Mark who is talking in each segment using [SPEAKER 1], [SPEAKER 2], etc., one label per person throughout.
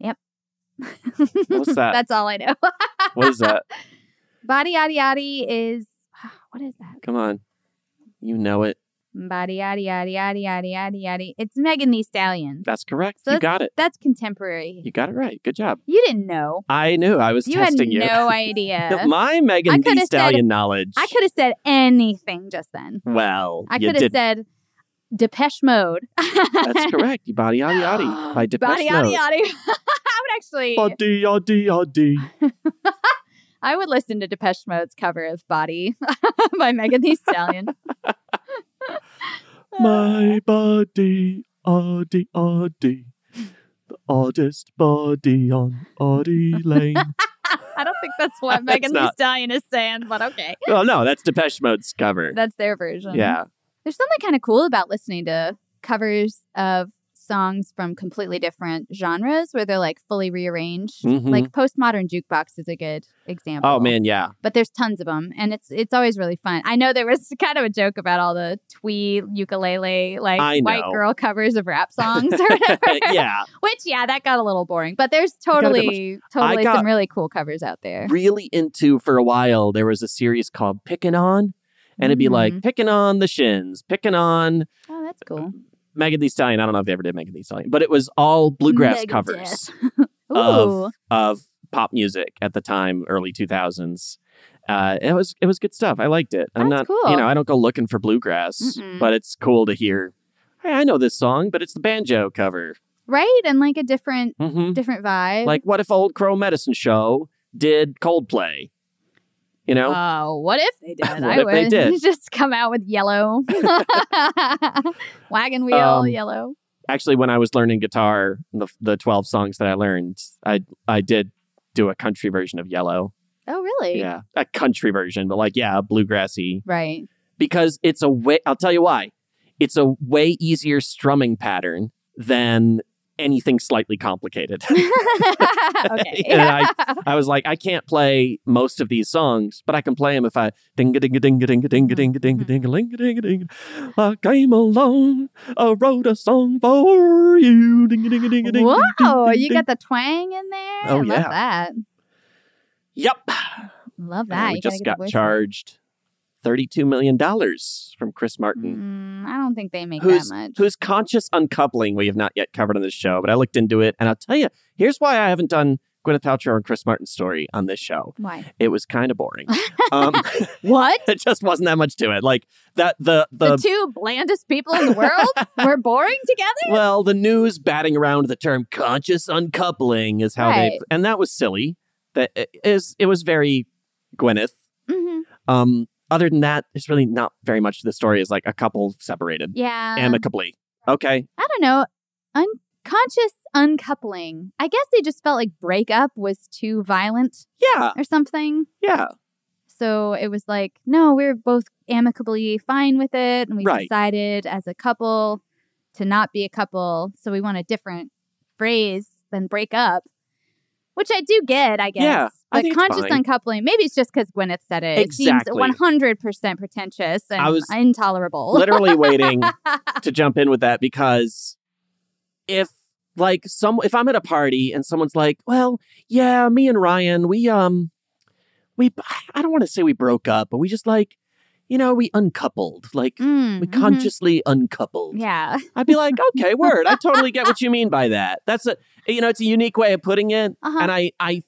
[SPEAKER 1] Yep.
[SPEAKER 2] What's that?
[SPEAKER 1] That's all I know.
[SPEAKER 2] what is that?
[SPEAKER 1] Body, yaddy, yaddy is what is that?
[SPEAKER 2] Come on. You know it.
[SPEAKER 1] Body yaddy yaddy yaddy yaddy yaddy yaddy. It's Megan Thee Stallion.
[SPEAKER 2] That's correct.
[SPEAKER 1] So
[SPEAKER 2] you got it.
[SPEAKER 1] That's contemporary.
[SPEAKER 2] You got it right. Good job.
[SPEAKER 1] You didn't know.
[SPEAKER 2] I knew. I was
[SPEAKER 1] you
[SPEAKER 2] testing
[SPEAKER 1] had
[SPEAKER 2] you.
[SPEAKER 1] No idea.
[SPEAKER 2] My Megan Thee Stallion
[SPEAKER 1] said,
[SPEAKER 2] knowledge.
[SPEAKER 1] I could have said anything just then.
[SPEAKER 2] Well,
[SPEAKER 1] I
[SPEAKER 2] could
[SPEAKER 1] have said Depeche Mode.
[SPEAKER 2] That's correct. You body yaddy yaddy by Depeche
[SPEAKER 1] body,
[SPEAKER 2] Mode.
[SPEAKER 1] Body yaddy yaddy. I would actually.
[SPEAKER 2] Body yaddy yaddy.
[SPEAKER 1] I would listen to Depeche Mode's cover of Body by Megan Thee Stallion.
[SPEAKER 2] My body, oddy, oddy. The oddest body on Oddy Lane.
[SPEAKER 1] I don't think that's what Megan Thee
[SPEAKER 2] not-
[SPEAKER 1] Stallion is saying, but okay.
[SPEAKER 2] well, no, that's Depeche Mode's cover.
[SPEAKER 1] That's their version.
[SPEAKER 2] yeah.
[SPEAKER 1] There's something kind of cool about listening to covers of songs from completely different genres where they're like fully rearranged.
[SPEAKER 2] Mhm.
[SPEAKER 1] Like postmodern jukebox is a good example.
[SPEAKER 2] Oh, man. Yeah.
[SPEAKER 1] But there's tons of them and it's it's always really fun. I know there was kind of a joke about all the twee ukulele
[SPEAKER 2] I
[SPEAKER 1] like white
[SPEAKER 2] know.
[SPEAKER 1] girl covers of rap songs or whatever.
[SPEAKER 2] yeah.
[SPEAKER 1] Which yeah, that got a little boring. But there's
[SPEAKER 2] a bit
[SPEAKER 1] totally totally
[SPEAKER 2] got-
[SPEAKER 1] some really cool covers out there.
[SPEAKER 2] really into for a while. There was a series called Pickin' On, and it'd be
[SPEAKER 1] Mm-hmm.
[SPEAKER 2] like Pickin' On the Shins, Pickin' On
[SPEAKER 1] Oh,
[SPEAKER 2] Uh,
[SPEAKER 1] that's cool.
[SPEAKER 2] Megan Thee Stallion. I don't know if they ever did Megan Thee Stallion, but it was all bluegrass
[SPEAKER 1] Megadeth.
[SPEAKER 2] covers
[SPEAKER 1] Ooh.
[SPEAKER 2] of of pop music at the time, early two thousands. Uh, it was it was good stuff. I liked it. I'm
[SPEAKER 1] That's
[SPEAKER 2] not
[SPEAKER 1] cool.
[SPEAKER 2] you know I don't go looking for bluegrass,
[SPEAKER 1] Mm-mm.
[SPEAKER 2] but it's cool to hear. Hey, I know this song, but it's the banjo cover.
[SPEAKER 1] right? And like a different
[SPEAKER 2] hmm
[SPEAKER 1] different vibe.
[SPEAKER 2] Like, what if Old Crow Medicine Show did Coldplay? You know,
[SPEAKER 1] Oh, what if they did?
[SPEAKER 2] What
[SPEAKER 1] I
[SPEAKER 2] if
[SPEAKER 1] would
[SPEAKER 2] they did?
[SPEAKER 1] just come out with yellow wagon wheel,
[SPEAKER 2] Um,
[SPEAKER 1] yellow.
[SPEAKER 2] actually when I was learning guitar, the the twelve songs that I learned, I I did do a country version of Yellow.
[SPEAKER 1] Oh, really?
[SPEAKER 2] Yeah, a country version, but like yeah, bluegrassy
[SPEAKER 1] Right.
[SPEAKER 2] because it's a way. I'll tell you why. It's a way easier strumming pattern than anything slightly complicated.
[SPEAKER 1] okay.
[SPEAKER 2] and I, I was like, I can't play most of these songs, but I can play them if I ding a ding a ding a ding a ding a ding
[SPEAKER 1] Mm-hmm.
[SPEAKER 2] a ding a ding a ding a ding a ding. I came along, I wrote a song for you. Ding a ding a ding a ding.
[SPEAKER 1] Whoa, you got the twang in there. I
[SPEAKER 2] Oh,
[SPEAKER 1] love
[SPEAKER 2] yeah.
[SPEAKER 1] that.
[SPEAKER 2] Yep.
[SPEAKER 1] Love
[SPEAKER 2] And
[SPEAKER 1] that.
[SPEAKER 2] We
[SPEAKER 1] You gotta get the
[SPEAKER 2] just got
[SPEAKER 1] voice
[SPEAKER 2] charged $32 million from Chris Martin.
[SPEAKER 1] Mm, I don't think they make
[SPEAKER 2] Who's,
[SPEAKER 1] that much.
[SPEAKER 2] whose conscious uncoupling we have not yet covered on this show, but I looked into it and I'll tell you, here's why I haven't done Gwyneth Paltrow and Chris Martin's story on this show.
[SPEAKER 1] Why?
[SPEAKER 2] It was kind of boring. um,
[SPEAKER 1] What?
[SPEAKER 2] it just wasn't that much to it. Like that the
[SPEAKER 1] The,
[SPEAKER 2] the,
[SPEAKER 1] two blandest people in the world were boring together?
[SPEAKER 2] well, the news batting around the term conscious uncoupling is how they
[SPEAKER 1] Right.
[SPEAKER 2] and that was silly. That it is it was very Gwyneth.
[SPEAKER 1] Mhm.
[SPEAKER 2] Um, other than that, there's really not very much to the story. Is like a couple separated
[SPEAKER 1] Yeah.
[SPEAKER 2] amicably. Okay,
[SPEAKER 1] I don't know. Unconscious uncoupling. I guess they just felt like breakup was too violent
[SPEAKER 2] yeah,
[SPEAKER 1] or something.
[SPEAKER 2] yeah,
[SPEAKER 1] So it was like, no, we were both amicably fine with it. And we
[SPEAKER 2] Right.
[SPEAKER 1] decided as a couple to not be a couple. So we want a different phrase than break up, which I do get, I guess.
[SPEAKER 2] Yeah, I
[SPEAKER 1] But
[SPEAKER 2] think it's
[SPEAKER 1] conscious
[SPEAKER 2] fine.
[SPEAKER 1] uncoupling, maybe it's just because Gwyneth said it.
[SPEAKER 2] Exactly.
[SPEAKER 1] It seems 100% pretentious and
[SPEAKER 2] I was
[SPEAKER 1] intolerable.
[SPEAKER 2] literally waiting to jump in with that because if like some if I'm at a party and someone's like, "Well, yeah, me and Ryan, we um we I don't want to say we broke up, but we just like, you know, we uncoupled. Like
[SPEAKER 1] Mm,
[SPEAKER 2] we
[SPEAKER 1] mhm.
[SPEAKER 2] consciously uncoupled."
[SPEAKER 1] Yeah.
[SPEAKER 2] I'd be like, "Okay, word. I totally get what you mean by that. That's a you know, it's a unique way of putting it."
[SPEAKER 1] Uh-huh.
[SPEAKER 2] And I I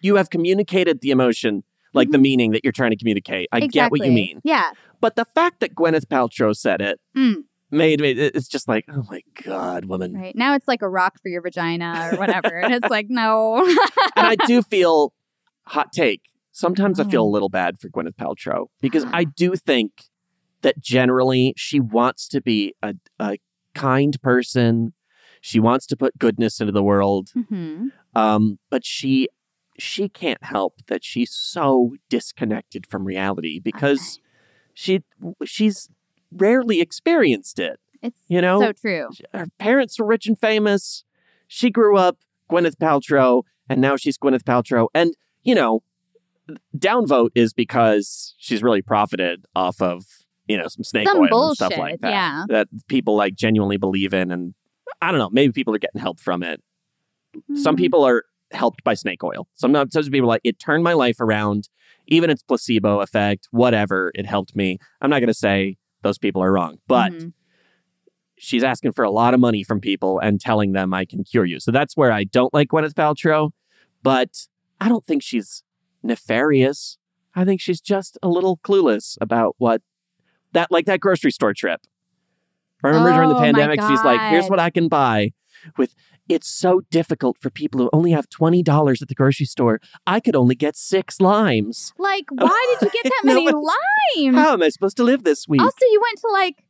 [SPEAKER 2] you have communicated the emotion, like the meaning that you're trying to communicate. I get what you
[SPEAKER 1] Mm-hmm. Exactly.
[SPEAKER 2] mean.
[SPEAKER 1] Yeah.
[SPEAKER 2] But the fact that Gwyneth Paltrow said it
[SPEAKER 1] Mm.
[SPEAKER 2] made me. It's just like, oh my god, woman.
[SPEAKER 1] Right. Now it's like a rock for your vagina or whatever. and it's like, no.
[SPEAKER 2] and I do feel hot take. Sometimes I feel
[SPEAKER 1] Oh.
[SPEAKER 2] a little bad for Gwyneth Paltrow because
[SPEAKER 1] Ah.
[SPEAKER 2] I do think that generally she wants to be a, a kind person. She wants to put goodness into the world,
[SPEAKER 1] hmm
[SPEAKER 2] um, but she she can't help that she's so disconnected from reality because she she's rarely experienced it.
[SPEAKER 1] It's
[SPEAKER 2] You know,
[SPEAKER 1] so true.
[SPEAKER 2] her parents were rich and famous. She grew up Gwyneth Paltrow, and now she's Gwyneth Paltrow. And you know, downvote is because she's really profited off of you know some snake
[SPEAKER 1] Some
[SPEAKER 2] oil and stuff like
[SPEAKER 1] bullshit,
[SPEAKER 2] that.
[SPEAKER 1] yeah.
[SPEAKER 2] that people like genuinely believe in, and I don't know. Maybe people are getting help from it. Some
[SPEAKER 1] Mhm.
[SPEAKER 2] people are helped by snake oil. Some some people are like it turned my life around. Even its placebo effect, whatever, it helped me. I'm not going to say those people are wrong, but
[SPEAKER 1] Mhm.
[SPEAKER 2] she's asking for a lot of money from people and telling them I can cure you. So that's where I don't like Gwyneth Paltrow, but I don't think she's nefarious. I think she's just a little clueless about what that like that grocery store trip. Remember during the
[SPEAKER 1] Oh, my
[SPEAKER 2] pandemic, she's like, "Here's
[SPEAKER 1] God.
[SPEAKER 2] what I can buy." With it's so difficult for people who only have twenty dollars at the grocery store. I could only get six limes.
[SPEAKER 1] like, why did you get that
[SPEAKER 2] No,
[SPEAKER 1] many
[SPEAKER 2] but-
[SPEAKER 1] limes?
[SPEAKER 2] How am I supposed to live this week?
[SPEAKER 1] also, you went to like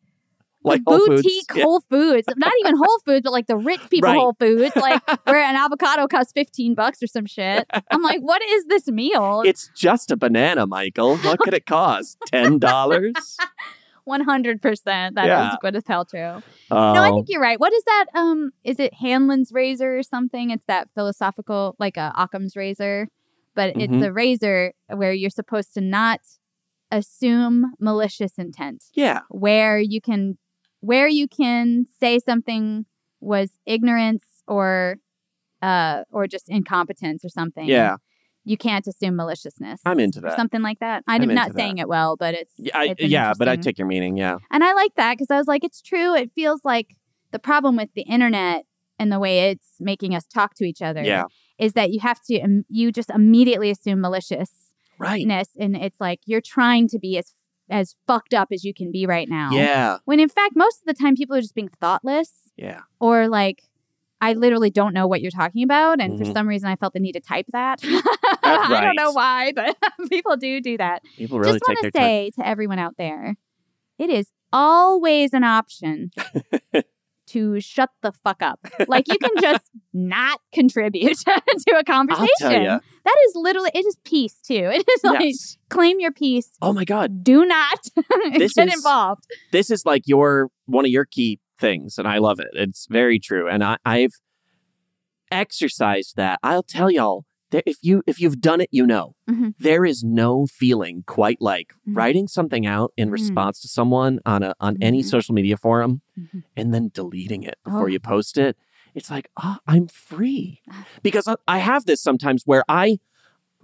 [SPEAKER 2] like
[SPEAKER 1] the
[SPEAKER 2] Whole Foods?
[SPEAKER 1] boutique
[SPEAKER 2] Yeah.
[SPEAKER 1] Whole Foods, not even Whole Foods, but like the rich people
[SPEAKER 2] Right.
[SPEAKER 1] Whole Foods, like where an avocado costs fifteen bucks or some shit. I'm like, what is this meal?
[SPEAKER 2] It's just a banana, Michael. What could it cost? Ten dollars?
[SPEAKER 1] One hundred percent. That is
[SPEAKER 2] Yeah.
[SPEAKER 1] Gwyneth Paltrow.
[SPEAKER 2] Oh,
[SPEAKER 1] No, I think you're right. What is that? Um, is it Hanlon's razor or something? It's that philosophical, like a Occam's razor, but it's
[SPEAKER 2] Mhm.
[SPEAKER 1] a razor where you're supposed to not assume malicious intent.
[SPEAKER 2] yeah,
[SPEAKER 1] where you can where you can say something was ignorance or uh or just incompetence or something.
[SPEAKER 2] Oh, yeah.
[SPEAKER 1] You can't assume maliciousness.
[SPEAKER 2] I'm into
[SPEAKER 1] or
[SPEAKER 2] that.
[SPEAKER 1] something like that. I'm,
[SPEAKER 2] I'm
[SPEAKER 1] not
[SPEAKER 2] into that.
[SPEAKER 1] saying it well, but it's
[SPEAKER 2] Yeah, I,
[SPEAKER 1] it's an
[SPEAKER 2] yeah but I
[SPEAKER 1] interesting-
[SPEAKER 2] take your meaning. Yeah,
[SPEAKER 1] and I like that because I was like, it's true. It feels like the problem with the internet and the way it's making us talk to each other
[SPEAKER 2] Yeah.
[SPEAKER 1] is that you have to um, you just immediately assume maliciousness,
[SPEAKER 2] right.
[SPEAKER 1] and it's like you're trying to be as as fucked up as you can be right now.
[SPEAKER 2] Yeah,
[SPEAKER 1] When in fact, most of the time, people are just being thoughtless
[SPEAKER 2] yeah.
[SPEAKER 1] or like, I literally don't know what you're talking about. And for
[SPEAKER 2] Mhm.
[SPEAKER 1] some reason, I felt the need to type that. I
[SPEAKER 2] right.
[SPEAKER 1] don't know why, but people do do that.
[SPEAKER 2] People really
[SPEAKER 1] just
[SPEAKER 2] take
[SPEAKER 1] want
[SPEAKER 2] their
[SPEAKER 1] to
[SPEAKER 2] time.
[SPEAKER 1] say to everyone out there it is always an option to shut the fuck up. Like, you can just not contribute to a conversation.
[SPEAKER 2] I'll tell you.
[SPEAKER 1] That is literally, it is peace too. It is like,
[SPEAKER 2] Yes.
[SPEAKER 1] claim your peace.
[SPEAKER 2] Oh my God,
[SPEAKER 1] Do not
[SPEAKER 2] This
[SPEAKER 1] get
[SPEAKER 2] is-
[SPEAKER 1] involved.
[SPEAKER 2] this is like your one of your key things, and I love it. It's very true, and I, I've exercised that. I'll tell y'all that if you if you've done it, you know
[SPEAKER 1] Mhm.
[SPEAKER 2] there is no feeling quite like
[SPEAKER 1] Mm-hmm.
[SPEAKER 2] writing something out in
[SPEAKER 1] Mhm.
[SPEAKER 2] response to someone on a on any
[SPEAKER 1] Mhm.
[SPEAKER 2] social media forum
[SPEAKER 1] Mhm.
[SPEAKER 2] and then deleting it before
[SPEAKER 1] Oh.
[SPEAKER 2] you post it. It's like, oh, I'm free. Because I- I have this sometimes where I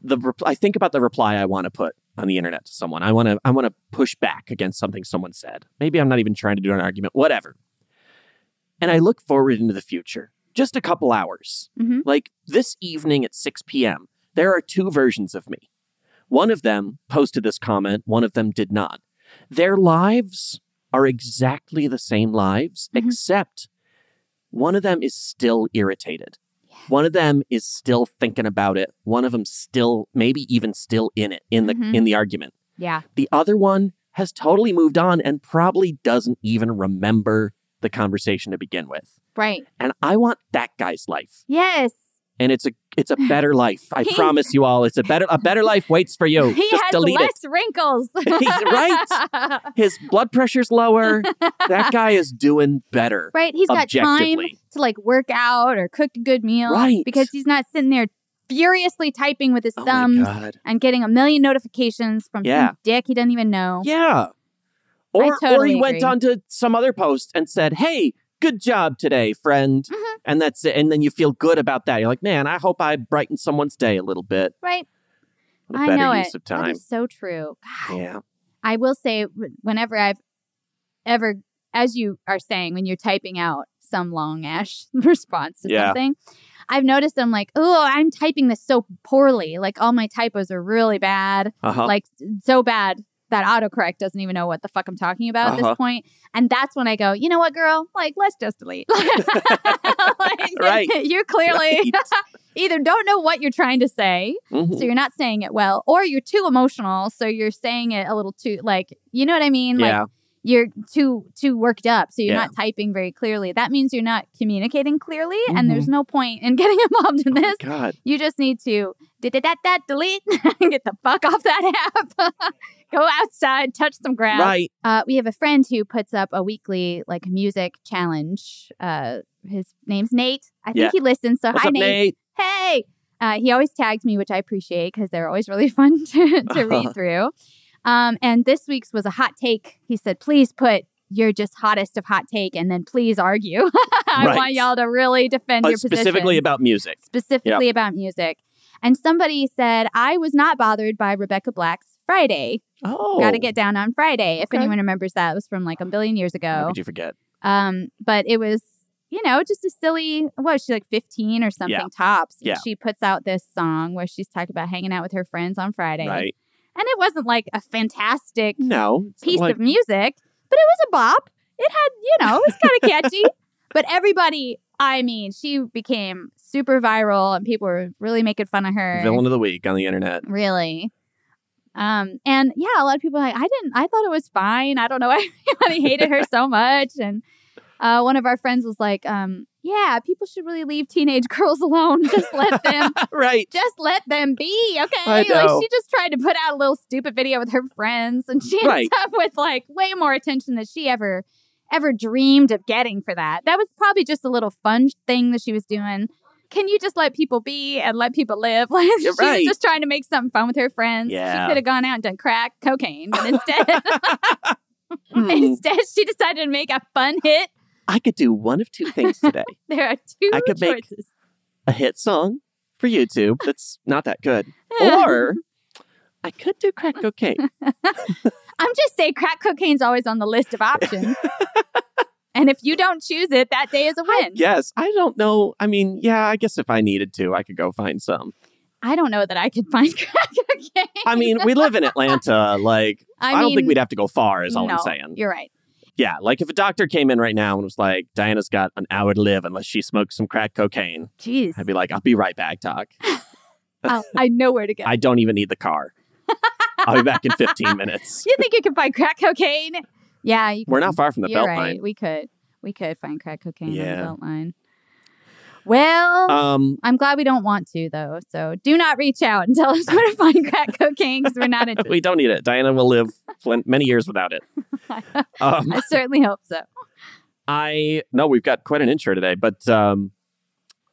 [SPEAKER 2] the rep- I think about the reply I want to put on the internet to someone. I want to I want to push back against something someone said. Maybe I'm not even trying to do an argument, whatever. And I look forward into the future. Just a couple hours.
[SPEAKER 1] Mhm.
[SPEAKER 2] Like this evening at 6 p.m., there are two versions of me. One of them posted this comment, one of them did not. Their lives are exactly the same lives, except one of them is still irritated. One of them is still thinking about it. One of them still, maybe even still in it, in the
[SPEAKER 1] Mhm.
[SPEAKER 2] in the argument.
[SPEAKER 1] Yeah.
[SPEAKER 2] The other one has totally moved on and probably doesn't even remember the conversation to begin with.
[SPEAKER 1] Right.
[SPEAKER 2] And I want that guy's life.
[SPEAKER 1] Yes.
[SPEAKER 2] And it's a it's a better life. I
[SPEAKER 1] He's-
[SPEAKER 2] promise you all, it's a better a better life waits for you.
[SPEAKER 1] he
[SPEAKER 2] Oh, Just
[SPEAKER 1] has
[SPEAKER 2] delete
[SPEAKER 1] less
[SPEAKER 2] it.
[SPEAKER 1] wrinkles.
[SPEAKER 2] He's right. His blood pressure's lower. that guy is doing better.
[SPEAKER 1] Right. He's got time
[SPEAKER 2] objectively.
[SPEAKER 1] to like work out or cook a good meal.
[SPEAKER 2] Right. Oh
[SPEAKER 1] Because he's not sitting there furiously typing with his thumbs
[SPEAKER 2] God.
[SPEAKER 1] and getting a million notifications from
[SPEAKER 2] Yeah.
[SPEAKER 1] some dick he doesn't even know.
[SPEAKER 2] Yeah. Or, or
[SPEAKER 1] totally
[SPEAKER 2] he went
[SPEAKER 1] agree. Mm-hmm.
[SPEAKER 2] on to some other post and said, Hey, good job today, friend. And that's it. And then you feel good about that. You're like, Man, I hope I brightened someone's day a little bit.
[SPEAKER 1] Right.
[SPEAKER 2] What a
[SPEAKER 1] I
[SPEAKER 2] better
[SPEAKER 1] know
[SPEAKER 2] use
[SPEAKER 1] it.
[SPEAKER 2] of time.
[SPEAKER 1] That is so true. God.
[SPEAKER 2] Yeah.
[SPEAKER 1] I will say, wh- whenever I've ever, as you are saying, when you're typing out some long ash response to
[SPEAKER 2] Yeah.
[SPEAKER 1] something, I've noticed I'm like, oh, I'm typing this so poorly. Like all my typos are really bad.
[SPEAKER 2] Uh-huh.
[SPEAKER 1] Like so bad that autocorrect doesn't even know what the fuck I'm talking about at
[SPEAKER 2] Uh-huh.
[SPEAKER 1] this point. And that's when I go, you know what, girl? Like, let's just delete. Like,
[SPEAKER 2] Right.
[SPEAKER 1] You clearly either don't know what you're trying to say
[SPEAKER 2] Mhm.
[SPEAKER 1] so you're not saying it well or you're too emotional so you're saying it a little too like you know what i mean
[SPEAKER 2] Yeah.
[SPEAKER 1] like you're too too worked up so you're
[SPEAKER 2] Yeah.
[SPEAKER 1] not typing very clearly that means you're not communicating clearly and there's no point in getting involved in this
[SPEAKER 2] Mm-hmm. Oh God.
[SPEAKER 1] you just need to da da da da delete and get the fuck off that app go outside touch some grass
[SPEAKER 2] Right.
[SPEAKER 1] uh, we have a friend who puts up a weekly like music challenge uh, his name's nate i think
[SPEAKER 2] Yeah.
[SPEAKER 1] he listens so
[SPEAKER 2] What's
[SPEAKER 1] hi
[SPEAKER 2] up,
[SPEAKER 1] nate
[SPEAKER 2] Nate?
[SPEAKER 1] hey uh, he always tags me which i appreciate because they're always really fun to, to read through um, and this week's was a hot take he said please put your just hottest of hot take and then please argue i
[SPEAKER 2] Right.
[SPEAKER 1] want y'all to really defend
[SPEAKER 2] Uh,
[SPEAKER 1] your position
[SPEAKER 2] specifically about music.
[SPEAKER 1] specifically about music and somebody said i was not bothered by rebecca black's friday
[SPEAKER 2] Oh.
[SPEAKER 1] gotta get down on friday if
[SPEAKER 2] Okay.
[SPEAKER 1] anyone remembers that it was from like a billion years ago
[SPEAKER 2] How could you forget?
[SPEAKER 1] um, but it was, you know, just a silly, what was she like 15 or something
[SPEAKER 2] Yeah.
[SPEAKER 1] tops?
[SPEAKER 2] Yeah.
[SPEAKER 1] She puts out this song where she's talking about hanging out with her friends on Friday.
[SPEAKER 2] Right.
[SPEAKER 1] And it wasn't like a fantastic
[SPEAKER 2] No. It's
[SPEAKER 1] piece
[SPEAKER 2] like-
[SPEAKER 1] of music, but it was a bop. It had, you know, it was kind of catchy. But everybody, I mean, she became super viral and people were really making fun of her.
[SPEAKER 2] Villain of the week on the internet.
[SPEAKER 1] Really. Um, and yeah, a lot of people are like, I didn't, I thought it was fine. I don't know why everybody hated her so much. And uh, one of our friends was like, um, yeah, people should really leave teenage girls alone. Just let them,
[SPEAKER 2] right.
[SPEAKER 1] just let them be. Okay.
[SPEAKER 2] I know.
[SPEAKER 1] Like she just tried to put out a little stupid video with her friends and she ends
[SPEAKER 2] Right.
[SPEAKER 1] up with like way more attention than she ever, ever dreamed of getting for that. That was probably just a little fun thing that she was doing. Can you just let people be and let people live? Like she
[SPEAKER 2] You're
[SPEAKER 1] was
[SPEAKER 2] right.
[SPEAKER 1] just trying to make something fun with her friends.
[SPEAKER 2] Yeah.
[SPEAKER 1] She could have gone out and done crack, cocaine, but instead,
[SPEAKER 2] Hmm.
[SPEAKER 1] instead she decided to make a fun hit.
[SPEAKER 2] I could do one of two things today.
[SPEAKER 1] There are two
[SPEAKER 2] I could make-
[SPEAKER 1] choices.
[SPEAKER 2] a hit song for YouTube that's not that good,
[SPEAKER 1] Yeah.
[SPEAKER 2] or I could do crack cocaine.
[SPEAKER 1] I'm just saying, crack cocaine's always on the list of options. and if you don't choose it, that day is a win.
[SPEAKER 2] yes, I don't know. I mean, yeah, I guess if I needed to, I could go find some.
[SPEAKER 1] I don't know that I could find crack cocaine.
[SPEAKER 2] I mean, we live in Atlanta. Like, I, don't think
[SPEAKER 1] mean,
[SPEAKER 2] we'd have to go far, is all I'm
[SPEAKER 1] no,
[SPEAKER 2] saying.
[SPEAKER 1] You're right.
[SPEAKER 2] Yeah, like if a doctor came in right now and was like, Diana's got an hour to live unless she smokes some crack cocaine,
[SPEAKER 1] Jeez.
[SPEAKER 2] I'd be like, I'll be right back, Doc.
[SPEAKER 1] Oh, I know where to go.
[SPEAKER 2] I don't even need the car. I'll be back in 15 minutes.
[SPEAKER 1] you think you can find crack cocaine? Yeah, you
[SPEAKER 2] We're
[SPEAKER 1] can.
[SPEAKER 2] not far from the
[SPEAKER 1] You're
[SPEAKER 2] belt
[SPEAKER 1] right.
[SPEAKER 2] line.
[SPEAKER 1] We could. We could find crack cocaine on
[SPEAKER 2] Yeah.
[SPEAKER 1] the belt line. Well,
[SPEAKER 2] Um,
[SPEAKER 1] I'm glad we don't want to though. So do not reach out and tell us where to find crack cocaine because we're not interested.
[SPEAKER 2] we don't need it. Diana will live plen- many years without it. Um,
[SPEAKER 1] I certainly hope so.
[SPEAKER 2] I no, we've got quite an intro today, but um,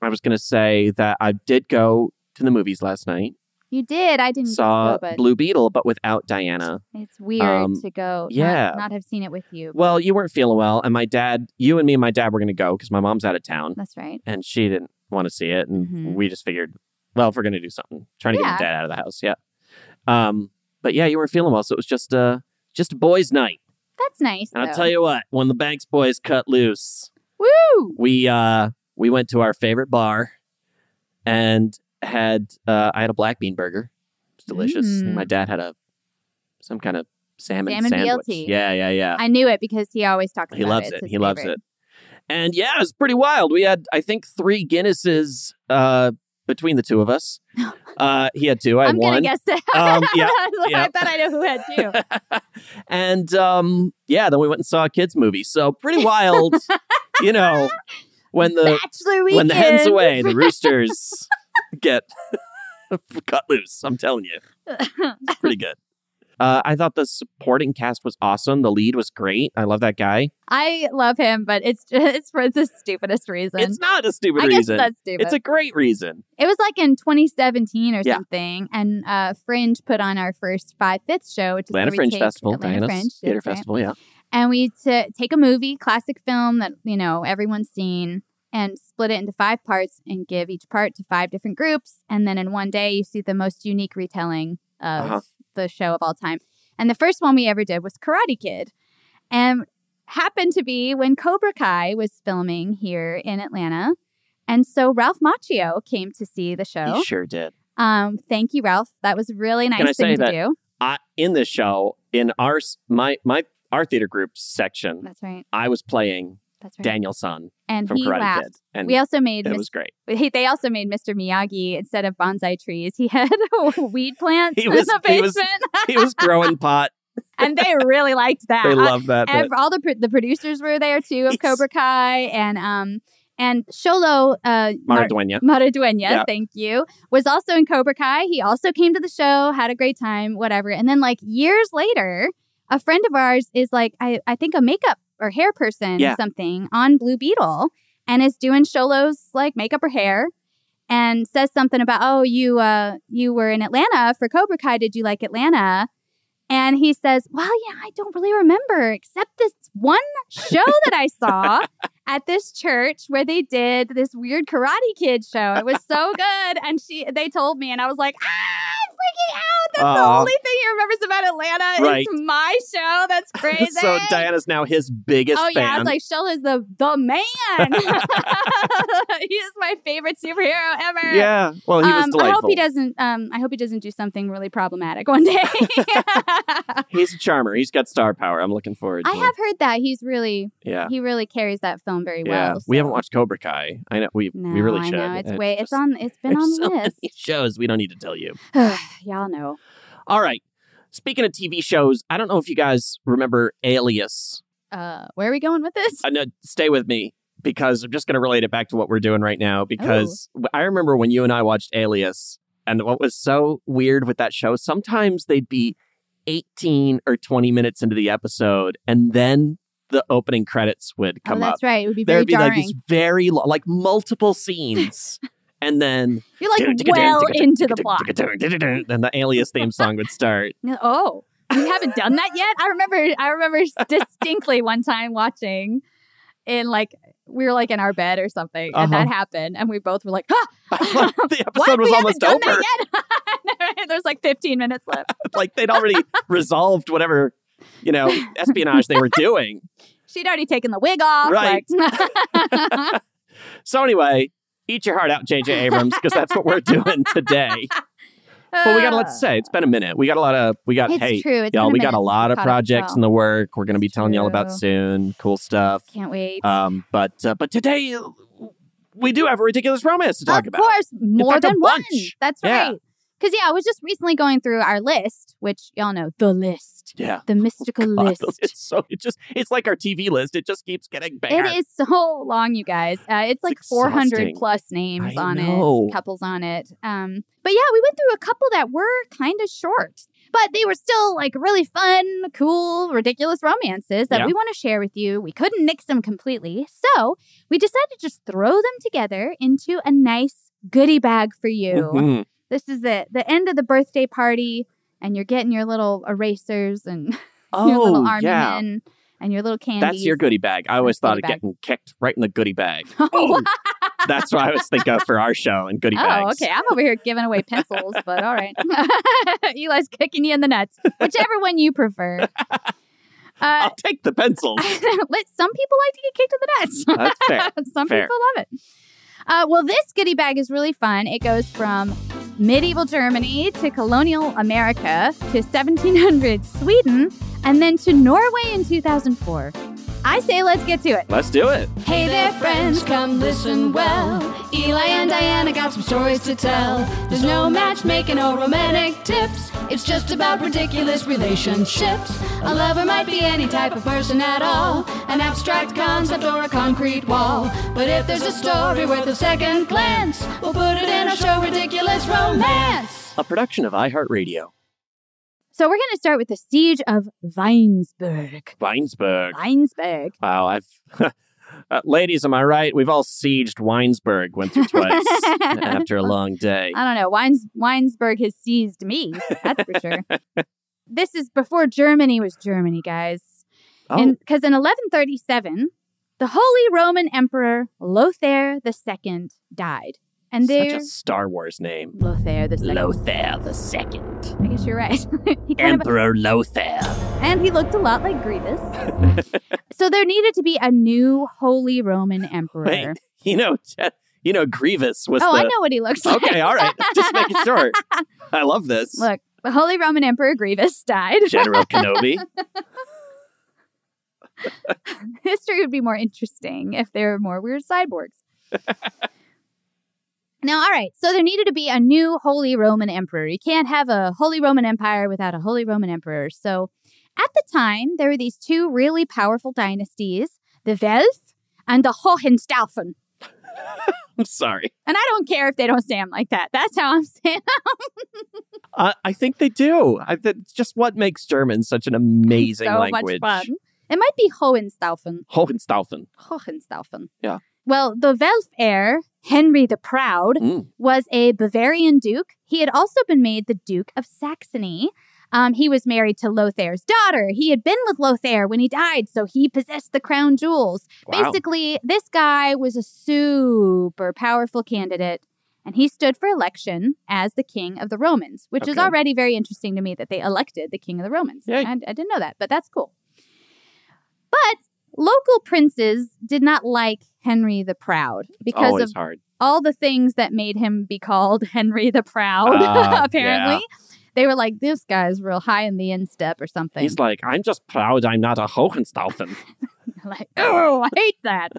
[SPEAKER 2] I was going to say that I did go to the movies last night.
[SPEAKER 1] You did. I didn't
[SPEAKER 2] saw
[SPEAKER 1] go, but
[SPEAKER 2] Blue Beetle, but without Diana.
[SPEAKER 1] It's weird
[SPEAKER 2] Um,
[SPEAKER 1] to go. not-
[SPEAKER 2] yeah.
[SPEAKER 1] Not, have seen it with you.
[SPEAKER 2] Well, you weren't feeling well, and my dad, you and me and my dad were going to go because my mom's out of town,
[SPEAKER 1] That's right.
[SPEAKER 2] and she didn't want to see it, and
[SPEAKER 1] Mhm.
[SPEAKER 2] we just figured, well, if we're going to do something, trying to
[SPEAKER 1] Yeah.
[SPEAKER 2] get my dad out of the house, yeah. Um, but yeah, you weren't feeling well, so it was just uh just a boys' night,
[SPEAKER 1] That's nice.
[SPEAKER 2] and I'll
[SPEAKER 1] though.
[SPEAKER 2] tell you what, when the Banks boys cut loose,
[SPEAKER 1] Woo!
[SPEAKER 2] we uh we went to our favorite bar and had uh I had a black bean burger. It's delicious.
[SPEAKER 1] Mm.
[SPEAKER 2] My dad had a some kind of salmon,
[SPEAKER 1] Salmon
[SPEAKER 2] sandwich.
[SPEAKER 1] BLT.
[SPEAKER 2] Yeah, yeah, yeah.
[SPEAKER 1] I knew it because he always talks
[SPEAKER 2] he
[SPEAKER 1] about
[SPEAKER 2] loves
[SPEAKER 1] it.
[SPEAKER 2] it.
[SPEAKER 1] It's his
[SPEAKER 2] He loves
[SPEAKER 1] favorite.
[SPEAKER 2] it. And yeah, it was pretty wild. We had I think 3 Guinnesses uh between the two of us. Uh he had two, I had
[SPEAKER 1] I'm
[SPEAKER 2] one.
[SPEAKER 1] gonna guess it.
[SPEAKER 2] Um, yeah, yeah.
[SPEAKER 1] I bet I know who had two.
[SPEAKER 2] and um yeah, then we went and saw a kids movie. So pretty wild, you know, when the
[SPEAKER 1] Bachelor weekend.
[SPEAKER 2] when the hen's away, the roosters get cut loose. I'm telling you, it's pretty good. Uh, I thought the supporting cast was awesome. The lead was great. I love that guy.
[SPEAKER 1] I love him, but it's just, it's for the stupidest reason.
[SPEAKER 2] It's not a stupid
[SPEAKER 1] I guess
[SPEAKER 2] reason.
[SPEAKER 1] that's stupid.
[SPEAKER 2] It's a great reason.
[SPEAKER 1] It was like in 2017 or
[SPEAKER 2] Yeah.
[SPEAKER 1] something, and uh, Fringe put on our first Five Fifth show, which is
[SPEAKER 2] Atlanta
[SPEAKER 1] where we
[SPEAKER 2] Fringe
[SPEAKER 1] take
[SPEAKER 2] Festival,
[SPEAKER 1] Atlanta
[SPEAKER 2] Diana's
[SPEAKER 1] Fringe,
[SPEAKER 2] Theater
[SPEAKER 1] that's right.
[SPEAKER 2] Festival. Yeah,
[SPEAKER 1] and we t- take a movie, classic film that you know everyone's seen, and split it into five parts and give each part to five different groups, and then in one day you see the most unique retelling of
[SPEAKER 2] Uh-huh.
[SPEAKER 1] the show of all time. And the first one we ever did was Karate Kid, and happened to be when Cobra Kai was filming here in Atlanta. And so Ralph Macchio came to see the show.
[SPEAKER 2] he sure did.
[SPEAKER 1] Um, thank you, Ralph. That was a really
[SPEAKER 2] I
[SPEAKER 1] nice
[SPEAKER 2] say
[SPEAKER 1] thing to
[SPEAKER 2] that-
[SPEAKER 1] do.
[SPEAKER 2] I, in the show, in our s- my my our theater group section,
[SPEAKER 1] That's right.
[SPEAKER 2] I was playing
[SPEAKER 1] That's right.
[SPEAKER 2] Daniel Sun
[SPEAKER 1] and
[SPEAKER 2] from
[SPEAKER 1] he
[SPEAKER 2] Karate
[SPEAKER 1] laughed.
[SPEAKER 2] Kid, and
[SPEAKER 1] we also made
[SPEAKER 2] it
[SPEAKER 1] Mis-
[SPEAKER 2] was great.
[SPEAKER 1] he, they also made Mr. Miyagi instead of bonsai trees. He had weed plants
[SPEAKER 2] He was-
[SPEAKER 1] in the
[SPEAKER 2] he
[SPEAKER 1] basement,
[SPEAKER 2] was- He was growing pot.
[SPEAKER 1] and they really liked that.
[SPEAKER 2] They
[SPEAKER 1] I-
[SPEAKER 2] loved that. bit.
[SPEAKER 1] ev- all the pro- the producers were there too of
[SPEAKER 2] Yes.
[SPEAKER 1] Cobra Kai and um and Sholo uh, Mar-
[SPEAKER 2] Mara Dueña.
[SPEAKER 1] Maradueña,
[SPEAKER 2] Yeah.
[SPEAKER 1] thank you, was also in Cobra Kai. He also came to the show, had a great time, whatever. And then, like, years later, a friend of ours is like, I, I think a makeup or hair person
[SPEAKER 2] Yeah.
[SPEAKER 1] or something on Blue Beetle and is doing Sholo's like makeup or hair and says something about, oh, you, uh, you were in Atlanta for Cobra Kai. Did you like Atlanta? And he says, well, yeah, I don't really remember except this one show that I saw at this church where they did this weird Karate Kid show. It was so good, and she they told me, and I was like, ah, I'm freaking out. That's the
[SPEAKER 2] Aw.
[SPEAKER 1] only thing he remembers about Atlanta.
[SPEAKER 2] Right.
[SPEAKER 1] It's my show. That's crazy.
[SPEAKER 2] so Diana's now his biggest
[SPEAKER 1] Oh yeah, I
[SPEAKER 2] fan.
[SPEAKER 1] was like, Shell is the the man. he is my favorite superhero ever.
[SPEAKER 2] yeah. Well, he was
[SPEAKER 1] um,
[SPEAKER 2] delightful.
[SPEAKER 1] I hope he doesn't. Um, I hope he doesn't do something really problematic one day. I
[SPEAKER 2] He's a charmer. He's got star power. I'm looking forward to it.
[SPEAKER 1] have heard that he's really
[SPEAKER 2] Yeah.
[SPEAKER 1] he really carries that film very
[SPEAKER 2] yeah.
[SPEAKER 1] well.
[SPEAKER 2] We haven't
[SPEAKER 1] so-
[SPEAKER 2] watched Cobra Kai. I know. We,
[SPEAKER 1] No,
[SPEAKER 2] we really
[SPEAKER 1] I
[SPEAKER 2] should.
[SPEAKER 1] know. It's
[SPEAKER 2] Uh,
[SPEAKER 1] way. It's
[SPEAKER 2] just-
[SPEAKER 1] on. It's been on
[SPEAKER 2] there's
[SPEAKER 1] the
[SPEAKER 2] so
[SPEAKER 1] list.
[SPEAKER 2] many shows we don't need to tell you.
[SPEAKER 1] Y'all know.
[SPEAKER 2] All right. Speaking of TV shows, I don't know if you guys remember Alias.
[SPEAKER 1] Uh, where are we going with this?
[SPEAKER 2] Uh, no, stay with me because I'm just going to relate it back to what we're doing right now. Because
[SPEAKER 1] Oh.
[SPEAKER 2] w- I remember when you and I watched Alias, and what was so weird with that show, sometimes they'd be 18 or 20 minutes into the episode, and then the opening credits would
[SPEAKER 1] oh,
[SPEAKER 2] come
[SPEAKER 1] that's
[SPEAKER 2] up.
[SPEAKER 1] right. It would be very
[SPEAKER 2] There'd be
[SPEAKER 1] jarring.
[SPEAKER 2] like these very lo- like multiple scenes, and then
[SPEAKER 1] You're like well into the plot.
[SPEAKER 2] Then the Alias theme song would start.
[SPEAKER 1] No- Oh, you haven't done that yet. I remember. I remember distinctly one time watching, in like we were like in our bed or something, and that
[SPEAKER 2] Uh-huh.
[SPEAKER 1] happened, and we both were like, ah,
[SPEAKER 2] the
[SPEAKER 1] "What?
[SPEAKER 2] episode was
[SPEAKER 1] we
[SPEAKER 2] almost
[SPEAKER 1] haven't
[SPEAKER 2] over.
[SPEAKER 1] done that yet." There's like 15 minutes left.
[SPEAKER 2] like they'd already resolved whatever you know espionage they were doing
[SPEAKER 1] She'd already taken the wig off.
[SPEAKER 2] Right.
[SPEAKER 1] Like,
[SPEAKER 2] so anyway eat your heart out jj abrams because that's what we're doing today but we got a lot to say it's been a minute we got a lot of we got
[SPEAKER 1] It's
[SPEAKER 2] hey
[SPEAKER 1] true. It's
[SPEAKER 2] y'all
[SPEAKER 1] been
[SPEAKER 2] we got
[SPEAKER 1] minute
[SPEAKER 2] a
[SPEAKER 1] since
[SPEAKER 2] lot
[SPEAKER 1] we
[SPEAKER 2] of
[SPEAKER 1] caught up as
[SPEAKER 2] projects
[SPEAKER 1] well.
[SPEAKER 2] in the work we're going to be
[SPEAKER 1] It's
[SPEAKER 2] telling y'all about
[SPEAKER 1] true.
[SPEAKER 2] soon cool stuff
[SPEAKER 1] Can't wait.
[SPEAKER 2] um but uh, but today uh, we do have a ridiculous romance to talk
[SPEAKER 1] of
[SPEAKER 2] about
[SPEAKER 1] course, more
[SPEAKER 2] fact, a
[SPEAKER 1] than one.
[SPEAKER 2] bunch.
[SPEAKER 1] That's
[SPEAKER 2] Yeah.
[SPEAKER 1] right. Because yeah, I was just recently going through our list, which y'all know the list,
[SPEAKER 2] yeah
[SPEAKER 1] the mystical
[SPEAKER 2] God,
[SPEAKER 1] list.
[SPEAKER 2] it's so it just it's like our tv list it just keeps getting bigger
[SPEAKER 1] It is so long, you guys. Uh, it's like 400
[SPEAKER 2] exhausting.
[SPEAKER 1] plus names
[SPEAKER 2] I
[SPEAKER 1] on
[SPEAKER 2] know.
[SPEAKER 1] it, couples on it. Um, but yeah, we went through a couple that were kind of short. but they were still like really fun, cool, ridiculous romances that
[SPEAKER 2] Yeah.
[SPEAKER 1] we want to share with you. We couldn't nix them completely. So we decided to just throw them together into a nice goodie bag for you.
[SPEAKER 2] Mhm.
[SPEAKER 1] This is it, the end of the birthday party, and you're getting your little erasers and your
[SPEAKER 2] Oh,
[SPEAKER 1] little army
[SPEAKER 2] yeah.
[SPEAKER 1] men and your little candies.
[SPEAKER 2] That's your goodie bag. I always thought of
[SPEAKER 1] goodie bag.
[SPEAKER 2] getting kicked right in the goodie bag. That's what I always think of for our show and goodie
[SPEAKER 1] oh,
[SPEAKER 2] bags.
[SPEAKER 1] okay. I'm over here giving away pencils, but all right. Eli's kicking you in the nuts, whichever one you prefer. Uh,
[SPEAKER 2] I'll take the pencils.
[SPEAKER 1] let some people like to get kicked in the nuts.
[SPEAKER 2] That's fair.
[SPEAKER 1] some
[SPEAKER 2] Fair.
[SPEAKER 1] people love it. Uh, well, this goodie bag is really fun. It goes from medieval Germany to colonial America to 1700 Sweden and then to Norway in 2004. I say let's get to it.
[SPEAKER 2] Let's do it.
[SPEAKER 1] Hey there, friends, come listen well.
[SPEAKER 3] Eli and Diana got some stories to tell. There's no matchmaking or romantic tips. It's just about ridiculous relationships. A lover might be any type of person at all, an abstract concept or a concrete wall. But if there's a story worth a second glance, we'll put it in our show, Ridiculous Romance.
[SPEAKER 2] A production of iHeartRadio.
[SPEAKER 1] So we're going to start with the siege of Weinsberg.
[SPEAKER 2] Weinsberg.
[SPEAKER 1] Weinsberg.
[SPEAKER 2] Wow, I've uh, ladies, am I right? We've all sieged Weinsberg once or twice after a long day.
[SPEAKER 1] I don't know. Weins- Weinsberg has seized me. That's Oh, for sure. this is before Germany was Germany, guys.
[SPEAKER 2] Oh.
[SPEAKER 1] Because in 1137, the Holy Roman Emperor Lothair II died. And
[SPEAKER 2] Such
[SPEAKER 1] there,
[SPEAKER 2] a Star Wars name.
[SPEAKER 1] Lothair the Second.
[SPEAKER 2] Lothair the Second.
[SPEAKER 1] I guess you're right. he kind of,
[SPEAKER 2] Emperor Lothair.
[SPEAKER 1] and he looked a lot like Grievous. so there needed to be a new Holy Roman Emperor.
[SPEAKER 2] Wait, you know, you know, Grievous was.
[SPEAKER 1] oh,
[SPEAKER 2] the...
[SPEAKER 1] I know what he looks like.
[SPEAKER 2] Okay, all right. Just making sure. I love this.
[SPEAKER 1] Look, the Holy Roman Emperor Grievous died.
[SPEAKER 2] General Kenobi.
[SPEAKER 1] History would be more interesting if there were more weird cyborgs. now, all right. So there needed to be a new Holy Roman Emperor. You can't have a Holy Roman Empire without a Holy Roman Emperor. So at the time, there were these two really powerful dynasties, the Welf and the Hohenstaufen.
[SPEAKER 2] I'm sorry.
[SPEAKER 1] And I don't care if they don't say them like that. That's how I'm saying
[SPEAKER 2] I I think they do. I, that's just what makes German such an amazing
[SPEAKER 1] so
[SPEAKER 2] language.
[SPEAKER 1] much fun. It might be Hohenstaufen.
[SPEAKER 2] Hohenstaufen.
[SPEAKER 1] Hohenstaufen.
[SPEAKER 2] Yeah.
[SPEAKER 1] Well, the Welf heir, Henry the Proud,
[SPEAKER 2] Mm.
[SPEAKER 1] was a Bavarian duke. He had also been made the Duke of Saxony. Um, he was married to Lothair's daughter. He had been with Lothair when he died, so he possessed the crown jewels.
[SPEAKER 2] Wow.
[SPEAKER 1] Basically, this guy was a super powerful candidate, and he stood for election as the king of the Romans, which is
[SPEAKER 2] Okay.
[SPEAKER 1] already very interesting to me that they elected the king of the Romans. I, I didn't know that, but that's cool. But local princes did not like Henry the Proud because
[SPEAKER 2] always
[SPEAKER 1] of
[SPEAKER 2] hard.
[SPEAKER 1] all the things that made him be called Henry the Proud,
[SPEAKER 2] Ah,
[SPEAKER 1] apparently.
[SPEAKER 2] yeah.
[SPEAKER 1] They were like, this guy's real high in the instep or something.
[SPEAKER 2] He's like, I'm just proud I'm not a Hohenstaufen.
[SPEAKER 1] like, oh, I hate that.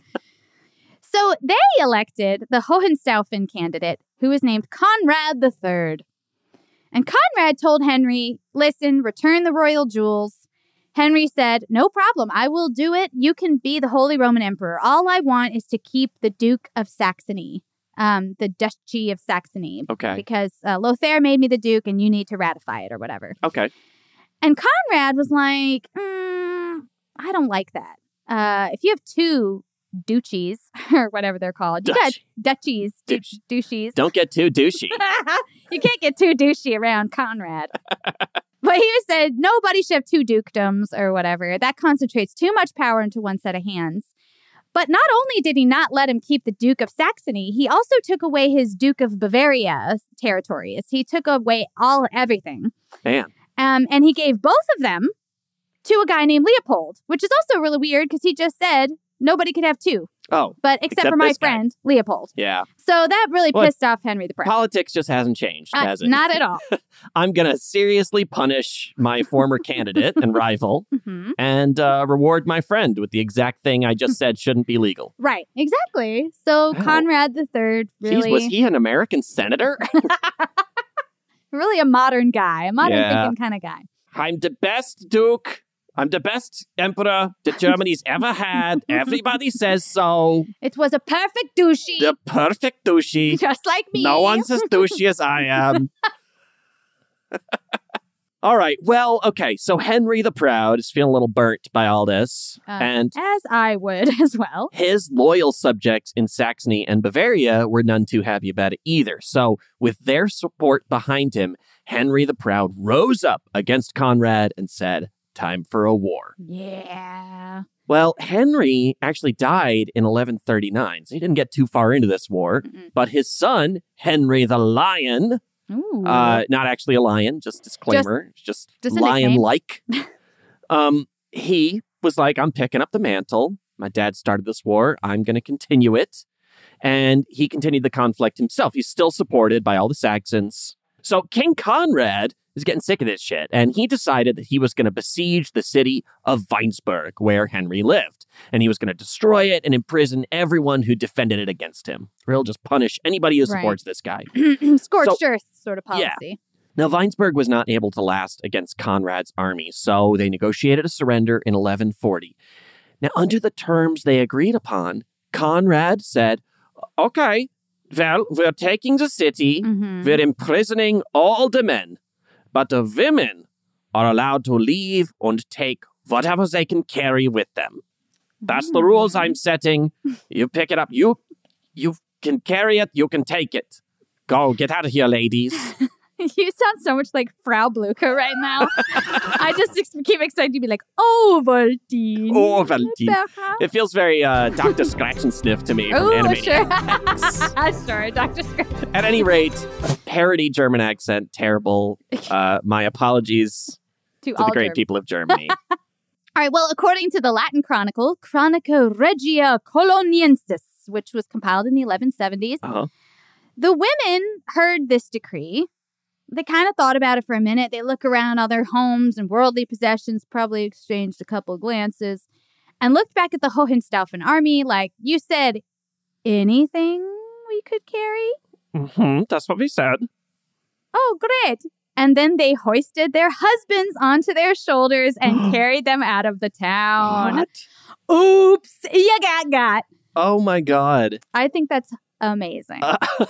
[SPEAKER 1] so they elected the Hohenstaufen candidate, who was named Conrad III. And Conrad told Henry, listen, return the royal jewels. Henry said, no problem. I will do it. You can be the Holy Roman Emperor. All I want is to keep the Duke of Saxony, um, the Duchy of Saxony.
[SPEAKER 2] Okay.
[SPEAKER 1] Because uh, Lothair made me the Duke and you need to ratify it or whatever.
[SPEAKER 2] okay.
[SPEAKER 1] And Conrad was like, mm, I don't like that. Uh, if you have two duchies or whatever they're called, you got duchies, du- douchies.
[SPEAKER 2] Don't get too douchey.
[SPEAKER 1] you can't get too douchey around Conrad. but he said nobody should have two dukedoms or whatever. That concentrates too much power into one set of hands. But not only did he not let him keep the Duke of Saxony, he also took away his Duke of Bavaria territories. He took away all everything.
[SPEAKER 2] Man.
[SPEAKER 1] Um, and he gave both of them to a guy named Leopold, which is also really weird because he just said nobody could have two,
[SPEAKER 2] Oh.
[SPEAKER 1] but except, for my
[SPEAKER 2] this guy.
[SPEAKER 1] friend Leopold.
[SPEAKER 2] Yeah.
[SPEAKER 1] So that really
[SPEAKER 2] Well,
[SPEAKER 1] pissed off Henry the Proud.
[SPEAKER 2] Politics just hasn't changed,
[SPEAKER 1] Uh,
[SPEAKER 2] has it?
[SPEAKER 1] not at all.
[SPEAKER 2] I'm going to seriously punish my former candidate and rival
[SPEAKER 1] Mhm.
[SPEAKER 2] and uh, reward my friend with the exact thing I
[SPEAKER 1] Hmm.
[SPEAKER 2] just said shouldn't be legal.
[SPEAKER 1] Right, exactly. So Conrad III really
[SPEAKER 2] Jeez, was he an American senator?
[SPEAKER 1] really a modern guy, a modern
[SPEAKER 2] Yeah.
[SPEAKER 1] thinking kind of guy.
[SPEAKER 2] I'm the best duke. I'm the best emperor that Germany's ever had. Everybody says so.
[SPEAKER 1] It was a perfect douchey,
[SPEAKER 2] The perfect douchey.
[SPEAKER 1] just like me.
[SPEAKER 2] No one's as douchey as I am. All right. Well, okay. So Henry the Proud is feeling a little burnt by all this.
[SPEAKER 1] Uh,
[SPEAKER 2] and
[SPEAKER 1] as I would as well.
[SPEAKER 2] his loyal subjects in Saxony and Bavaria were none too happy about it either. So, with their support behind him, Henry the Proud rose up against Conrad and said, Time for a war.
[SPEAKER 1] Yeah.
[SPEAKER 2] Well, Henry actually died in 1139, so he didn't get too far into this war. But his son, Henry the Lion,
[SPEAKER 1] Ooh.
[SPEAKER 2] uh, not actually a lion, just disclaimer, just,
[SPEAKER 1] just a nickname.
[SPEAKER 2] lion like. um, he was like, I'm picking up the mantle. My dad started this war. I'm going to continue it. And he continued the conflict himself. He's still supported by all the Saxons. So King Conrad is getting sick of this shit. And he decided that he was going to besiege the city of Weinsberg, where Henry lived. And he was going to destroy it and imprison everyone who defended it against him. He'll just punish anybody who
[SPEAKER 1] Right.
[SPEAKER 2] supports this guy.
[SPEAKER 1] Scorched
[SPEAKER 2] So-
[SPEAKER 1] earth sort of policy.
[SPEAKER 2] Yeah. Now, Weinsberg was not able to last against Conrad's army, so they negotiated a surrender in 1140. Now, under the terms they agreed upon, Conrad said, Okay, well, we're taking the city,
[SPEAKER 1] Mhm.
[SPEAKER 2] we're imprisoning all the men, but the women are allowed to leave and take whatever they can carry with them. That's the rules I'm setting. You pick it up. You you can carry it, you can take it. Go, get out of here, ladies.
[SPEAKER 1] You sound so much like Frau Blucher right now. I just ex- keep expecting you to be like, oh, Valtine.
[SPEAKER 2] Oh, Valentine.
[SPEAKER 1] Perhaps.
[SPEAKER 2] It feels very uh, Dr. Scratch and Sniff to me from
[SPEAKER 1] Oh,
[SPEAKER 2] Animaniacs.
[SPEAKER 1] sure. sure, Dr. Scratch.
[SPEAKER 2] At any rate, parody German accent, terrible. Uh, my apologies
[SPEAKER 1] To
[SPEAKER 2] to,
[SPEAKER 1] all
[SPEAKER 2] the great
[SPEAKER 1] Germ-
[SPEAKER 2] people of Germany.
[SPEAKER 1] All right, well, according to the Latin chronicle, Chronica Regia Coloniensis, which was compiled in the 1170s,
[SPEAKER 2] uh-huh.
[SPEAKER 1] the women heard this decree. They kind of thought about it for a minute. They look around all their homes and worldly possessions, probably exchanged a couple glances, and looked back at the Hohenstaufen army like, you said, anything we could carry?
[SPEAKER 2] hmm that's what we said.
[SPEAKER 1] Oh, great. And then they hoisted their husbands onto their shoulders and carried them out of the town. Oops, you got got.
[SPEAKER 2] Oh my God.
[SPEAKER 1] I think that's amazing.
[SPEAKER 2] Uh,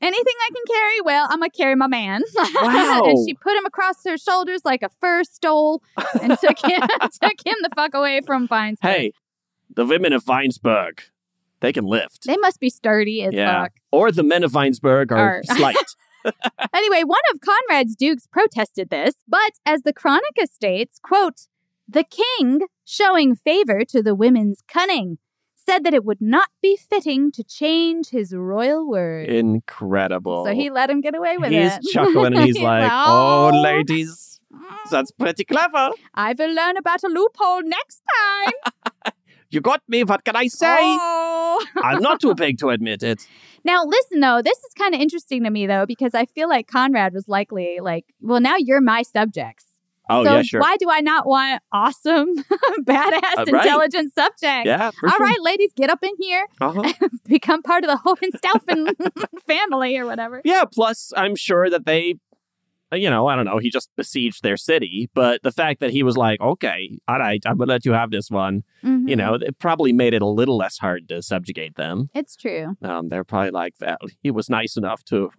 [SPEAKER 1] Anything I can carry? Well, I'm going to carry my man.
[SPEAKER 2] Wow.
[SPEAKER 1] and she put him across her shoulders like a fur stole and took him, took him the fuck away from Vines.
[SPEAKER 2] Hey, the women of Weinsberg, they can lift.
[SPEAKER 1] They must be sturdy as
[SPEAKER 2] yeah.
[SPEAKER 1] fuck.
[SPEAKER 2] Or the men of Weinsberg are
[SPEAKER 1] Are-
[SPEAKER 2] slight.
[SPEAKER 1] Anyway, one of Conrad's dukes protested this, but as the Chronica states, quote, the king, showing favor to the women's cunning, said that it would not be fitting to change his royal word.
[SPEAKER 2] Incredible.
[SPEAKER 1] So he let him get away with
[SPEAKER 2] he's
[SPEAKER 1] it. mm.
[SPEAKER 2] chuckling and he's like, oh,
[SPEAKER 1] "Oh,
[SPEAKER 2] ladies, that's pretty clever.
[SPEAKER 1] I will learn about a loophole next time.
[SPEAKER 2] You got me. What can I say?
[SPEAKER 1] Oh.
[SPEAKER 2] I'm not too big to admit it.
[SPEAKER 1] Now, listen though, this is kind of interesting to me though, because I feel like Conrad was likely like, well, now you're my subjects.
[SPEAKER 2] Oh,
[SPEAKER 1] so
[SPEAKER 2] yeah, sure.
[SPEAKER 1] Why do I not want awesome, badass,
[SPEAKER 2] Uh, right.
[SPEAKER 1] intelligent subjects?
[SPEAKER 2] Yeah,
[SPEAKER 1] All
[SPEAKER 2] for
[SPEAKER 1] right,
[SPEAKER 2] sure.
[SPEAKER 1] ladies, get up in here,
[SPEAKER 2] Uh-huh.
[SPEAKER 1] become part of the Hohenstaufen family or whatever.
[SPEAKER 2] yeah, plus, I'm sure that they, uh, you know, I don't know, he just besieged their city, but the fact that he was like, okay, all right, I'm going to let you have this one, you
[SPEAKER 1] Mhm.
[SPEAKER 2] know, it probably made it a little less hard to subjugate them.
[SPEAKER 1] It's true.
[SPEAKER 2] Um, they're probably like, well, he was nice enough to,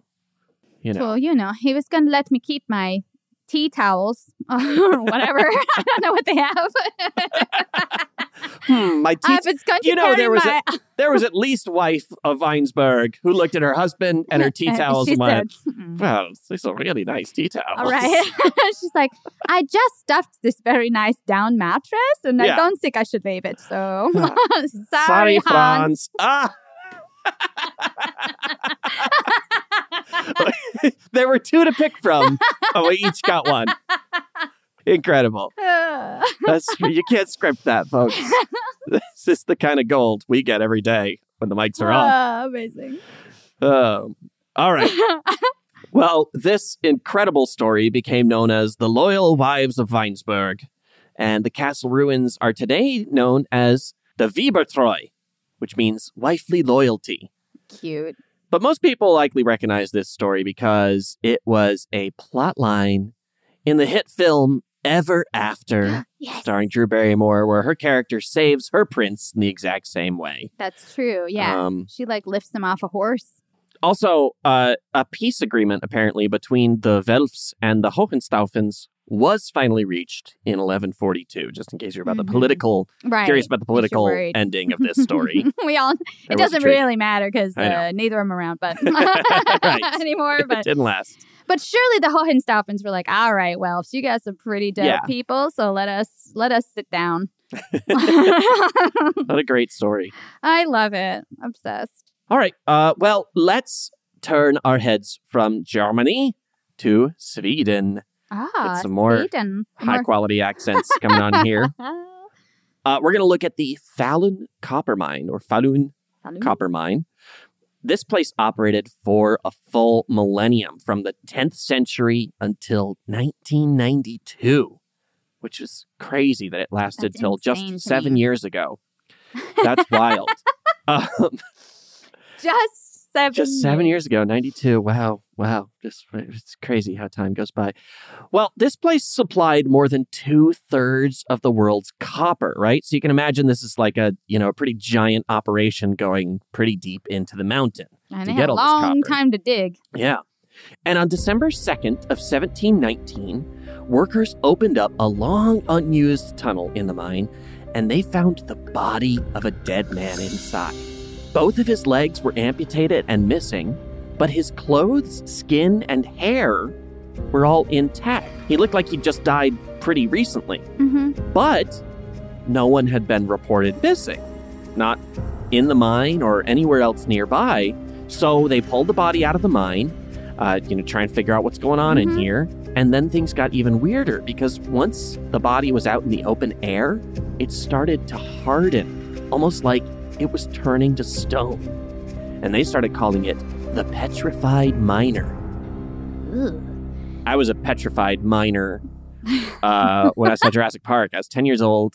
[SPEAKER 2] you know.
[SPEAKER 1] Well, you know, he was going to let me keep my tea towels or whatever. I don't know what they have.
[SPEAKER 2] Hmm, my
[SPEAKER 1] I
[SPEAKER 2] teeth.
[SPEAKER 1] was going to
[SPEAKER 2] You know,
[SPEAKER 1] carry
[SPEAKER 2] there was,
[SPEAKER 1] my...
[SPEAKER 2] a, there was at least wife of Weinsberg who looked at her husband and her tea
[SPEAKER 1] And
[SPEAKER 2] towels
[SPEAKER 1] she
[SPEAKER 2] and went,
[SPEAKER 1] said, "Mm-mm."
[SPEAKER 2] well, these are really nice tea towels.
[SPEAKER 1] All right. She's like, I just stuffed this very nice down mattress and I
[SPEAKER 2] Yeah.
[SPEAKER 1] don't think I should leave it. So
[SPEAKER 2] Ah.
[SPEAKER 1] sorry,
[SPEAKER 2] Sorry,
[SPEAKER 1] Hans.
[SPEAKER 2] Franz. Ah! there were two to pick from, and we each got one. Incredible.
[SPEAKER 1] Uh,
[SPEAKER 2] That's you can't script that, folks. This is the kind of gold we get every day when the mics are off.
[SPEAKER 1] uh, amazing.
[SPEAKER 2] Um, all right. Well, this incredible story became known as the Loyal Wives of Weinsberg, and the castle ruins are today known as the Weibertreu, which means wifely loyalty.
[SPEAKER 1] Cute.
[SPEAKER 2] But most people likely recognize this story because it was a plot line in the hit film Ever After,
[SPEAKER 1] Yes.
[SPEAKER 2] starring Drew Barrymore, where her character saves her prince in the exact same way.
[SPEAKER 1] That's true. Yeah.
[SPEAKER 2] Um,
[SPEAKER 1] she like lifts him off a horse.
[SPEAKER 2] Also, uh, a peace agreement apparently between the Welfs and the Hohenstaufens was finally reached in 1142. Just in case you're about the political,
[SPEAKER 1] Mm-hmm. Right.
[SPEAKER 2] curious about
[SPEAKER 1] In
[SPEAKER 2] the
[SPEAKER 1] case you're
[SPEAKER 2] political
[SPEAKER 1] worried.
[SPEAKER 2] ending of this story.
[SPEAKER 1] we all.
[SPEAKER 2] That
[SPEAKER 1] it
[SPEAKER 2] was
[SPEAKER 1] doesn't
[SPEAKER 2] true.
[SPEAKER 1] really matter because
[SPEAKER 2] I know.
[SPEAKER 1] uh, neither of them are around, but
[SPEAKER 2] Right.
[SPEAKER 1] anymore.
[SPEAKER 2] it
[SPEAKER 1] But
[SPEAKER 2] didn't last.
[SPEAKER 1] but surely the Hohenstaufens were like, all right, well, you guys are pretty dope
[SPEAKER 2] Yeah.
[SPEAKER 1] people, so let us let us sit down.
[SPEAKER 2] What a great story.
[SPEAKER 1] I love it. Obsessed.
[SPEAKER 2] All right. Uh, well, let's turn our heads from Germany to Sweden.
[SPEAKER 1] Ah,
[SPEAKER 2] some more
[SPEAKER 1] Sweden.
[SPEAKER 2] High quality accents coming on here. Uh, we're going to look at the Falun copper mine or Falun,
[SPEAKER 1] Falun.
[SPEAKER 2] copper mine. This place operated for a full millennium from the 10th century until 1992, which is crazy that it lasted
[SPEAKER 1] That's
[SPEAKER 2] till
[SPEAKER 1] insane to
[SPEAKER 2] just seven
[SPEAKER 1] me.
[SPEAKER 2] years ago. That's wild. um,
[SPEAKER 1] Just seven.
[SPEAKER 2] just seven years ago, 92. Wow. Wow. Just it's crazy how time goes by. Well, this place supplied more than two thirds of the world's copper, right? So you can imagine this is like a, you know, a pretty giant operation going pretty deep into the mountain
[SPEAKER 1] And
[SPEAKER 2] to
[SPEAKER 1] they
[SPEAKER 2] get
[SPEAKER 1] had a
[SPEAKER 2] all this
[SPEAKER 1] long
[SPEAKER 2] copper.
[SPEAKER 1] time to dig.
[SPEAKER 2] Yeah. And on December 2nd of 1719, workers opened up a long unused tunnel in the mine and they found the body of a dead man inside. Both of his legs were amputated and missing, but his clothes, skin, and hair were all intact. He looked like he just died pretty recently.
[SPEAKER 1] Mm-hmm.
[SPEAKER 2] But no one had been reported missing, not in the mine or anywhere else nearby. So they pulled the body out of the mine, uh, you know, try and figure out what's going on in here. And then things got even weirder because once the body was out in the open air, it started to harden, almost like it was turning to stone. And they started calling it the petrified miner. I was a petrified minor uh, when I saw Jurassic Park. I was 10 years old,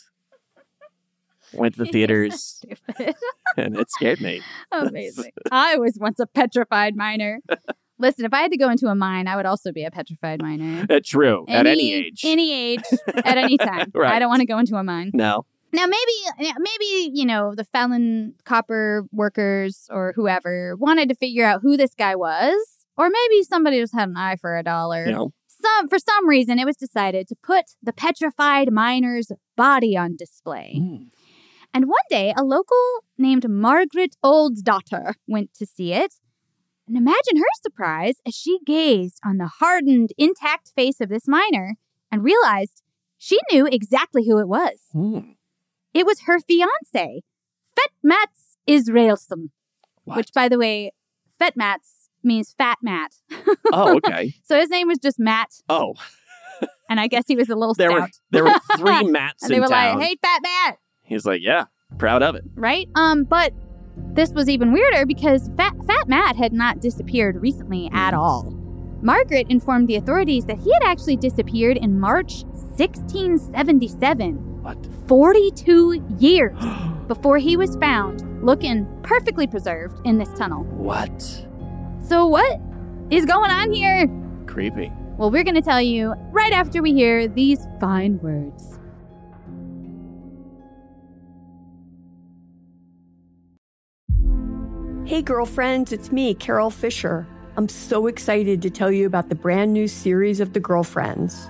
[SPEAKER 2] went to the theaters,
[SPEAKER 1] Stupid.
[SPEAKER 2] and it scared me.
[SPEAKER 1] Amazing. I was once a petrified miner. Listen, if I had to go into a mine, I would also be a petrified miner.
[SPEAKER 2] Uh, true, at any age.
[SPEAKER 1] Any age, at any time.
[SPEAKER 2] Right.
[SPEAKER 1] I don't want to go into a mine.
[SPEAKER 2] no.
[SPEAKER 1] Now, maybe, maybe you know, the Fallon copper workers or whoever wanted to figure out who this guy was, or maybe somebody just had an eye for a dollar.
[SPEAKER 2] No.
[SPEAKER 1] Some for some reason, it was decided to put the petrified miner's body on display. And one day, a local named Margaret Old's daughter went to see it. And imagine her surprise as she gazed on the hardened, intact face of this miner and realized she knew exactly who it was. It was her fiance, Fetmats Israelson. Which, by the way, Fetmats means fat Matt.
[SPEAKER 2] Oh, okay.
[SPEAKER 1] So his name was just Matt,
[SPEAKER 2] Oh,
[SPEAKER 1] and I guess he was a little
[SPEAKER 2] there
[SPEAKER 1] stout.
[SPEAKER 2] were there were three mats
[SPEAKER 1] and they
[SPEAKER 2] in
[SPEAKER 1] were
[SPEAKER 2] town.
[SPEAKER 1] like, "Hey, Fat Matt,
[SPEAKER 2] He's like, yeah, proud of it.
[SPEAKER 1] right? Um, but this was even weirder because Fat, Fat Matt had not disappeared recently at all. Margaret informed the authorities that he had actually disappeared in March 1677.
[SPEAKER 2] What?
[SPEAKER 1] 42 years before he was found, looking perfectly preserved in this tunnel.
[SPEAKER 2] What?
[SPEAKER 1] So, what is going on here?
[SPEAKER 2] Creepy.
[SPEAKER 1] Well, we're going to tell you right after we hear these fine words.
[SPEAKER 4] Hey, girlfriends, it's me, Carol Fisher. I'm so excited to tell you about the brand new series of The Girlfriends.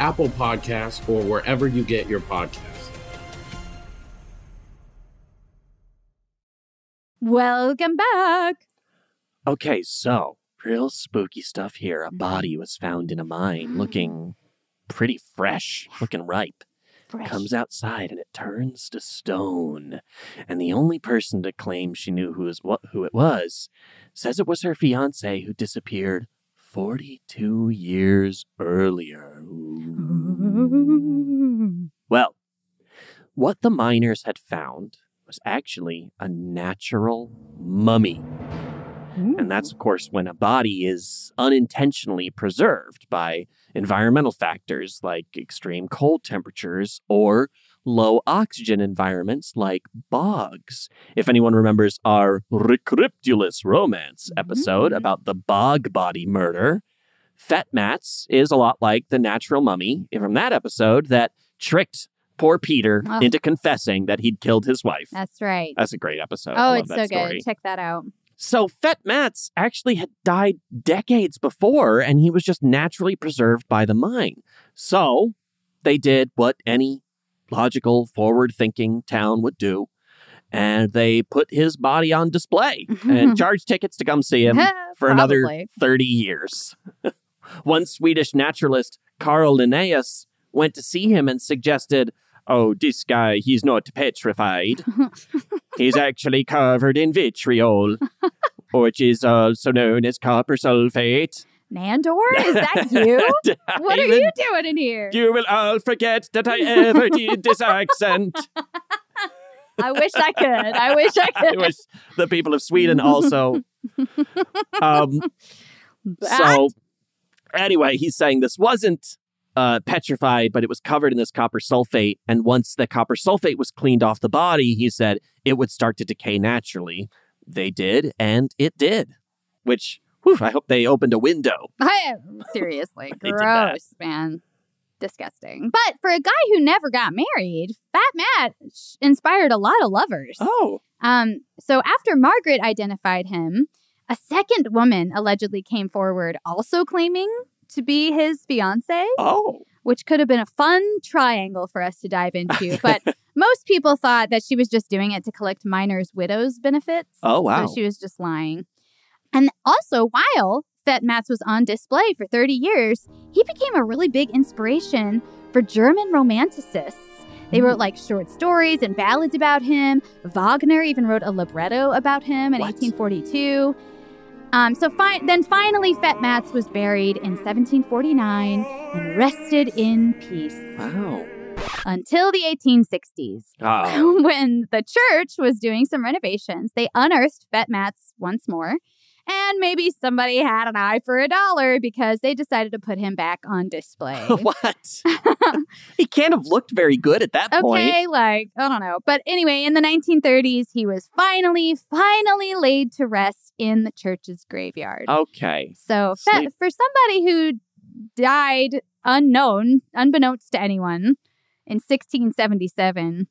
[SPEAKER 5] Apple Podcasts, or wherever you get your podcasts.
[SPEAKER 1] Welcome back.
[SPEAKER 2] Okay, so real spooky stuff here. A body was found in a mine looking pretty fresh, looking ripe.
[SPEAKER 1] Fresh.
[SPEAKER 2] Comes outside and it turns to stone. And the only person to claim she knew who is what who it was says it was her fiance who disappeared 42 years earlier. Ooh. Well, what the miners had found was actually a natural mummy.
[SPEAKER 1] Ooh.
[SPEAKER 2] And that's, of course, when a body is unintentionally preserved by environmental factors like extreme cold temperatures or low oxygen environments like bogs. If anyone remembers our Recryptulous Romance episode about the bog body murder, Fetmats is a lot like the natural mummy from that episode that tricked poor Peter
[SPEAKER 1] Ugh.
[SPEAKER 2] into confessing that he'd killed his wife.
[SPEAKER 1] That's Oh. right.
[SPEAKER 2] That's a great episode. I
[SPEAKER 1] oh,
[SPEAKER 2] love
[SPEAKER 1] it's so
[SPEAKER 2] that story.
[SPEAKER 1] good. Check that out.
[SPEAKER 2] So Fetmats actually had died decades before, and he was just naturally preserved by the mine. So they did what any logical, forward-thinking town would do, and they put his body on display and charged tickets to come see him for another
[SPEAKER 1] Probably.
[SPEAKER 2] 30 years. One Swedish naturalist, Carl Linnaeus, went to see him and suggested, Oh, this guy, he's not petrified. he's actually covered in vitriol, which is also known as copper sulfate.
[SPEAKER 1] Nandor, is that you? what are
[SPEAKER 2] Diamond,
[SPEAKER 1] you doing in here?
[SPEAKER 2] You will all forget that I ever did this accent.
[SPEAKER 1] I wish I could. I wish I
[SPEAKER 2] I
[SPEAKER 1] could.
[SPEAKER 2] wish the people of Sweden also. Um, so, anyway, he's saying this wasn't uh, petrified, but it was covered in this copper sulfate. And once the copper sulfate was cleaned off the body, he said it would start to decay naturally, They did, and it did. Which, whew, I hope they opened a window.
[SPEAKER 1] I seriously
[SPEAKER 2] did that.
[SPEAKER 1] gross, man. Disgusting. But for a guy who never got married, Fat Matt sh- inspired a lot of lovers.
[SPEAKER 2] Oh.
[SPEAKER 1] Um so after Margaret identified him, a second woman allegedly came forward also claiming to be his fiance.
[SPEAKER 2] Oh.
[SPEAKER 1] Which could have been a fun triangle for us to dive into, but most people thought that she was just doing it to collect minors' widows' benefits.
[SPEAKER 2] Oh, wow.
[SPEAKER 1] So she was just lying. And also, while Fat Mats was on display for 30 years, he became a really big inspiration for German romanticists. They
[SPEAKER 2] Hmm.
[SPEAKER 1] wrote like short stories and ballads about him. Wagner even wrote a libretto about him in 1842. Um, so fi- then finally, Fat Mats was buried in 1749 and rested in peace.
[SPEAKER 2] Wow.
[SPEAKER 1] Until the 1860s, Ah.
[SPEAKER 2] Oh.
[SPEAKER 1] when the church was doing some renovations, they unearthed Fet Mats once more. And maybe somebody had an eye for a dollar because they decided to put him back on display.
[SPEAKER 2] what? he can't have looked very good at that
[SPEAKER 1] Okay,
[SPEAKER 2] point.
[SPEAKER 1] like, I don't know. But anyway, in the 1930s, he was finally, finally laid to rest in the church's graveyard.
[SPEAKER 2] Okay.
[SPEAKER 1] So fe-
[SPEAKER 2] Sleep.
[SPEAKER 1] for somebody who died unknown, unbeknownst to anyone, in 1677,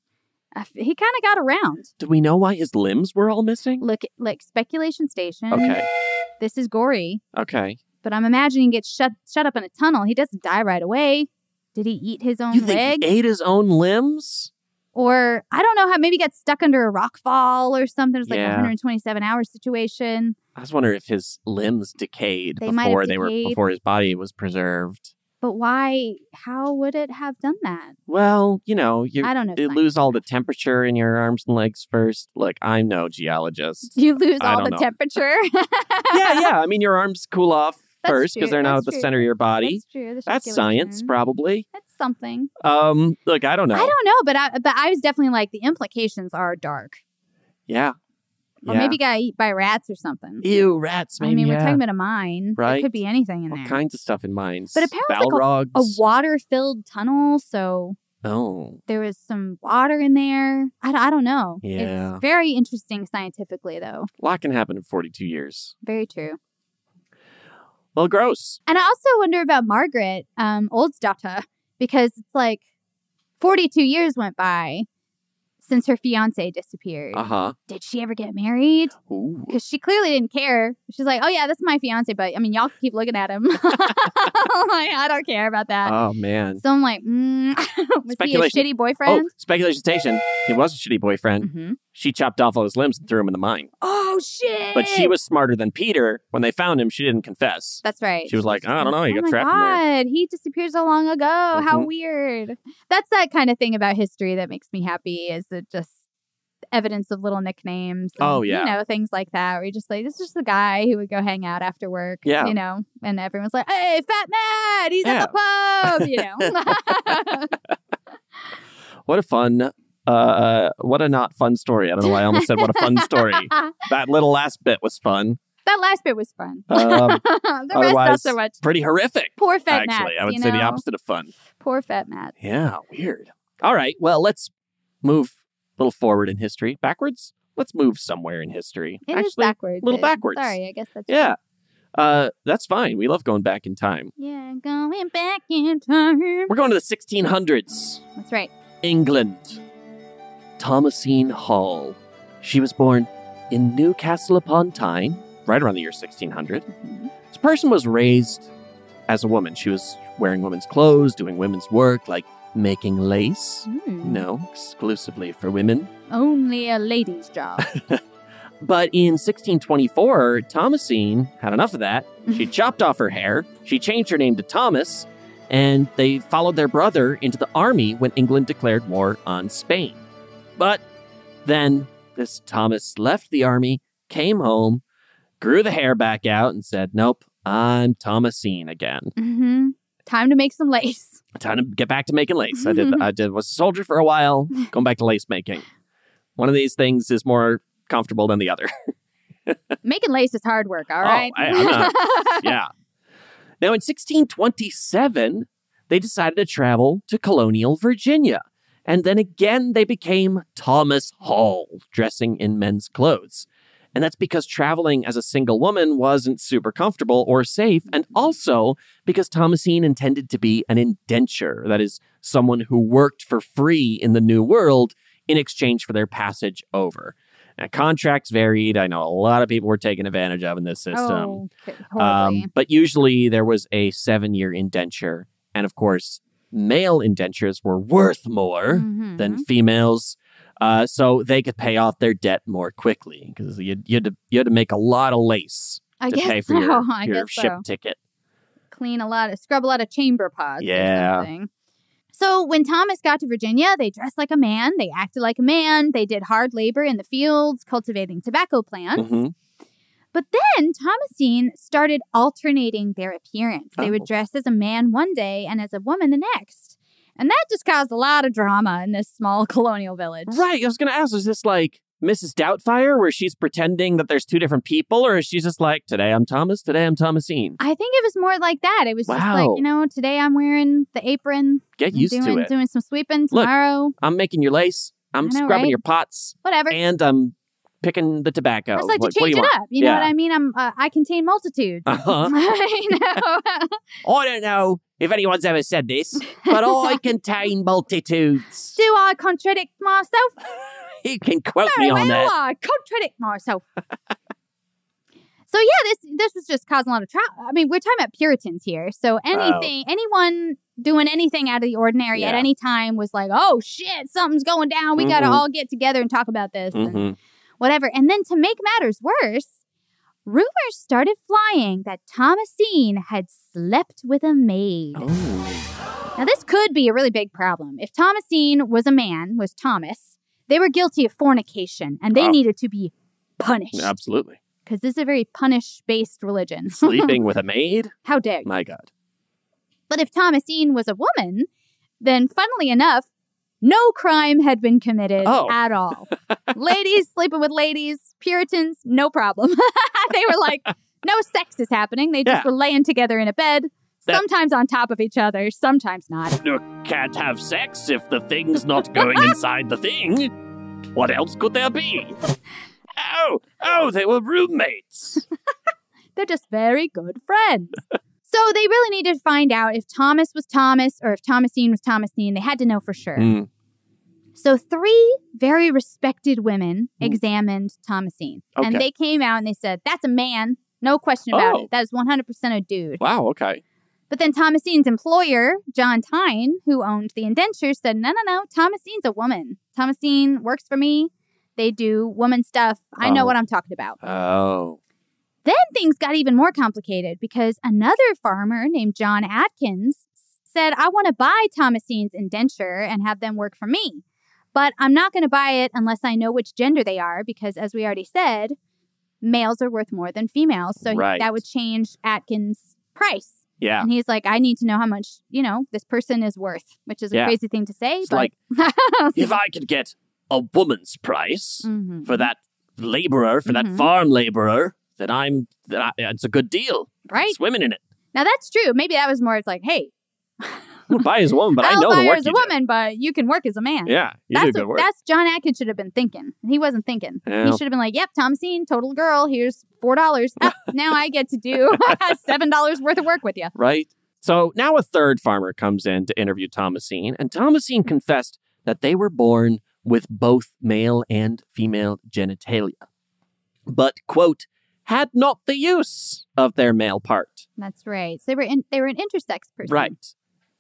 [SPEAKER 1] uh, f- he kind of got around.
[SPEAKER 2] Do we know why his limbs were all missing?
[SPEAKER 1] Look, like speculation station.
[SPEAKER 2] Okay.
[SPEAKER 1] This is gory,
[SPEAKER 2] Okay.
[SPEAKER 1] but I'm imagining he gets shut shut up in a tunnel. He doesn't die right away. Did he eat his own
[SPEAKER 2] You
[SPEAKER 1] leg?
[SPEAKER 2] think he ate his own limbs?
[SPEAKER 1] or I don't know how maybe he got stuck under a rock fall or something. It's like
[SPEAKER 2] Yeah.
[SPEAKER 1] a 127 hour situation.
[SPEAKER 2] I was wondering if his limbs decayed
[SPEAKER 1] They might have
[SPEAKER 2] before they were
[SPEAKER 1] decayed.
[SPEAKER 2] before his body was preserved.
[SPEAKER 1] But why? How would it have done that?
[SPEAKER 2] Well, you know, you
[SPEAKER 1] I don't know
[SPEAKER 2] you
[SPEAKER 1] science
[SPEAKER 2] lose all the temperature in your arms and legs first. Look, I'm no geologist.
[SPEAKER 1] You lose
[SPEAKER 2] I
[SPEAKER 1] all
[SPEAKER 2] don't
[SPEAKER 1] the
[SPEAKER 2] know.
[SPEAKER 1] temperature.
[SPEAKER 2] yeah, yeah. I mean, your arms cool off
[SPEAKER 1] That's
[SPEAKER 2] first because
[SPEAKER 1] true,
[SPEAKER 2] they're not
[SPEAKER 1] that's
[SPEAKER 2] at the
[SPEAKER 1] true.
[SPEAKER 2] center of your body.
[SPEAKER 1] That's true. the
[SPEAKER 2] That's science,
[SPEAKER 1] circulation.
[SPEAKER 2] probably.
[SPEAKER 1] That's something.
[SPEAKER 2] Um, look, I don't know.
[SPEAKER 1] I don't know, but I but I was definitely like the implications are dark.
[SPEAKER 2] Yeah.
[SPEAKER 1] Or
[SPEAKER 2] yeah.
[SPEAKER 1] maybe got eaten by rats or something.
[SPEAKER 2] Ew, rats. Maybe,
[SPEAKER 1] I mean, we're
[SPEAKER 2] yeah.
[SPEAKER 1] talking about a mine.
[SPEAKER 2] Right.
[SPEAKER 1] It could be anything in
[SPEAKER 2] all
[SPEAKER 1] there.
[SPEAKER 2] kinds of stuff in mines.
[SPEAKER 1] But apparently, like a- a,
[SPEAKER 2] Balrogs.
[SPEAKER 1] water-filled tunnel, so
[SPEAKER 2] oh,
[SPEAKER 1] there was some water in there. I, don't- I don't know.
[SPEAKER 2] Yeah.
[SPEAKER 1] It's very interesting scientifically, though.
[SPEAKER 2] a lot can happen in 42 years.
[SPEAKER 1] Very true.
[SPEAKER 2] Well, gross.
[SPEAKER 1] And I also wonder about Margaret, um, Old's daughter, because it's like 42 years went by since her fiance disappeared.
[SPEAKER 2] Uh huh.
[SPEAKER 1] Did she ever get married?
[SPEAKER 2] Ooh.
[SPEAKER 1] Because she clearly didn't care. She's like, oh, yeah, that's my fiance, but I mean, y'all keep looking at him. Like, I don't care about that.
[SPEAKER 2] Oh man.
[SPEAKER 1] Uh, So I'm like, mm, was he a
[SPEAKER 2] Speculation.
[SPEAKER 1] shitty boyfriend? Mm-hmm.
[SPEAKER 2] Oh, speculation station. He was a shitty boyfriend. She chopped off all his limbs and threw him in the mine.
[SPEAKER 1] Oh, shit.
[SPEAKER 2] But she was smarter than Peter. When they found him, she didn't confess.
[SPEAKER 1] That's right.
[SPEAKER 2] She was like, I don't know, you
[SPEAKER 1] oh
[SPEAKER 2] got
[SPEAKER 1] my
[SPEAKER 2] trapped in there.
[SPEAKER 1] God, he disappeared so long ago. How
[SPEAKER 2] Mhm.
[SPEAKER 1] weird. That's that kind of thing about history that makes me happy is that just evidence of little nicknames. and,
[SPEAKER 2] Oh, yeah.
[SPEAKER 1] You know, things like that where you're just like, this is just the guy who would go hang out after work.
[SPEAKER 2] Yeah.
[SPEAKER 1] You know, and everyone's like, hey, Fat Matt, he's at the pub, you know.
[SPEAKER 2] What a fun, uh, what a not fun story. I don't know why I almost said what a fun story. that little last bit was fun.
[SPEAKER 1] that last bit was fun.
[SPEAKER 2] Um,
[SPEAKER 1] the rest
[SPEAKER 2] Otherwise,
[SPEAKER 1] not so much.
[SPEAKER 2] pretty horrific.
[SPEAKER 1] Poor Fat Matt.
[SPEAKER 2] Actually, I would say the opposite of fun.
[SPEAKER 1] Poor Fat Matt.
[SPEAKER 2] Yeah, weird. All right, well, let's move a little forward in history. Backwards? Let's move somewhere in history.
[SPEAKER 1] It is
[SPEAKER 2] Actually,
[SPEAKER 1] backwards.
[SPEAKER 2] A little
[SPEAKER 1] It-
[SPEAKER 2] backwards.
[SPEAKER 1] Sorry, I guess that's
[SPEAKER 2] Yeah. Uh, that's fine. We love going back in time.
[SPEAKER 1] Yeah, going back in time.
[SPEAKER 2] We're going to the 1600s.
[SPEAKER 1] That's right.
[SPEAKER 2] England. Thomasine Hall. She was born in Newcastle upon Tyne, right around the year 1600. This person was raised as a woman. She was wearing women's clothes, doing women's work, like making lace, you know, exclusively for women.
[SPEAKER 1] Only a lady's job.
[SPEAKER 2] But in 1624, Thomasine had enough of that. She chopped off her hair, she changed her name to Thomas, and they followed their brother into the army when England declared war on Spain. But then this Thomas left the army, came home, grew the hair back out, and said, Nope, I'm Thomasine again.
[SPEAKER 1] hmm Time to make some lace.
[SPEAKER 2] Time to get back to making lace. I did. I did. Was a soldier for a while. Going back to lace making. One of these things is more comfortable than the other.
[SPEAKER 1] Making lace is hard work, all
[SPEAKER 2] Oh,
[SPEAKER 1] right?
[SPEAKER 2] I- I'm not- yeah. Now, in 1627, they decided to travel to colonial Virginia. And then again, they became Thomas Hall, dressing in men's clothes. And that's because traveling as a single woman wasn't super comfortable or safe. And also because Thomasine intended to be an indenture that is, someone who worked for free in the New World in exchange for their passage over. Now, contracts varied. I know a lot of people were taken advantage of in this system.
[SPEAKER 1] okay,
[SPEAKER 2] Um, but usually there was a seven year indenture. And of course, male indentures were worth more
[SPEAKER 1] Mm-hmm.
[SPEAKER 2] than females. Uh, so they could pay off their debt more quickly because you, you, had to, you had to make a lot of lace
[SPEAKER 1] I
[SPEAKER 2] to
[SPEAKER 1] guess
[SPEAKER 2] pay for your,
[SPEAKER 1] so, I
[SPEAKER 2] your
[SPEAKER 1] guess
[SPEAKER 2] ship
[SPEAKER 1] so.
[SPEAKER 2] ticket.
[SPEAKER 1] Clean a lot of, scrub a lot of chamber pods. or
[SPEAKER 2] Yeah.
[SPEAKER 1] something. So when Thomas got to Virginia, they dressed like a man, they acted like a man, they did hard labor in the fields, cultivating tobacco plants.
[SPEAKER 2] Mhm.
[SPEAKER 1] But then Thomasine started alternating their appearance. They
[SPEAKER 2] Oh.
[SPEAKER 1] would dress as a man one day and as a woman the next. And that just caused a lot of drama in this small colonial village.
[SPEAKER 2] Right. I was going to ask, is this like Mrs. Doubtfire where she's pretending that there's two different people, or is she just like, today I'm Thomas, today I'm Thomasine?
[SPEAKER 1] I think it was more like that. It was just like,
[SPEAKER 2] Wow.
[SPEAKER 1] you know, today I'm wearing the apron.
[SPEAKER 2] Get
[SPEAKER 1] I'm
[SPEAKER 2] used to
[SPEAKER 1] doing,
[SPEAKER 2] it.
[SPEAKER 1] Doing some sweeping
[SPEAKER 2] Look.
[SPEAKER 1] tomorrow.
[SPEAKER 2] I'm making your lace, I'm
[SPEAKER 1] I know,
[SPEAKER 2] scrubbing
[SPEAKER 1] right?
[SPEAKER 2] your pots,
[SPEAKER 1] Whatever.
[SPEAKER 2] and I'm picking the tobacco.
[SPEAKER 1] I just like
[SPEAKER 2] oh, What-
[SPEAKER 1] to
[SPEAKER 2] what do
[SPEAKER 1] change
[SPEAKER 2] you
[SPEAKER 1] it
[SPEAKER 2] want?
[SPEAKER 1] up. You know
[SPEAKER 2] Yeah.
[SPEAKER 1] what I mean? I'm uh, I contain multitudes.
[SPEAKER 2] Uh-huh.
[SPEAKER 1] I know.
[SPEAKER 2] I don't know if anyone's ever said this, but I contain multitudes.
[SPEAKER 1] Do I contradict myself?
[SPEAKER 2] You can quote
[SPEAKER 1] Very
[SPEAKER 2] me on
[SPEAKER 1] well,
[SPEAKER 2] that.
[SPEAKER 1] I contradict myself. so yeah, this this was just causing a lot of trouble. I mean, we're talking about Puritans here, so anything, anyone doing anything out of the ordinary at
[SPEAKER 6] Yeah.
[SPEAKER 1] any time was like, oh shit, something's going down. We got to
[SPEAKER 2] Mm-hmm.
[SPEAKER 6] Mhm.
[SPEAKER 1] all get together and talk about this. and whatever. And then to make matters worse, rumors started flying that Thomasine had slept with a maid.
[SPEAKER 2] Oh.
[SPEAKER 1] Now, this could be a really big problem. If Thomasine was a man, was Thomas, they were guilty of fornication and they
[SPEAKER 2] Oh.
[SPEAKER 1] needed to be punished
[SPEAKER 2] Absolutely.
[SPEAKER 1] because this is a very punish based religion.
[SPEAKER 2] Sleeping with a maid?
[SPEAKER 1] How dare you.
[SPEAKER 2] My God.
[SPEAKER 1] But if Thomasine was a woman, then funnily enough, no crime had been committed
[SPEAKER 2] Oh.
[SPEAKER 1] at all. ladies sleeping with ladies, Puritans, no problem. they were like, no sex is happening. They just
[SPEAKER 2] Yeah.
[SPEAKER 1] were laying together in a bed,
[SPEAKER 2] That-
[SPEAKER 1] sometimes on top of each other, sometimes not.
[SPEAKER 2] You can't have sex if the thing's not going inside the thing. What else could there be? Oh, oh, they were roommates.
[SPEAKER 1] They're just very good friends. so they really needed to find out if Thomas was Thomas or if Thomasine was Thomasine. They had to know for sure.
[SPEAKER 2] Hmm.
[SPEAKER 1] So three very respected women examined Thomasine, and
[SPEAKER 2] Mm-hmm. Okay.
[SPEAKER 1] they came out and they said, "That's a man, no question about
[SPEAKER 2] Oh.
[SPEAKER 1] it. That is one hundred percent a dude."
[SPEAKER 2] Wow, okay.
[SPEAKER 1] But then Thomasine's employer, John Tyne, who owned the indenture, said, "No, no, no. Thomasine's a woman. Thomasine works for me. They do woman stuff. I know
[SPEAKER 2] Oh.
[SPEAKER 1] what I'm talking about."
[SPEAKER 2] Oh.
[SPEAKER 1] Then things got even more complicated because another farmer named John Atkins said, I want to buy Thomasine's indenture and have them work for me. But I'm not going to buy it unless I know which gender they are, because as we already said, males are worth more than females. So he-
[SPEAKER 2] Right.
[SPEAKER 1] that would change Atkins' price.
[SPEAKER 2] Yeah.
[SPEAKER 1] And he's like, I need to know how much, you know, this person is worth, which is a
[SPEAKER 2] Yeah.
[SPEAKER 1] crazy thing to say.
[SPEAKER 2] It's
[SPEAKER 1] but
[SPEAKER 2] like, if I could get a woman's price
[SPEAKER 1] Mhm.
[SPEAKER 2] for that laborer, for that
[SPEAKER 1] Mhm.
[SPEAKER 2] farm laborer, then I'm, then I, it's a good deal.
[SPEAKER 1] Right.
[SPEAKER 2] Swimming in it.
[SPEAKER 1] now that's true. Maybe that was more it's like, hey,
[SPEAKER 2] I'm gonna buy as a woman, but I
[SPEAKER 1] I'll
[SPEAKER 2] know
[SPEAKER 1] buy
[SPEAKER 2] the
[SPEAKER 1] her
[SPEAKER 2] work
[SPEAKER 1] as
[SPEAKER 2] you
[SPEAKER 1] a woman, but you can work as a man.
[SPEAKER 2] Yeah, you
[SPEAKER 1] that's
[SPEAKER 2] do good
[SPEAKER 1] what-
[SPEAKER 2] work.
[SPEAKER 1] That's John Atkins should have been thinking. He wasn't thinking.
[SPEAKER 2] Yeah.
[SPEAKER 1] He should have been like, "Yep, Thomasine, total girl. Here's four dollars. Ah, now I get to do seven dollars worth of work with you."
[SPEAKER 2] right? So now a third farmer comes in to interview Thomasine, and Thomasine confessed that they were born with both male and female genitalia, but, quote, had not the use of their male part.
[SPEAKER 1] That's right. So they were in, they were an intersex person.
[SPEAKER 2] Right.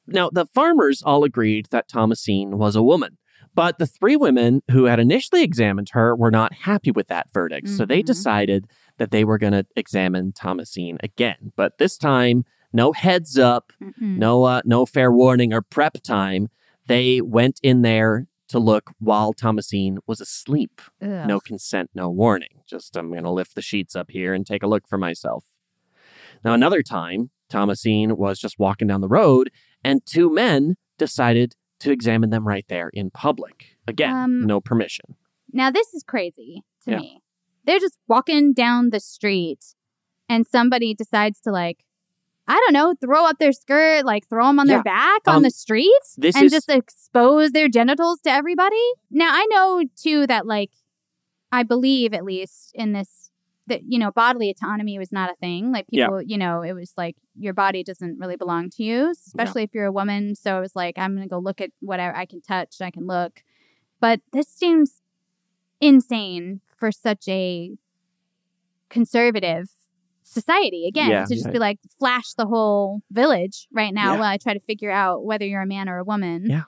[SPEAKER 2] Now, the farmers all agreed that Thomasine was a woman, but the three women who had initially examined her were not happy with that verdict. So they decided that they were going to examine Thomasine again, but this time, no heads up,
[SPEAKER 1] Mm-mm.
[SPEAKER 2] no uh, no fair warning or prep time. They went in there to look while Thomasine was asleep.
[SPEAKER 1] Ugh.
[SPEAKER 2] No consent, no warning. Just I'm going to lift the sheets up here and take a look for myself. Now, another time, Thomasine was just walking down the road, and two men decided to examine them right there in public. Again,
[SPEAKER 1] Um,
[SPEAKER 2] no permission.
[SPEAKER 1] Now this is crazy to
[SPEAKER 2] Yeah.
[SPEAKER 1] me. They're just walking down the street, and somebody decides to like, I don't know, throw up their skirt, like throw them on
[SPEAKER 2] Yeah.
[SPEAKER 1] their back on
[SPEAKER 2] Um,
[SPEAKER 1] the street,
[SPEAKER 2] this
[SPEAKER 1] and
[SPEAKER 2] is-
[SPEAKER 1] just expose their genitals to everybody. Now I know too that like, I believe at least in this that you know bodily autonomy was not a thing like
[SPEAKER 2] Yeah.
[SPEAKER 1] people you know it was like your body doesn't really belong to you especially if you're a woman so it was like i'm gonna go look at whatever i can touch i can look but this seems insane for such a conservative society again
[SPEAKER 6] Yeah.
[SPEAKER 1] to just
[SPEAKER 6] Yeah.
[SPEAKER 1] be like flash the whole village right now
[SPEAKER 2] Yeah.
[SPEAKER 1] while i try to figure out whether you're a man or a woman
[SPEAKER 2] yeah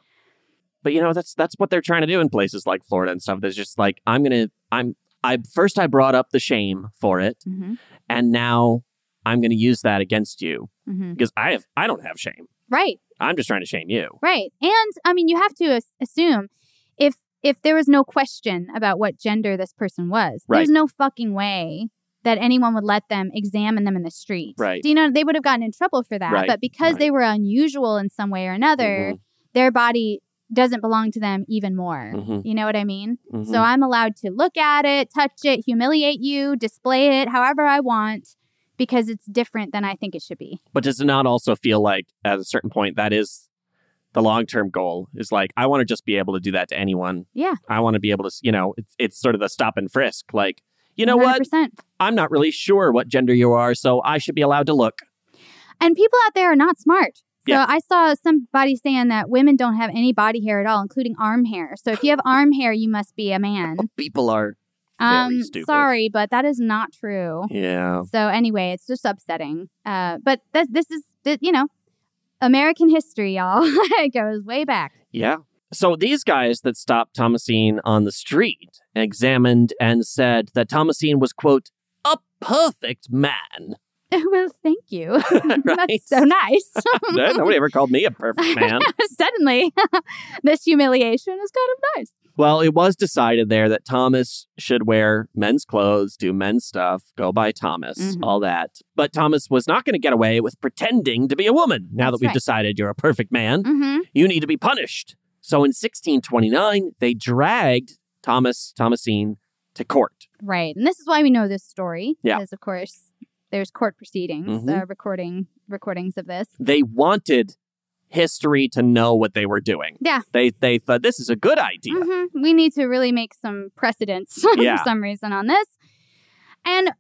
[SPEAKER 2] But you know, that's that's what they're trying to do in places like Florida and stuff. There's just like I'm gonna I'm I first I brought up the shame for it,
[SPEAKER 1] Mhm.
[SPEAKER 2] and now I'm gonna use that against you
[SPEAKER 1] Mhm.
[SPEAKER 2] because I have I don't have shame.
[SPEAKER 1] right
[SPEAKER 2] I'm just trying to shame you.
[SPEAKER 1] Right. And I mean, you have to as- assume if if there was no question about what gender this person was, there's
[SPEAKER 2] Right.
[SPEAKER 1] no fucking way that anyone would let them examine them in the street.
[SPEAKER 6] Right.
[SPEAKER 1] Do you know they would have gotten in trouble for that,
[SPEAKER 6] Right.
[SPEAKER 1] but because they were unusual in some way or another,
[SPEAKER 6] Mhm.
[SPEAKER 1] their body doesn't belong to them even more.
[SPEAKER 6] Mhm.
[SPEAKER 1] You know what I mean?
[SPEAKER 6] Mhm.
[SPEAKER 1] So I'm allowed to look at it, touch it, humiliate you, display it however I want because it's different than I think it should be.
[SPEAKER 2] But does it not also feel like at a certain point that is the long term goal is like I want to just be able to do that to anyone.
[SPEAKER 1] Yeah.
[SPEAKER 2] I want to be able to, you know, it's it's sort of the stop and frisk. Like you know what?
[SPEAKER 1] 100%.
[SPEAKER 2] I'm not really sure what gender you are, so I should be allowed to look.
[SPEAKER 1] And people out there are not smart. So
[SPEAKER 2] Yeah.
[SPEAKER 1] I saw somebody saying that women don't have any body hair at all, including arm hair. So if you have arm hair, you must be a man.
[SPEAKER 2] People are very
[SPEAKER 1] Um,
[SPEAKER 2] stupid.
[SPEAKER 1] sorry, but that is not true.
[SPEAKER 2] Yeah.
[SPEAKER 1] So anyway, it's just upsetting. Uh, but th- this is th- you know, American history, y'all. it goes way back.
[SPEAKER 2] Yeah. So these guys that stopped Thomasine on the street examined and said that Thomasine was, quote, a perfect man.
[SPEAKER 1] well, thank you. That's so nice.
[SPEAKER 2] No- Nobody ever called me a perfect man.
[SPEAKER 1] Suddenly, this humiliation is kind of nice.
[SPEAKER 2] well, it was decided there that Thomas should wear men's clothes, do men's stuff, go by Thomas,
[SPEAKER 1] Mhm.
[SPEAKER 2] all that. But Thomas was not going to get away with pretending to be a woman.
[SPEAKER 1] That's
[SPEAKER 2] Now that we've
[SPEAKER 1] right.
[SPEAKER 2] decided you're a perfect man,
[SPEAKER 1] Mm-hmm.
[SPEAKER 2] you need to be punished. So in 1629, they dragged Thomas, Thomasine, to court.
[SPEAKER 1] Right. And this is why we know this story.
[SPEAKER 2] Yeah.
[SPEAKER 1] Because of course there's court proceedings,
[SPEAKER 2] Mhm.
[SPEAKER 1] uh, recording recordings of this.
[SPEAKER 2] they wanted history to know what they were doing.
[SPEAKER 1] Yeah.
[SPEAKER 2] They they thought this is a good idea.
[SPEAKER 1] hmm We need to really make some precedents
[SPEAKER 2] Yeah.
[SPEAKER 1] for some reason on this. And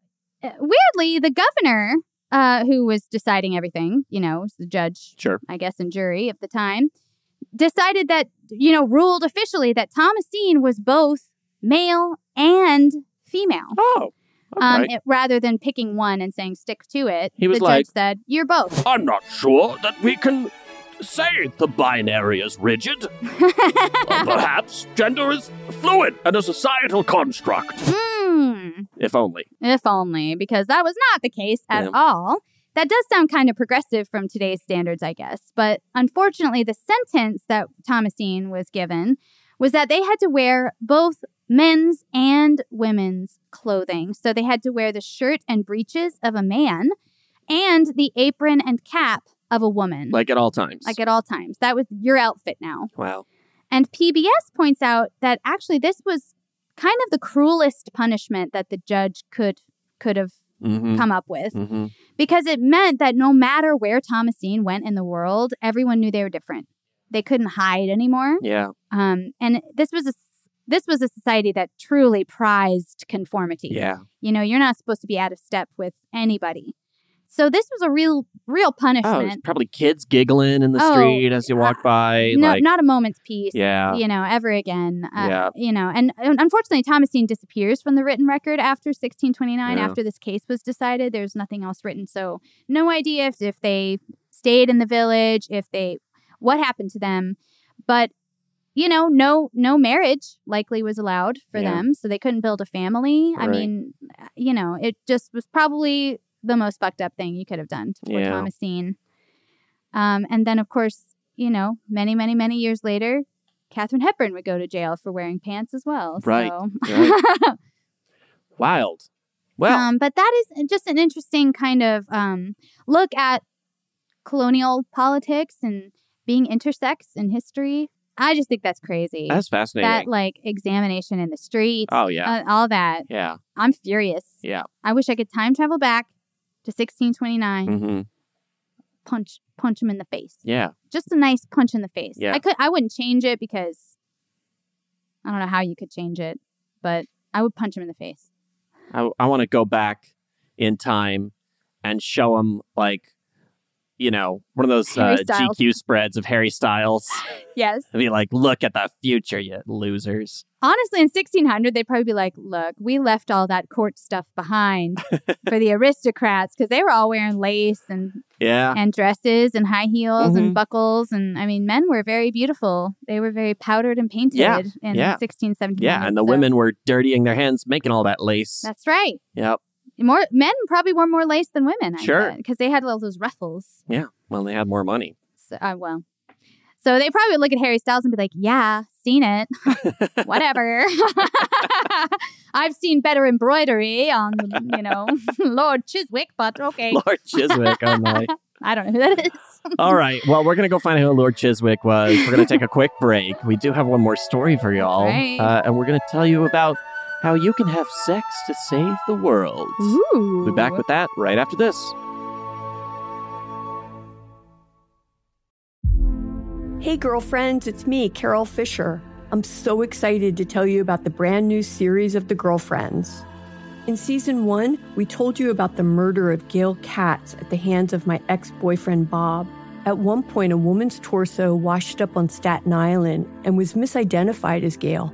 [SPEAKER 1] uh, weirdly, the governor, uh, who was deciding everything, you know, was the judge,
[SPEAKER 2] Sure.
[SPEAKER 1] I guess, and jury at the time, decided that, you know, ruled officially that Thomasine was both male and female.
[SPEAKER 2] Oh.
[SPEAKER 1] Um,
[SPEAKER 2] okay.
[SPEAKER 1] it- rather than picking one and saying stick to it,
[SPEAKER 2] He was
[SPEAKER 1] the
[SPEAKER 2] like- "Oh."
[SPEAKER 1] judge said, "You're both."
[SPEAKER 2] I'm not sure that we can say the binary is rigid. Or perhaps gender is fluid and a societal construct.
[SPEAKER 1] Hmm.
[SPEAKER 2] If only.
[SPEAKER 1] If only, because that was not the case at
[SPEAKER 2] Yeah.
[SPEAKER 1] all. That does sound kind of progressive from today's standards, I guess. But unfortunately, the sentence that Thomasine was given was that they had to wear both men's and women's clothing. So they had to wear the shirt and breeches of a man and the apron and cap of a woman.
[SPEAKER 2] Like at all times.
[SPEAKER 1] Mm.
[SPEAKER 2] oh,
[SPEAKER 1] Like at all times. That was your outfit now.
[SPEAKER 2] wow.
[SPEAKER 1] And PBS points out that actually this was kind of the cruelest punishment that the judge could could have
[SPEAKER 2] Mm-hmm.
[SPEAKER 6] Mhm.
[SPEAKER 1] come up with
[SPEAKER 6] Mhm.
[SPEAKER 1] because it meant that no matter where Thomasine went in the world, everyone knew they were different. They couldn't hide anymore.
[SPEAKER 2] Yeah.
[SPEAKER 1] Um, and this was a s- this was a society that truly prized conformity.
[SPEAKER 2] Yeah.
[SPEAKER 1] You know, you're not supposed to be out of step with anybody. So this was a real real
[SPEAKER 2] Oh, there's
[SPEAKER 1] punishment.
[SPEAKER 2] probably kids giggling in the
[SPEAKER 1] Oh,
[SPEAKER 2] street as you walk by.
[SPEAKER 1] no,
[SPEAKER 2] like,
[SPEAKER 1] not a moment's peace.
[SPEAKER 2] Yeah.
[SPEAKER 1] You know, ever again. Uh,
[SPEAKER 2] Yeah.
[SPEAKER 1] You know, and, and unfortunately, Thomasine disappears from the written record after 1629,
[SPEAKER 6] Yeah.
[SPEAKER 1] after this case was decided. There's nothing else written. So, no idea if, if they stayed in the village, if they, what happened to them. But, you know, no, no marriage likely was allowed for
[SPEAKER 6] Yeah.
[SPEAKER 1] them. So they couldn't build a family. I
[SPEAKER 6] Right.
[SPEAKER 1] mean, uh, you know, it just was probably the most fucked up thing you could have done to poor
[SPEAKER 6] Yeah.
[SPEAKER 1] Thomasine. Um, and then, of course, you know, many, many, many years later, Katherine Hepburn would go to jail for wearing pants as well.
[SPEAKER 2] Right,
[SPEAKER 1] So.
[SPEAKER 2] right. wild. Well,
[SPEAKER 1] um, but that is just an interesting kind of um, look at colonial politics and being intersex in history. I just think that's crazy.
[SPEAKER 2] That's fascinating.
[SPEAKER 1] That like examination in the streets.
[SPEAKER 2] Oh, yeah.
[SPEAKER 1] uh, all that.
[SPEAKER 2] yeah.
[SPEAKER 1] I'm furious.
[SPEAKER 2] Yeah.
[SPEAKER 1] I wish I could time travel back to 1629.
[SPEAKER 2] hmm
[SPEAKER 1] Punch, punch him in the face.
[SPEAKER 2] Yeah.
[SPEAKER 1] Just a nice punch in the face.
[SPEAKER 2] Yeah.
[SPEAKER 1] I could. I wouldn't change it because I don't know how you could change it, but I would punch him in the face.
[SPEAKER 2] I, I want to go back in time and show him like, you know, one of those uh,
[SPEAKER 1] Harry Styles.
[SPEAKER 2] GQ spreads of Harry Styles.
[SPEAKER 1] Yes.
[SPEAKER 2] and be like, look at the future, you losers.
[SPEAKER 1] Honestly, in 1600, they'd probably be like, look, we left all that court stuff behind for the aristocrats because they were all wearing lace and,
[SPEAKER 2] Yeah. Mm-hmm.
[SPEAKER 1] and dresses and high heels and buckles. And I mean, men were very beautiful. They were very powdered and painted
[SPEAKER 2] Yeah,
[SPEAKER 1] in
[SPEAKER 2] yeah.
[SPEAKER 1] 1617.
[SPEAKER 2] yeah. And the women were dirtying their hands, making all that lace.
[SPEAKER 1] Mm-hmm. That's right.
[SPEAKER 2] yep.
[SPEAKER 1] More Men probably wore more lace than women.
[SPEAKER 2] Sure.
[SPEAKER 1] Because they had all those ruffles.
[SPEAKER 2] Yeah. Well, they had more money.
[SPEAKER 1] So, uh, well, so they probably would look at Harry Styles and be like, "Yeah, seen it. Whatever. I've seen better embroidery on, you know, Lord Chiswick, but okay.
[SPEAKER 2] Lord Chiswick, oh my.
[SPEAKER 1] I don't know who that is.
[SPEAKER 2] All right. Well, we're going to go find out who Lord Chiswick was. We're going to take a quick break. We do have one more story for y'all.
[SPEAKER 1] right.
[SPEAKER 2] Uh, and we're going to tell you about how you can have sex to save the world.
[SPEAKER 1] Ooh.
[SPEAKER 2] We'll be back with that right after this.
[SPEAKER 4] Hey, girlfriends, it's me, Carol Fisher. I'm so excited to tell you about the brand new series of The Girlfriends. In season one, we told you about the murder of Gail Katz at the hands of my ex boyfriend, Bob. At one point, a woman's torso washed up on Staten Island and was misidentified as Gail.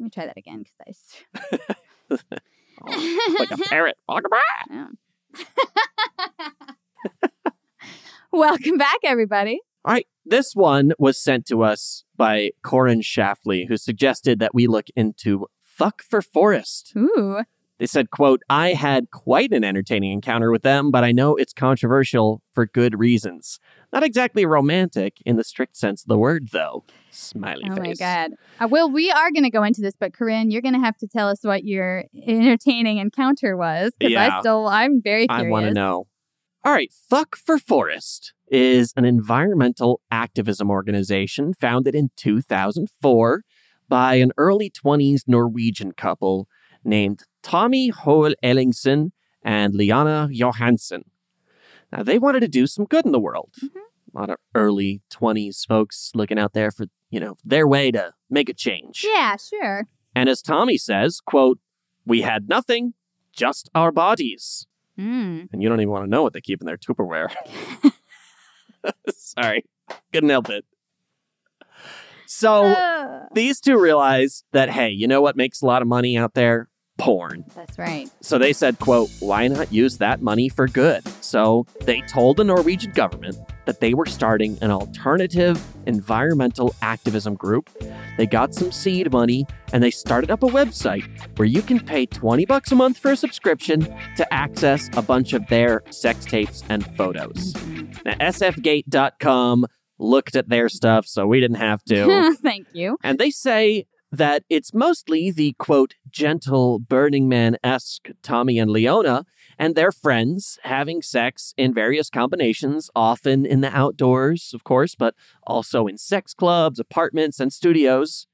[SPEAKER 1] Let me try that again because
[SPEAKER 2] I. Oh, like a parrot. Welcome back.
[SPEAKER 1] Welcome back, everybody.
[SPEAKER 2] All right. This one was sent to us by Corin Shafley, who suggested that we look into Fuck for Forest.
[SPEAKER 1] Ooh.
[SPEAKER 2] They said, quote, I had quite an entertaining encounter with them, but I know it's controversial for good reasons. Not exactly romantic in the strict sense of the word, though. Smiley
[SPEAKER 1] oh
[SPEAKER 2] face.
[SPEAKER 1] my god. Uh, well, we are going to go into this, but Corinne, you're going to have to tell us what your entertaining encounter was because
[SPEAKER 2] Yeah.
[SPEAKER 1] I still I'm very curious.
[SPEAKER 2] I want to know. All right, Fuck for Forest is an environmental activism organization founded in 2004 by an early 20s Norwegian couple named Tommy Hoel Ellingsen and Liana Johansen. Now, they wanted to do some good in the world.
[SPEAKER 1] Mm-hmm.
[SPEAKER 2] A lot of early 20s folks looking out there for, you know, their way to make a change.
[SPEAKER 1] Yeah, sure.
[SPEAKER 2] And as Tommy says, quote, we had nothing, just our bodies.
[SPEAKER 1] Mm.
[SPEAKER 2] And you don't even want to know what they keep in their Tupperware. Sorry, couldn't help it. So these two realized that, hey, you know what makes a lot of money out there? Porn.
[SPEAKER 1] That's right.
[SPEAKER 2] So they said, quote, why not use that money for good? So they told the Norwegian government that they were starting an alternative environmental activism group. They got some seed money and they started up a website where you can pay 20 bucks a month for a subscription to access a bunch of their sex tapes and photos. Now, sfgate.com looked at their stuff, so we didn't have to.
[SPEAKER 1] Thank you.
[SPEAKER 2] And they say that it's mostly the quote, gentle Burning Man esque Tommy and Leona and their friends having sex in various combinations, often in the outdoors, of course, but also in sex clubs, apartments, and studios.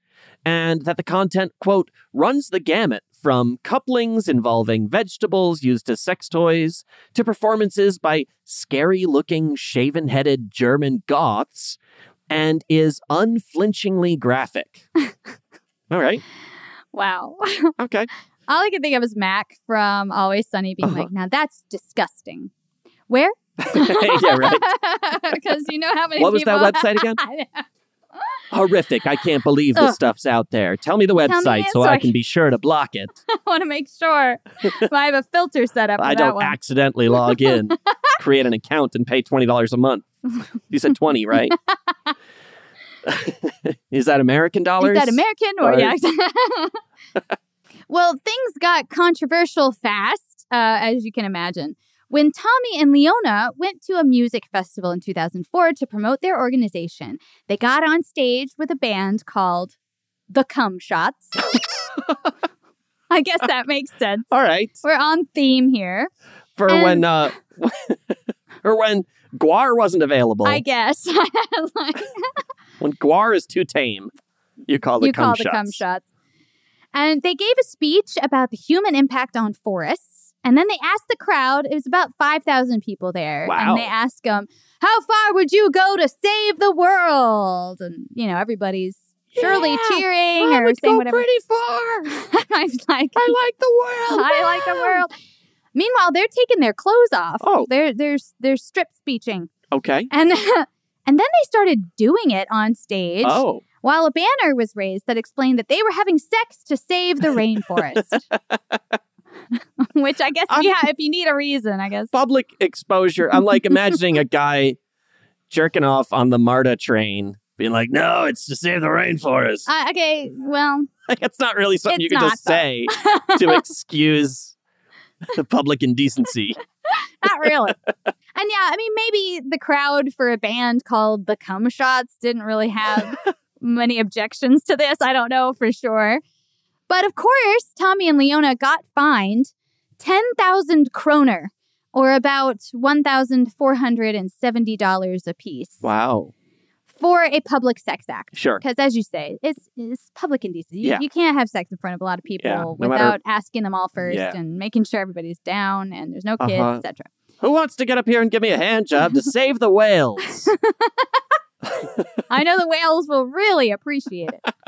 [SPEAKER 2] And that the content, quote, runs the gamut from couplings involving vegetables used as sex toys to performances by scary looking, shaven headed German goths and is unflinchingly graphic. All right.
[SPEAKER 1] Wow.
[SPEAKER 2] Okay. Uh-huh.
[SPEAKER 1] All I could think of is Mac from Always Sunny being like, now that's disgusting. Where?
[SPEAKER 2] yeah, right.
[SPEAKER 1] Because you know how many
[SPEAKER 2] What was that
[SPEAKER 1] people-
[SPEAKER 2] website again? Horrific. I can't believe this
[SPEAKER 1] Ugh.
[SPEAKER 2] stuff's out there. Tell me the
[SPEAKER 1] Tell me
[SPEAKER 2] website
[SPEAKER 1] it
[SPEAKER 2] so
[SPEAKER 1] so
[SPEAKER 2] I
[SPEAKER 1] I
[SPEAKER 2] can be sure to block it.
[SPEAKER 1] I want to make sure if I have a filter set up for
[SPEAKER 2] I
[SPEAKER 1] that
[SPEAKER 2] don't
[SPEAKER 1] one.
[SPEAKER 2] accidentally log in, create an account, and pay $20 a month. You said 20, right? Is that American dollars?
[SPEAKER 1] Is that American or
[SPEAKER 2] Or-
[SPEAKER 1] yeah? exact- well, things got controversial fast, uh, as you can imagine. When Tommy and Leona went to a music festival in 2004 to promote their organization, they got on stage with a band called The Cum Shots. I guess that makes sense.
[SPEAKER 2] All right.
[SPEAKER 1] We're on theme here.
[SPEAKER 2] For
[SPEAKER 1] And-
[SPEAKER 2] when, uh, or when Guar wasn't available.
[SPEAKER 1] I guess.
[SPEAKER 2] When Guar is too tame, you call the
[SPEAKER 1] you
[SPEAKER 2] cum
[SPEAKER 1] call the
[SPEAKER 2] shots.
[SPEAKER 1] cum shots. And they gave a speech about the human impact on forests. And then they asked the crowd, it was about 5,000 people there.
[SPEAKER 2] Wow.
[SPEAKER 1] And they asked them, How far would you go to save the world? And, you know, everybody's surely cheering or saying whatever.
[SPEAKER 2] far.
[SPEAKER 1] I was like,
[SPEAKER 2] I like the world.
[SPEAKER 1] I like the world. Meanwhile, they're taking their clothes off.
[SPEAKER 2] Oh.
[SPEAKER 1] They're, they're, they're strip speeching.
[SPEAKER 2] Okay.
[SPEAKER 1] And and then they started doing it on stage.
[SPEAKER 2] Oh.
[SPEAKER 1] While a banner was raised that explained that they were having sex to save the rainforest. Which I guess yeah, if you need a reason, I guess.
[SPEAKER 2] Public exposure. I'm like imagining a guy jerking off on the MARTA train, being like, no, it's to save the rainforest.
[SPEAKER 1] Uh, okay, well,
[SPEAKER 2] Like, it's not really something
[SPEAKER 1] It's
[SPEAKER 2] you can
[SPEAKER 1] not,
[SPEAKER 2] just
[SPEAKER 1] though.
[SPEAKER 2] say to excuse the public indecency.
[SPEAKER 1] not really. and yeah, I mean maybe the crowd for a band called the Cum Shots didn't really have many objections to this. I don't know for sure. But of course, Tommy and Leona got fined 10,000 kroner or about $1,470 apiece
[SPEAKER 2] Wow.
[SPEAKER 1] for a public sex act.
[SPEAKER 2] Sure.
[SPEAKER 1] Because as you say, it's it's public indecency. You,
[SPEAKER 2] Yeah.
[SPEAKER 1] you can't have sex in front of a lot of people
[SPEAKER 2] Yeah, no
[SPEAKER 1] without
[SPEAKER 2] matter-
[SPEAKER 1] asking them all first
[SPEAKER 2] Yeah.
[SPEAKER 1] and making sure everybody's down and there's no kids,
[SPEAKER 2] Uh-huh.
[SPEAKER 1] etc.
[SPEAKER 2] Who wants to get up here and give me a hand job to save the whales?
[SPEAKER 1] I know the whales will really appreciate it.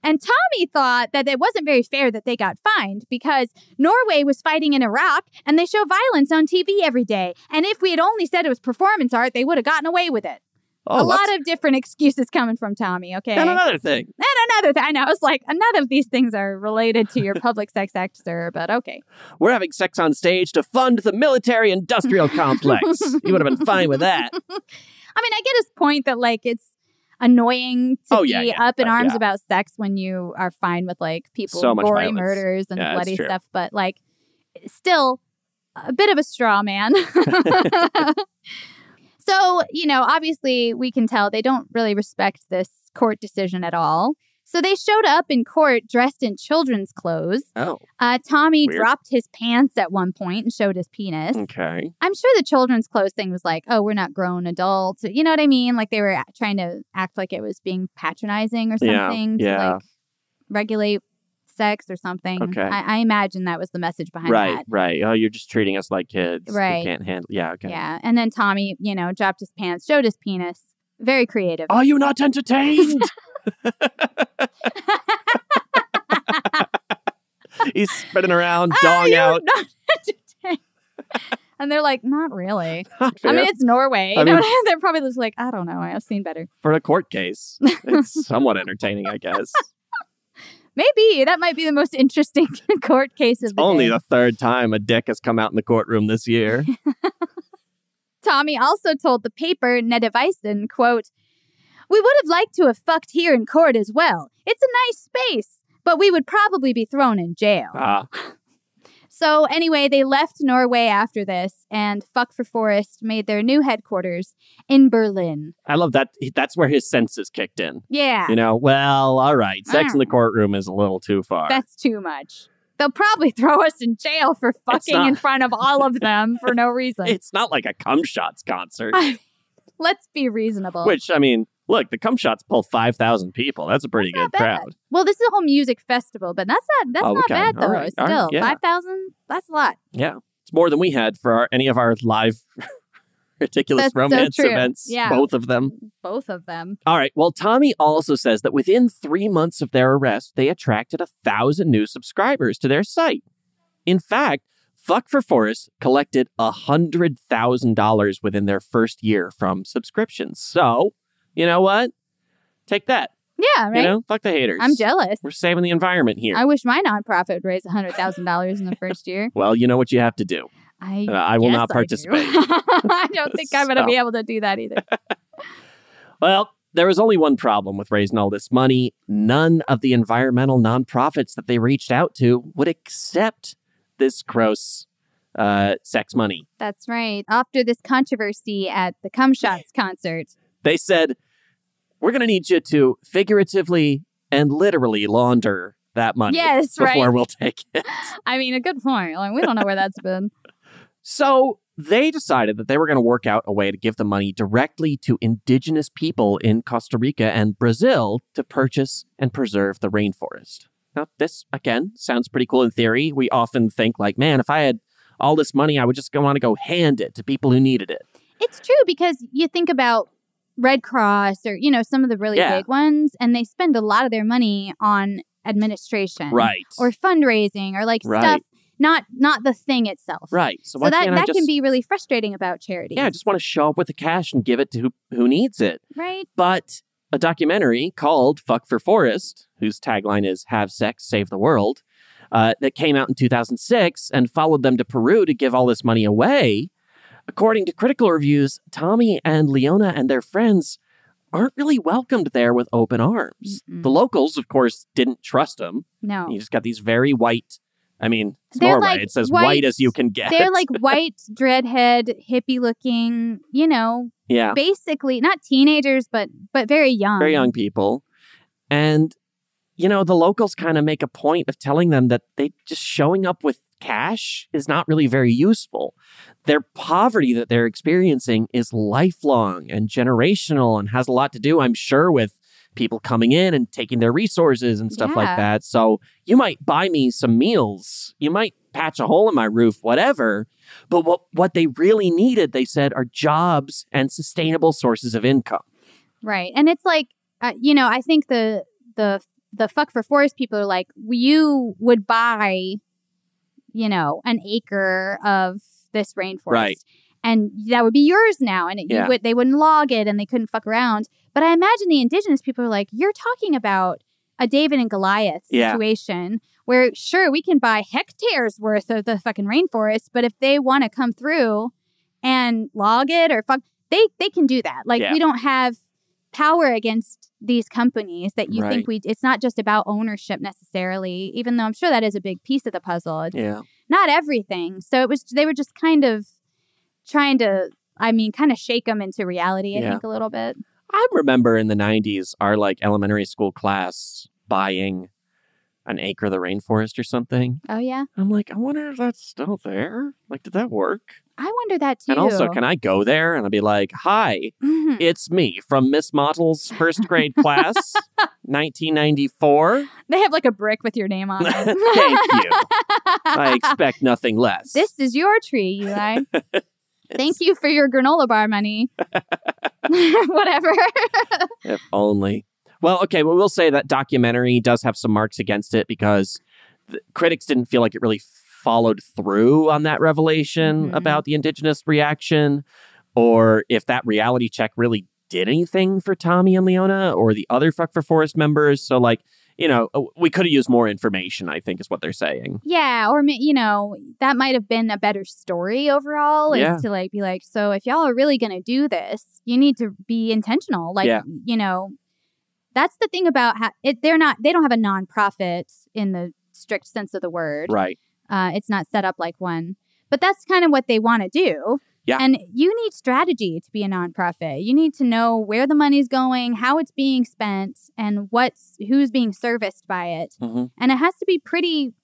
[SPEAKER 1] And Tommy thought that it wasn't very fair that they got fined because Norway was fighting in Iraq and they show violence on TV every day. And if we had only said it was performance art, they would have gotten away with it.
[SPEAKER 2] Oh,
[SPEAKER 1] a lot
[SPEAKER 2] that's-
[SPEAKER 1] of different excuses coming from Tommy, okay?
[SPEAKER 2] And another thing.
[SPEAKER 1] And another thing. I know. I was like, none of these things are related to your public sex act, sir, but okay.
[SPEAKER 2] We're having sex on stage to fund the military industrial complex. You would have been fine with that.
[SPEAKER 1] I mean, I get his point that like it's annoying to
[SPEAKER 2] Oh,
[SPEAKER 1] be
[SPEAKER 2] yeah, yeah.
[SPEAKER 1] up in
[SPEAKER 2] Uh,
[SPEAKER 1] arms
[SPEAKER 2] yeah.
[SPEAKER 1] about sex when you are fine with like people
[SPEAKER 2] So much
[SPEAKER 1] gory
[SPEAKER 2] violence.
[SPEAKER 1] murders and
[SPEAKER 2] Yeah, that's
[SPEAKER 1] bloody
[SPEAKER 2] true.
[SPEAKER 1] stuff, but like still a bit of a straw man. so, you know, obviously we can tell they don't really respect this court decision at all. So they showed up in court dressed in children's clothes.
[SPEAKER 2] Oh.
[SPEAKER 1] Uh, Tommy
[SPEAKER 2] Weird.
[SPEAKER 1] dropped his pants at one point and showed his penis.
[SPEAKER 2] Okay.
[SPEAKER 1] I'm sure the children's clothes thing was like, oh, we're not grown adults. You know what I mean? Like they were a- trying to act like it was being patronizing or something to
[SPEAKER 2] yeah.
[SPEAKER 1] like regulate sex or something.
[SPEAKER 2] Okay.
[SPEAKER 1] I, I imagine that was the message behind
[SPEAKER 2] right,
[SPEAKER 1] that.
[SPEAKER 2] right. Oh, you're just treating us like kids. We
[SPEAKER 1] Right.
[SPEAKER 2] can't handle. Yeah, okay.
[SPEAKER 1] Yeah. And then Tommy, you know, dropped his pants, showed his penis. Very creative.
[SPEAKER 2] Are you not entertained? He's spinning
[SPEAKER 1] Oh,
[SPEAKER 2] around, dong out.
[SPEAKER 1] and they're like, not really. I
[SPEAKER 2] fair.
[SPEAKER 1] mean, it's Norway.
[SPEAKER 2] I
[SPEAKER 1] You know
[SPEAKER 2] mean-
[SPEAKER 1] what I mean? they're probably just like, I don't know. I've seen better.
[SPEAKER 2] For a court case, it's somewhat entertaining, I guess.
[SPEAKER 1] Maybe that might be the most interesting court case of the
[SPEAKER 2] Only
[SPEAKER 1] day.
[SPEAKER 2] the third time a dick has come out in the courtroom this year.
[SPEAKER 1] Tommy also told the paper Nedevisen, quote, We would have liked to have fucked here in court as well. It's a nice space, but we would probably be thrown in jail.
[SPEAKER 2] Ah,
[SPEAKER 1] So anyway, they left Norway after this and Fuck for Forest made their new headquarters in Berlin.
[SPEAKER 2] I love that. That's where his senses kicked in.
[SPEAKER 1] Yeah. Mm.
[SPEAKER 2] You know, well, all right. Sex in the courtroom is a little too far.
[SPEAKER 1] That's too much. They'll probably throw us in jail for fucking
[SPEAKER 2] not-
[SPEAKER 1] in front of all of them for no reason.
[SPEAKER 2] it's not like a cum shots concert,
[SPEAKER 1] Let's be reasonable.
[SPEAKER 2] which I mean, look, the cum shots pull five thousand people. That's a pretty good crowd.
[SPEAKER 1] Well, this is a whole music festival, but that's not that's
[SPEAKER 2] Oh,
[SPEAKER 1] not
[SPEAKER 2] okay.
[SPEAKER 1] bad
[SPEAKER 2] All
[SPEAKER 1] though.
[SPEAKER 2] right. All
[SPEAKER 1] Still,
[SPEAKER 2] right. Yeah.
[SPEAKER 1] five thousand. That's a lot.
[SPEAKER 2] Yeah, it's more than we had for our, any of our live ridiculous
[SPEAKER 1] That's so
[SPEAKER 2] romance
[SPEAKER 1] true.
[SPEAKER 2] events.
[SPEAKER 1] Yeah.
[SPEAKER 2] both of them.
[SPEAKER 1] Both of them.
[SPEAKER 2] All right. Well, Tommy also says that within three months of their arrest, they attracted a thousand new subscribers to their site. In fact, Fuck for Forest collected a hundred thousand dollars within their first year from subscriptions. So, you know what? Take that.
[SPEAKER 1] Yeah, right.
[SPEAKER 2] You know, fuck the haters.
[SPEAKER 1] I'm jealous.
[SPEAKER 2] We're saving the environment here.
[SPEAKER 1] I wish my nonprofit would raise hundred thousand dollars in the first year.
[SPEAKER 2] well, you know what you have to do.
[SPEAKER 1] I
[SPEAKER 2] Uh, I will
[SPEAKER 1] guess
[SPEAKER 2] not
[SPEAKER 1] do.
[SPEAKER 2] participate.
[SPEAKER 1] I don't think I'm going to be
[SPEAKER 2] So.
[SPEAKER 1] able to do that either.
[SPEAKER 2] Well, there was only one problem with raising all this money. None of the environmental nonprofits that they reached out to would accept this gross uh, sex money.
[SPEAKER 1] That's right. After this controversy at the Cum Shots concert,
[SPEAKER 2] They said, We're going to need you to figuratively and literally launder that money
[SPEAKER 1] Yes,
[SPEAKER 2] before
[SPEAKER 1] right.
[SPEAKER 2] we'll take it.
[SPEAKER 1] I mean, a good point. Like we don't know where that's been.
[SPEAKER 2] So they decided that they were going to work out a way to give the money directly to indigenous people in Costa Rica and Brazil to purchase and preserve the rainforest. Now, this again sounds pretty cool in theory. We often think, like, man, if I had all this money, I would just want to go hand it to people who needed it.
[SPEAKER 1] It's true because you think about Red Cross or you know some of the really
[SPEAKER 2] Yeah.
[SPEAKER 1] big ones, and they spend a lot of their money on administration,
[SPEAKER 2] Right.
[SPEAKER 1] or fundraising, or like
[SPEAKER 2] Right.
[SPEAKER 1] stuff not not the thing itself,
[SPEAKER 2] Right. So,
[SPEAKER 1] So,
[SPEAKER 2] why
[SPEAKER 1] that
[SPEAKER 2] can't I
[SPEAKER 1] that
[SPEAKER 2] just,
[SPEAKER 1] can be really frustrating about charity,
[SPEAKER 2] Yeah, I just want to show up with the cash and give it to who, who needs it.
[SPEAKER 1] right?
[SPEAKER 2] But a documentary called Fuck for Forest, whose tagline is Have Sex, Save the World, uh, that came out in 2006 and followed them to Peru to give all this money away. According to critical reviews, Tommy and Leona and their friends aren't really welcomed there with open arms. The locals, of course, didn't trust them.
[SPEAKER 1] No.
[SPEAKER 2] You just got these very white, I mean, it's
[SPEAKER 1] They're
[SPEAKER 2] Norway.
[SPEAKER 1] like
[SPEAKER 2] it's as
[SPEAKER 1] white-
[SPEAKER 2] white, as you can get.
[SPEAKER 1] They're like white, dreadhead, hippie looking, you know,
[SPEAKER 2] Yeah.
[SPEAKER 1] basically not teenagers, but but very young.
[SPEAKER 2] very young people. And, you know, the locals kind of make a point of telling them that they just showing up with cash is not really very useful. their poverty that they're experiencing is lifelong and generational and has a lot to do, I'm sure, with people coming in and taking their resources and stuff like
[SPEAKER 7] Yeah.
[SPEAKER 2] that. So you might buy me some meals, you might patch a hole in my roof, whatever. But what, what they really needed, they said, are jobs and sustainable sources of income.
[SPEAKER 1] Right. And it's like, uh, you know, I think the the the fuck for forest people are like, you would buy, you know, an acre of this rainforest,
[SPEAKER 8] Right.
[SPEAKER 1] and that would be yours now, and it,
[SPEAKER 8] Yeah.
[SPEAKER 1] you would they wouldn't log it, and they couldn't fuck around. But I imagine the indigenous people are like, you're talking about a David and Goliath
[SPEAKER 8] Yeah.
[SPEAKER 1] situation where sure we can buy hectares worth of the fucking rainforest, but if they want to come through and log it or fuck, they they can do that. Like
[SPEAKER 8] Yeah.
[SPEAKER 1] we don't have power against these companies that you
[SPEAKER 8] Right.
[SPEAKER 1] think we it's not just about ownership necessarily even though i'm sure that is a big piece of the puzzle it's
[SPEAKER 8] Yeah.
[SPEAKER 1] not everything so it was they were just kind of trying to i mean kind of shake them into reality i
[SPEAKER 2] Yeah.
[SPEAKER 1] think a little bit
[SPEAKER 2] I remember in the 90s, our like elementary school class buying an acre of the rainforest or something.
[SPEAKER 1] oh yeah
[SPEAKER 2] i'm like i wonder if that's still there Like, did that work?
[SPEAKER 1] i wonder that too
[SPEAKER 2] And also, can I go there and I'll be like, hi, it's me from Miss Mottle's first grade class, 1994.
[SPEAKER 1] they have like a brick with your name on it
[SPEAKER 2] Thank you. I expect nothing less.
[SPEAKER 1] this is your tree eli thank you for your granola bar money whatever
[SPEAKER 2] If only. Well, okay, well, we'll say that documentary does have some marks against it because the critics didn't feel like it really followed through on that revelation about the indigenous reaction or if that reality check really did anything for Tommy and Leona or the other Fuck for Forest members. So, like, you know, we could have used more information, I think, is what they're saying.
[SPEAKER 1] Yeah, or ma- you know, that might have been a better story overall
[SPEAKER 2] Yeah.
[SPEAKER 1] is to like be like, so if y'all are really going to do this, you need to be intentional. Like,
[SPEAKER 8] Yeah.
[SPEAKER 1] you know, that's the thing about how it, they're not they don't have a nonprofit in the strict sense of the word.
[SPEAKER 2] Right.
[SPEAKER 1] Uh, it's not set up like one. But that's kind of what they want to do.
[SPEAKER 8] Yeah.
[SPEAKER 1] And you need strategy to be a nonprofit. You need to know where the money's going, how it's being spent, and what's who's being serviced by it.
[SPEAKER 8] Mhm.
[SPEAKER 1] And it has to be pretty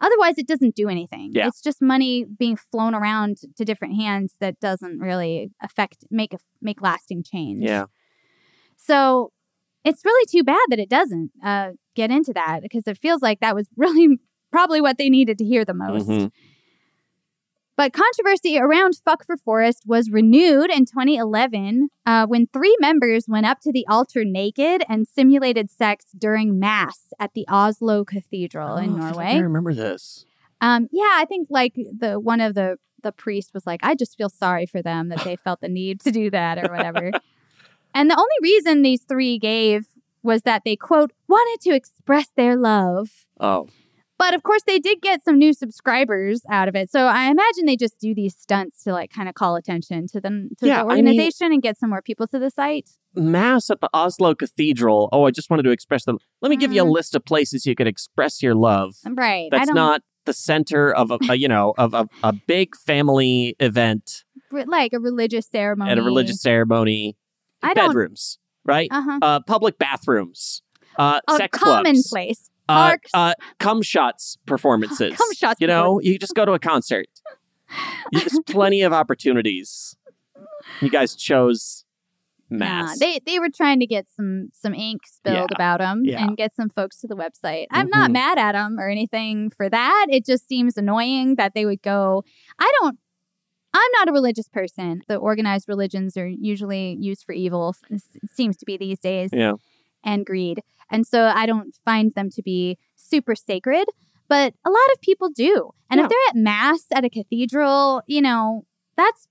[SPEAKER 1] otherwise it doesn't do anything.
[SPEAKER 8] Yeah.
[SPEAKER 1] It's just money being flown around to different hands that doesn't really affect make a, make lasting change.
[SPEAKER 8] Yeah.
[SPEAKER 1] So it's really too bad that it doesn't uh, get into that because it feels like that was really probably what they needed to hear the most.
[SPEAKER 8] Mhm.
[SPEAKER 2] Mm-hmm.
[SPEAKER 1] But controversy around Fuck for Forest was renewed in 2011 uh, when three members went up to the altar naked and simulated sex during Mass at the Oslo Cathedral in
[SPEAKER 2] Oh, I feel like
[SPEAKER 1] Norway.
[SPEAKER 2] I remember this.
[SPEAKER 1] Um, yeah, I think like the one of the the priest was like, I just feel sorry for them that they felt the need to do that or whatever. and the only reason these three gave was that they quote wanted to express their love.
[SPEAKER 2] Oh.
[SPEAKER 1] But of course, they did get some new subscribers out of it. So I imagine they just do these stunts to like kind of call attention to them to
[SPEAKER 2] Yeah, I
[SPEAKER 1] the
[SPEAKER 2] mean-
[SPEAKER 1] organization and get some more people to the site.
[SPEAKER 2] Mass at the Oslo Cathedral. Oh, I just wanted to express the. Let me give
[SPEAKER 1] Mm-hmm.
[SPEAKER 2] you a list of places you could express your love.
[SPEAKER 1] Right. I
[SPEAKER 2] That's
[SPEAKER 1] don't,
[SPEAKER 2] not the center of a, a you know of a, a big family event
[SPEAKER 1] re- like a religious ceremony.
[SPEAKER 2] at a religious ceremony.
[SPEAKER 1] I don't-
[SPEAKER 2] Bedrooms, right?
[SPEAKER 1] Uh-huh.
[SPEAKER 2] Uh, public bathrooms, uh,
[SPEAKER 1] a
[SPEAKER 2] sex clubs,
[SPEAKER 1] commonplace.
[SPEAKER 2] uh,
[SPEAKER 1] Parks.
[SPEAKER 2] uh, cum shots performances.
[SPEAKER 1] Cum shots
[SPEAKER 2] You know, you just go to a concert. You- There's plenty of opportunities. You guys chose
[SPEAKER 1] Nah,
[SPEAKER 2] mass.
[SPEAKER 1] they they were trying to get some some ink spilled
[SPEAKER 2] Yeah,
[SPEAKER 1] about 'em about them
[SPEAKER 2] yeah. Mm-hmm.
[SPEAKER 1] and get some folks to the website. I'm not
[SPEAKER 8] Mhm.
[SPEAKER 1] mad at them or anything for that. It just seems annoying that they would go. I don't. I'm not a religious person. The organized religions are usually used for evil. It seems to be these days
[SPEAKER 8] Yeah.
[SPEAKER 1] and greed. And so I don't find them to be super sacred, but a lot of people do. And if they're at mass at a cathedral, you know, that's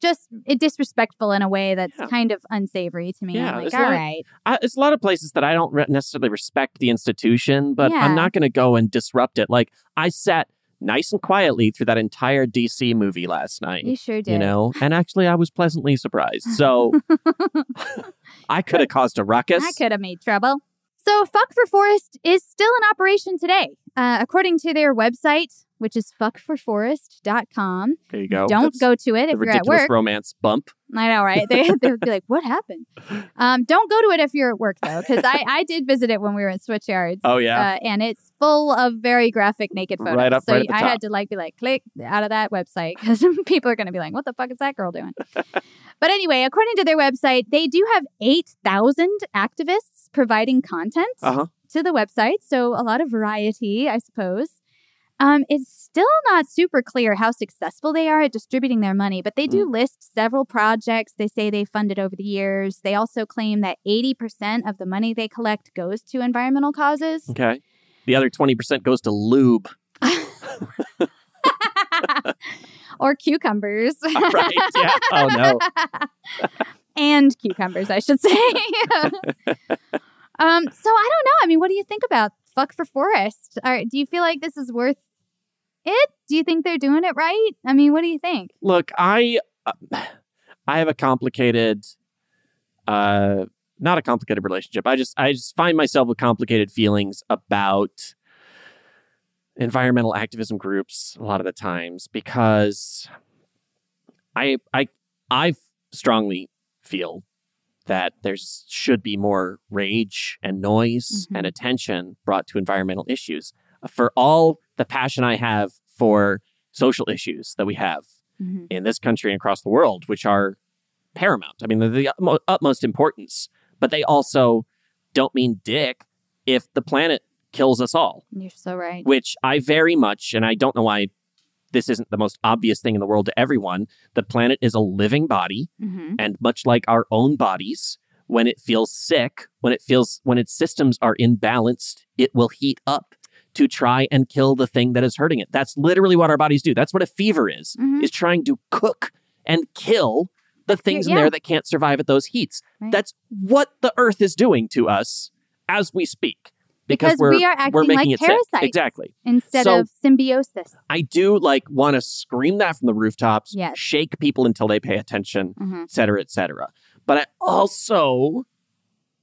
[SPEAKER 1] just it disrespectful in a way that's kind of unsavory to me.
[SPEAKER 2] Yeah,
[SPEAKER 1] I'm like,
[SPEAKER 2] it's
[SPEAKER 1] all
[SPEAKER 2] like-
[SPEAKER 1] right.
[SPEAKER 2] I, it's a lot of places that I don't re- necessarily respect the institution, but
[SPEAKER 1] Yeah.
[SPEAKER 2] I'm not going to go and disrupt it. Like I sat nice and quietly through that entire DC movie last night.
[SPEAKER 1] You sure
[SPEAKER 2] You
[SPEAKER 1] did.
[SPEAKER 2] know, and actually, I was pleasantly surprised. So I could have caused a ruckus.
[SPEAKER 1] I could have made trouble. So, Fuck for Forest is still in operation today. Uh, according to their website, which is fuckforforest.com.
[SPEAKER 2] There you go.
[SPEAKER 1] Don't
[SPEAKER 2] That's
[SPEAKER 1] go to it if
[SPEAKER 2] the
[SPEAKER 1] you're at
[SPEAKER 2] ridiculous
[SPEAKER 1] work.
[SPEAKER 2] romance bump.
[SPEAKER 1] I know, right? They, they'd be like, what happened? Um, don't go to it if you're at work, though, because I, I did visit it when we were in Switchyards.
[SPEAKER 2] Oh, yeah?
[SPEAKER 1] Uh, and it's full of very graphic naked photos.
[SPEAKER 2] Right up-
[SPEAKER 1] so
[SPEAKER 2] right at the
[SPEAKER 1] I
[SPEAKER 2] top.
[SPEAKER 1] had to like be like, click out of that website because people are going to be like, what the fuck is that girl doing? but anyway, according to their website, they do have 8,000 activists providing content
[SPEAKER 2] Uh-huh.
[SPEAKER 1] to the website. So a lot of variety, I suppose. Um, it's still not super clear how successful they are at distributing their money, but they do
[SPEAKER 2] Mm.
[SPEAKER 1] list several projects they say they funded over the years. They also claim that 80% of the money they collect goes to environmental causes.
[SPEAKER 2] Okay. The other 20% goes to lube.
[SPEAKER 1] or cucumbers.
[SPEAKER 2] Right. Yeah. Oh, no.
[SPEAKER 1] and cucumbers, I should say. um, so I don't know. I mean, what do you think about fuck for forest? Or do you feel like this is worth it? Do you think they're doing it right? I mean, what do you think?
[SPEAKER 2] Look, I uh, I have a complicated uh not a complicated relationship. I just I just find myself with complicated feelings about environmental activism groups a lot of the times because I I I strongly feel that there's should be more rage and noise and attention brought to environmental issues. For all the passion I have for social issues that we have in this country and across the world, which are paramount. I mean, they're the utmo- utmost importance, but they also don't mean dick if the planet kills us all
[SPEAKER 1] You're so right.
[SPEAKER 2] which I very much, and I don't know why this isn't the most obvious thing in the world to everyone. The planet is a living body,
[SPEAKER 1] Mhm.
[SPEAKER 2] and much like our own bodies, when it feels sick, when it feels when its systems are imbalanced, it will heat up to try and kill the thing that is hurting it. That's literally what our bodies do. That's what a fever is:
[SPEAKER 1] Mhm.
[SPEAKER 2] is trying to cook and kill the things in
[SPEAKER 1] yeah.
[SPEAKER 2] there that can't survive at those heats. That's what the Earth is doing to us as we speak. Because,
[SPEAKER 1] Because
[SPEAKER 2] we're,
[SPEAKER 1] we are acting
[SPEAKER 2] we're making
[SPEAKER 1] like
[SPEAKER 2] it sick.
[SPEAKER 1] parasites.
[SPEAKER 2] Exactly.
[SPEAKER 1] Instead
[SPEAKER 2] So-
[SPEAKER 1] of symbiosis.
[SPEAKER 2] I do like want to scream that from the rooftops,
[SPEAKER 1] Yes.
[SPEAKER 2] shake people until they pay attention,
[SPEAKER 1] Mhm.
[SPEAKER 2] et cetera, et cetera. But I also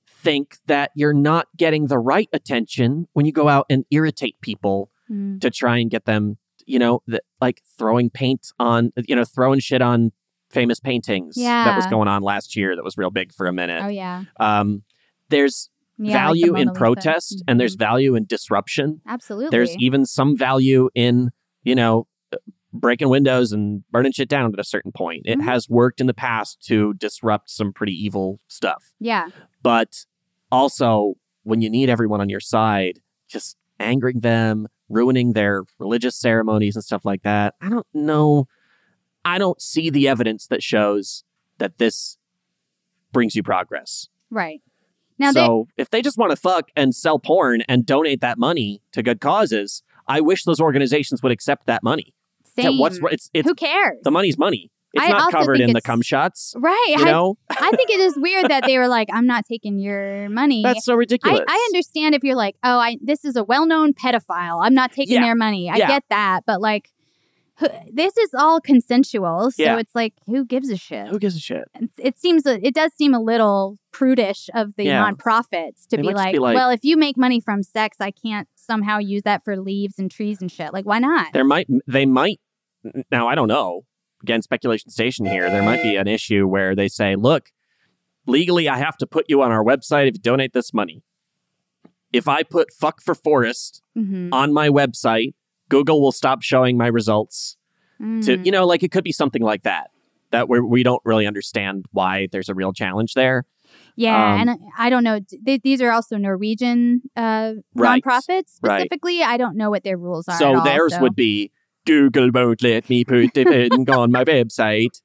[SPEAKER 2] think that you're not getting the right attention when you go out and irritate people
[SPEAKER 1] Mm.
[SPEAKER 2] to try and get them, you know, th- like throwing paint on, you know, throwing shit on famous paintings that was
[SPEAKER 1] Yeah.
[SPEAKER 2] going on last year that was real big for a minute.
[SPEAKER 1] Oh, yeah.
[SPEAKER 2] Um, there's
[SPEAKER 1] Yeah, like the
[SPEAKER 2] value in
[SPEAKER 1] Mona Lisa. Mm-hmm.
[SPEAKER 2] protest and there's value in disruption.
[SPEAKER 1] Absolutely.
[SPEAKER 2] There's even some value in, you know, uh, breaking windows and burning shit down at a certain point. It
[SPEAKER 1] Mhm.
[SPEAKER 2] has worked in the past to disrupt some pretty evil stuff.
[SPEAKER 1] yeah.
[SPEAKER 2] But also, when you need everyone on your side, just angering them, ruining their religious ceremonies and stuff like that. I don't know. I don't see the evidence that shows that this brings you progress.
[SPEAKER 1] Right. Now, they
[SPEAKER 2] so if they just want to fuck and sell porn and donate that money to good causes, I wish those organizations would accept that money. Yeah,
[SPEAKER 1] same.
[SPEAKER 2] What's it's it's
[SPEAKER 1] Who cares?
[SPEAKER 2] The money's money. It's
[SPEAKER 1] I
[SPEAKER 2] not
[SPEAKER 1] also
[SPEAKER 2] covered
[SPEAKER 1] think
[SPEAKER 2] in the
[SPEAKER 1] it's-
[SPEAKER 2] cum shots,
[SPEAKER 1] Right.
[SPEAKER 2] You
[SPEAKER 1] I-
[SPEAKER 2] know,
[SPEAKER 1] I think it is weird that they were like, I'm not taking your money.
[SPEAKER 2] That's so ridiculous.
[SPEAKER 1] I, I understand if you're like, oh, I this is a well known pedophile. I'm not taking
[SPEAKER 2] Yeah.
[SPEAKER 1] their money. I
[SPEAKER 2] Yeah.
[SPEAKER 1] get that. But like, who- this is all consensual. So
[SPEAKER 2] Yeah.
[SPEAKER 1] it's like, who gives a shit?
[SPEAKER 2] who gives a shit?
[SPEAKER 1] It seems, a- it does seem a little prudish of the
[SPEAKER 2] Yeah.
[SPEAKER 1] nonprofits to
[SPEAKER 2] They
[SPEAKER 1] be
[SPEAKER 2] might just
[SPEAKER 1] like,
[SPEAKER 2] be like-
[SPEAKER 1] well, if you make money from sex, I can't somehow use that for leaves and trees and shit. Like, why not?
[SPEAKER 2] There might they might now I don't know. Again, speculation station here. There might be an issue where they say, "Look, legally, I have to put you on our website if you donate this money. If I put fuck for forest
[SPEAKER 1] Mhm.
[SPEAKER 2] on my website, Google will stop showing my results." to
[SPEAKER 1] Mm.
[SPEAKER 2] you know like it could be something like that that we're, we don't really understand why there's a real challenge there
[SPEAKER 1] Yeah,
[SPEAKER 2] Um,
[SPEAKER 1] and I I don't know. d- Th- these are also Norwegian uh,
[SPEAKER 2] Right,
[SPEAKER 1] nonprofits
[SPEAKER 2] right.
[SPEAKER 1] specifically. I don't know what their rules are. at
[SPEAKER 2] so
[SPEAKER 1] all,
[SPEAKER 2] theirs
[SPEAKER 1] so-
[SPEAKER 2] would be google won't let me put the thing on my website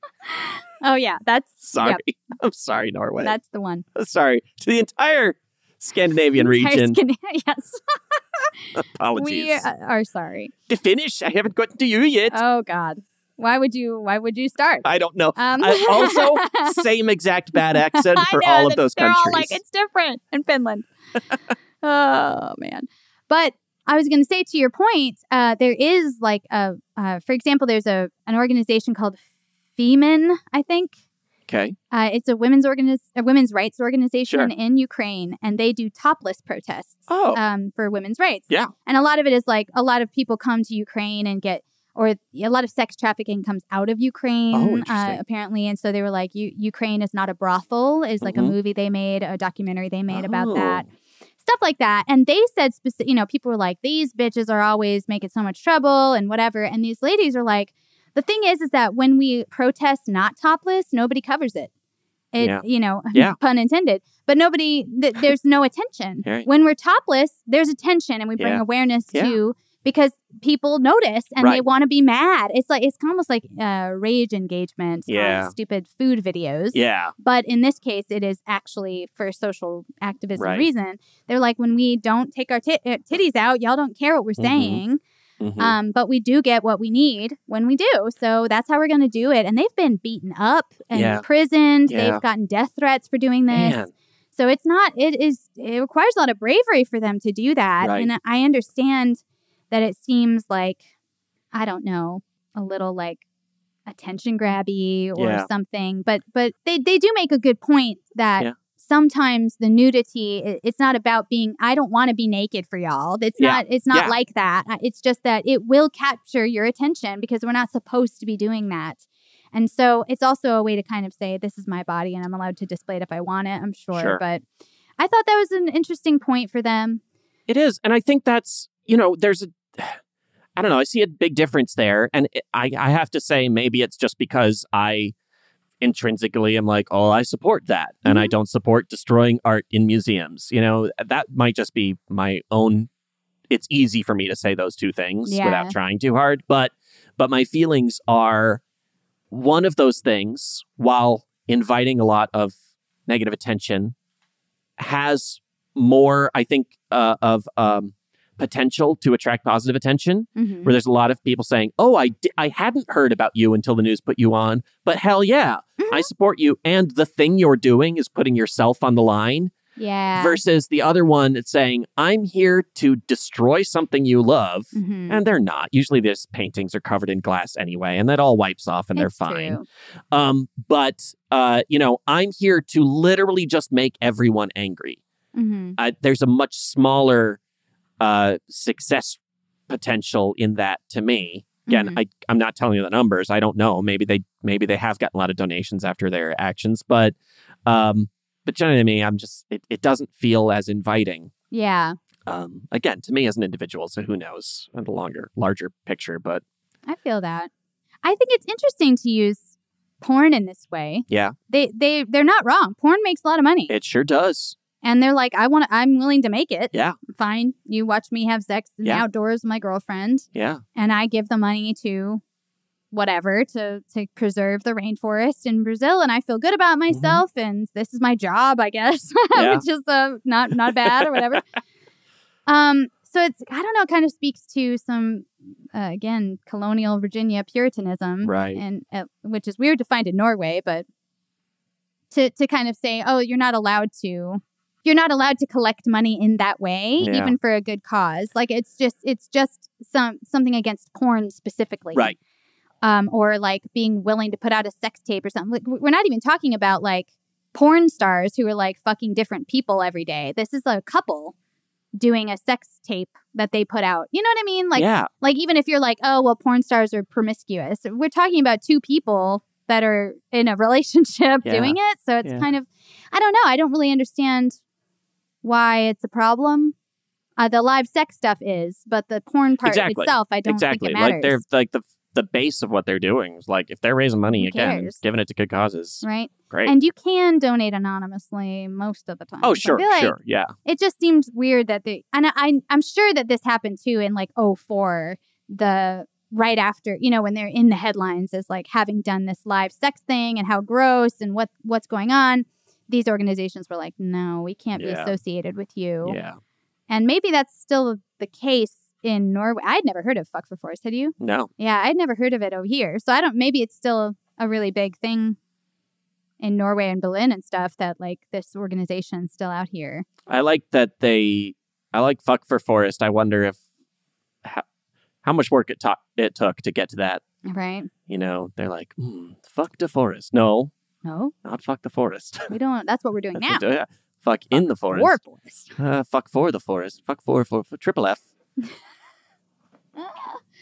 [SPEAKER 1] Oh yeah, that's
[SPEAKER 2] sorry
[SPEAKER 1] yep,
[SPEAKER 2] i'm sorry norway
[SPEAKER 1] that's the one.
[SPEAKER 2] sorry to the entire scandinavian
[SPEAKER 1] Entire
[SPEAKER 2] region
[SPEAKER 1] Scan- yes,
[SPEAKER 2] apologies
[SPEAKER 1] we uh, are sorry.
[SPEAKER 2] the finish i haven't gotten to you yet
[SPEAKER 1] Oh God, why would you? Why would you start?
[SPEAKER 2] i don't know
[SPEAKER 1] Um,
[SPEAKER 2] I also same exact bad accent
[SPEAKER 1] I
[SPEAKER 2] for
[SPEAKER 1] know,
[SPEAKER 2] all of
[SPEAKER 1] that
[SPEAKER 2] those
[SPEAKER 1] they're
[SPEAKER 2] countries
[SPEAKER 1] all like it's different in Finland. oh man, but I was going to say to your point, uh, there is like a, uh, for example, there's a an organization called Femin, I think,
[SPEAKER 2] Okay.
[SPEAKER 1] Uh, it's a women's organiz- a women's rights organization
[SPEAKER 2] Sure.
[SPEAKER 1] in Ukraine, and they do topless protests
[SPEAKER 2] Oh.
[SPEAKER 1] um, for women's rights.
[SPEAKER 2] Yeah.
[SPEAKER 1] And a lot of it is like a lot of people come to Ukraine and get, or a lot of sex trafficking comes out of Ukraine,
[SPEAKER 8] Oh,
[SPEAKER 1] uh,
[SPEAKER 8] interesting.
[SPEAKER 1] apparently. And so they were like, "U- Ukraine is not a brothel, is like
[SPEAKER 8] Mhm.
[SPEAKER 1] a movie they made, a documentary they made about
[SPEAKER 8] Oh.
[SPEAKER 1] that. Stuff like that. And they said, speci- you know, people were like, these bitches are always making so much trouble and whatever. And these ladies are like, the thing is, is that when we protest not topless, nobody covers it. It,
[SPEAKER 8] Yeah.
[SPEAKER 1] you know,
[SPEAKER 8] Yeah.
[SPEAKER 1] pun intended. But nobody, th- there's no attention.
[SPEAKER 8] Right.
[SPEAKER 1] When we're topless, there's attention, and we bring
[SPEAKER 8] Yeah.
[SPEAKER 1] awareness
[SPEAKER 8] Yeah.
[SPEAKER 1] to because people notice and they
[SPEAKER 8] Right.
[SPEAKER 1] want to be mad. It's like it's almost like uh, rage engagement. on
[SPEAKER 2] Yeah.
[SPEAKER 1] stupid food videos.
[SPEAKER 2] Yeah.
[SPEAKER 1] But in this case, it is actually for social activism
[SPEAKER 2] Right.
[SPEAKER 1] reason. They're like, when we don't take our tit- uh, titties out, y'all don't care what we're
[SPEAKER 8] Mhm.
[SPEAKER 1] saying.
[SPEAKER 2] Mm-hmm.
[SPEAKER 8] Mm-hmm.
[SPEAKER 1] Um, but we do get what we need when we do. So that's how we're going to do it. And they've been beaten up and
[SPEAKER 8] Yeah.
[SPEAKER 1] imprisoned.
[SPEAKER 8] Yeah.
[SPEAKER 1] They've gotten death threats for doing this.
[SPEAKER 8] Man.
[SPEAKER 1] So it's not, it is, it requires a lot of bravery for them to do that.
[SPEAKER 8] Right.
[SPEAKER 1] And I understand that it seems like, I don't know, a little like attention grabby or
[SPEAKER 8] Yeah.
[SPEAKER 1] something. But, but they, they do make a good point that.
[SPEAKER 8] Yeah.
[SPEAKER 1] Sometimes the nudity, i- it's not about being, I don't want to be naked for y'all. It's
[SPEAKER 8] Yeah.
[SPEAKER 1] not, it's not
[SPEAKER 8] Yeah.
[SPEAKER 1] like that. Uh, It's just that it will capture your attention because we're not supposed to be doing that. And so it's also a way to kind of say, this is my body and I'm allowed to display it if I want it, I'm sure.
[SPEAKER 2] Sure.
[SPEAKER 1] But I thought that was an interesting point for them.
[SPEAKER 2] It is. And I think that's, you know, there's a, I don't know, I see a big difference there. And it, I, I have to say, maybe it's just because I intrinsically am like, oh, I support that. And I don't support destroying art in museums. You know, that might just be my own. It's easy for me to say those two things
[SPEAKER 8] Yeah.
[SPEAKER 2] without trying too hard. But, but my feelings are, one of those things, while inviting a lot of negative attention, has more, I think, uh, of um, potential to attract positive attention.
[SPEAKER 8] Mhm.
[SPEAKER 2] Where there's a lot of people saying, "Oh, I di- I hadn't heard about you until the news put you on, but hell yeah, I support you." And the thing you're doing is putting yourself on the line.
[SPEAKER 1] Yeah.
[SPEAKER 2] Versus the other one that's saying, I'm here to destroy something you love.
[SPEAKER 8] Mhm.
[SPEAKER 2] And they're not. Usually these paintings are covered in glass anyway, and that all wipes off and
[SPEAKER 8] It's
[SPEAKER 2] they're fine.
[SPEAKER 8] true.
[SPEAKER 2] Um, but, uh, you know, I'm here to literally just make everyone angry.
[SPEAKER 8] Mm-hmm.
[SPEAKER 2] Uh, there's a much smaller uh, success potential in that to me. Again,
[SPEAKER 8] Mhm.
[SPEAKER 2] I, I'm not telling you the numbers. I don't know. Maybe they maybe they have gotten a lot of donations after their actions, but um, but generally, to me, I'm just it, it doesn't feel as inviting.
[SPEAKER 1] Yeah.
[SPEAKER 2] Um, again, to me as an individual, so who knows? And the longer, larger picture, but
[SPEAKER 1] I feel that. I think it's interesting to use porn in this way.
[SPEAKER 2] yeah,
[SPEAKER 1] They they they're not wrong. Porn makes a lot of money.
[SPEAKER 2] it sure does.
[SPEAKER 1] and they're like, I want to I'm willing to make it.
[SPEAKER 2] Yeah,
[SPEAKER 1] Fine. You watch me have sex in the
[SPEAKER 2] Yeah.
[SPEAKER 1] outdoors with my girlfriend.
[SPEAKER 2] yeah,
[SPEAKER 1] and I give the money to whatever to to preserve the rainforest in Brazil and I feel good about myself and this is my job I guess
[SPEAKER 8] Mm-hmm. Yeah.
[SPEAKER 1] which is uh, not not bad or whatever um so it's I don't know it kind of speaks to some uh, again colonial Virginia puritanism
[SPEAKER 8] Right.
[SPEAKER 1] and uh, which is weird to find in Norway but to to kind of say oh you're not allowed to you're not allowed to collect money in that way
[SPEAKER 8] Yeah.
[SPEAKER 1] even for a good cause like it's just it's just some something against porn specifically
[SPEAKER 8] Right.
[SPEAKER 1] um, or like being willing to put out a sex tape or something. Like, we're not even talking about like porn stars who are like fucking different people every day. This is a couple doing a sex tape that they put out. You know what I mean? Like,
[SPEAKER 8] Yeah.
[SPEAKER 1] like even if you're like, oh well, porn stars are promiscuous. We're talking about two people that are in a relationship
[SPEAKER 8] Yeah.
[SPEAKER 1] doing it. So it's
[SPEAKER 8] Yeah.
[SPEAKER 1] kind of, I don't know. I don't really understand why it's a problem. Uh, the live sex stuff is, but the porn part
[SPEAKER 2] exactly.
[SPEAKER 1] itself, I don't
[SPEAKER 2] exactly.
[SPEAKER 1] think it matters.
[SPEAKER 2] Like they're like the the base of what they're doing is like if they're raising money
[SPEAKER 1] Who
[SPEAKER 2] again,
[SPEAKER 1] cares?
[SPEAKER 2] giving it to good causes,
[SPEAKER 1] right?
[SPEAKER 2] Great.
[SPEAKER 1] And you can donate anonymously most of the time. So
[SPEAKER 2] oh
[SPEAKER 1] I
[SPEAKER 2] sure,
[SPEAKER 1] feel like
[SPEAKER 2] sure, yeah.
[SPEAKER 1] It just seems weird that they and I, I I'm sure that this happened too in like 04, the right after, you know, when they're in the headlines as like having done this live sex thing and how gross and what what's going on. These organizations were like, "No, we can't be
[SPEAKER 8] Yeah.
[SPEAKER 1] associated with you."
[SPEAKER 8] Yeah.
[SPEAKER 1] And maybe that's still the case in Norway. I'd never heard of Fuck for Force, had you?
[SPEAKER 2] No.
[SPEAKER 1] Yeah, I'd never heard of it over here. So I don't, maybe it's still a really big thing in Norway and Berlin and stuff that like this organization's still out here.
[SPEAKER 2] I like that they. I like fuck for forest. I wonder if how, how much work it took it took to get to that.
[SPEAKER 1] Right.
[SPEAKER 2] "Hmm, You know, they're like mm, fuck to forest. No,
[SPEAKER 1] No,
[SPEAKER 2] Not fuck the forest.
[SPEAKER 1] we don't. That's what we're doing now.
[SPEAKER 2] That's what- yeah. Fuck in the forest.
[SPEAKER 1] War forest.
[SPEAKER 2] Uh, fuck for the forest. Fuck for for, for triple F.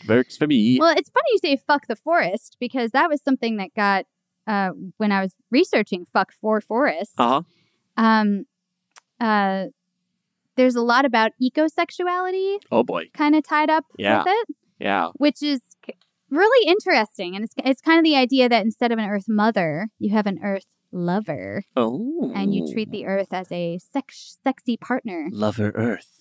[SPEAKER 2] Works for me.
[SPEAKER 1] Well, it's funny you say fuck the forest because that was something that got uh, when I was researching fuck for forest.
[SPEAKER 2] Uh huh.
[SPEAKER 1] Um, uh, there's a lot about ecosexuality
[SPEAKER 2] Oh boy.
[SPEAKER 1] kind of tied up
[SPEAKER 2] Yeah.
[SPEAKER 1] with it.
[SPEAKER 2] Yeah.
[SPEAKER 1] which is k- really interesting. And it's, it's kind of the idea that instead of an earth mother, you have an earth lover
[SPEAKER 2] Oh.
[SPEAKER 1] and you treat the earth as a sex, sexy partner.
[SPEAKER 2] lover Earth.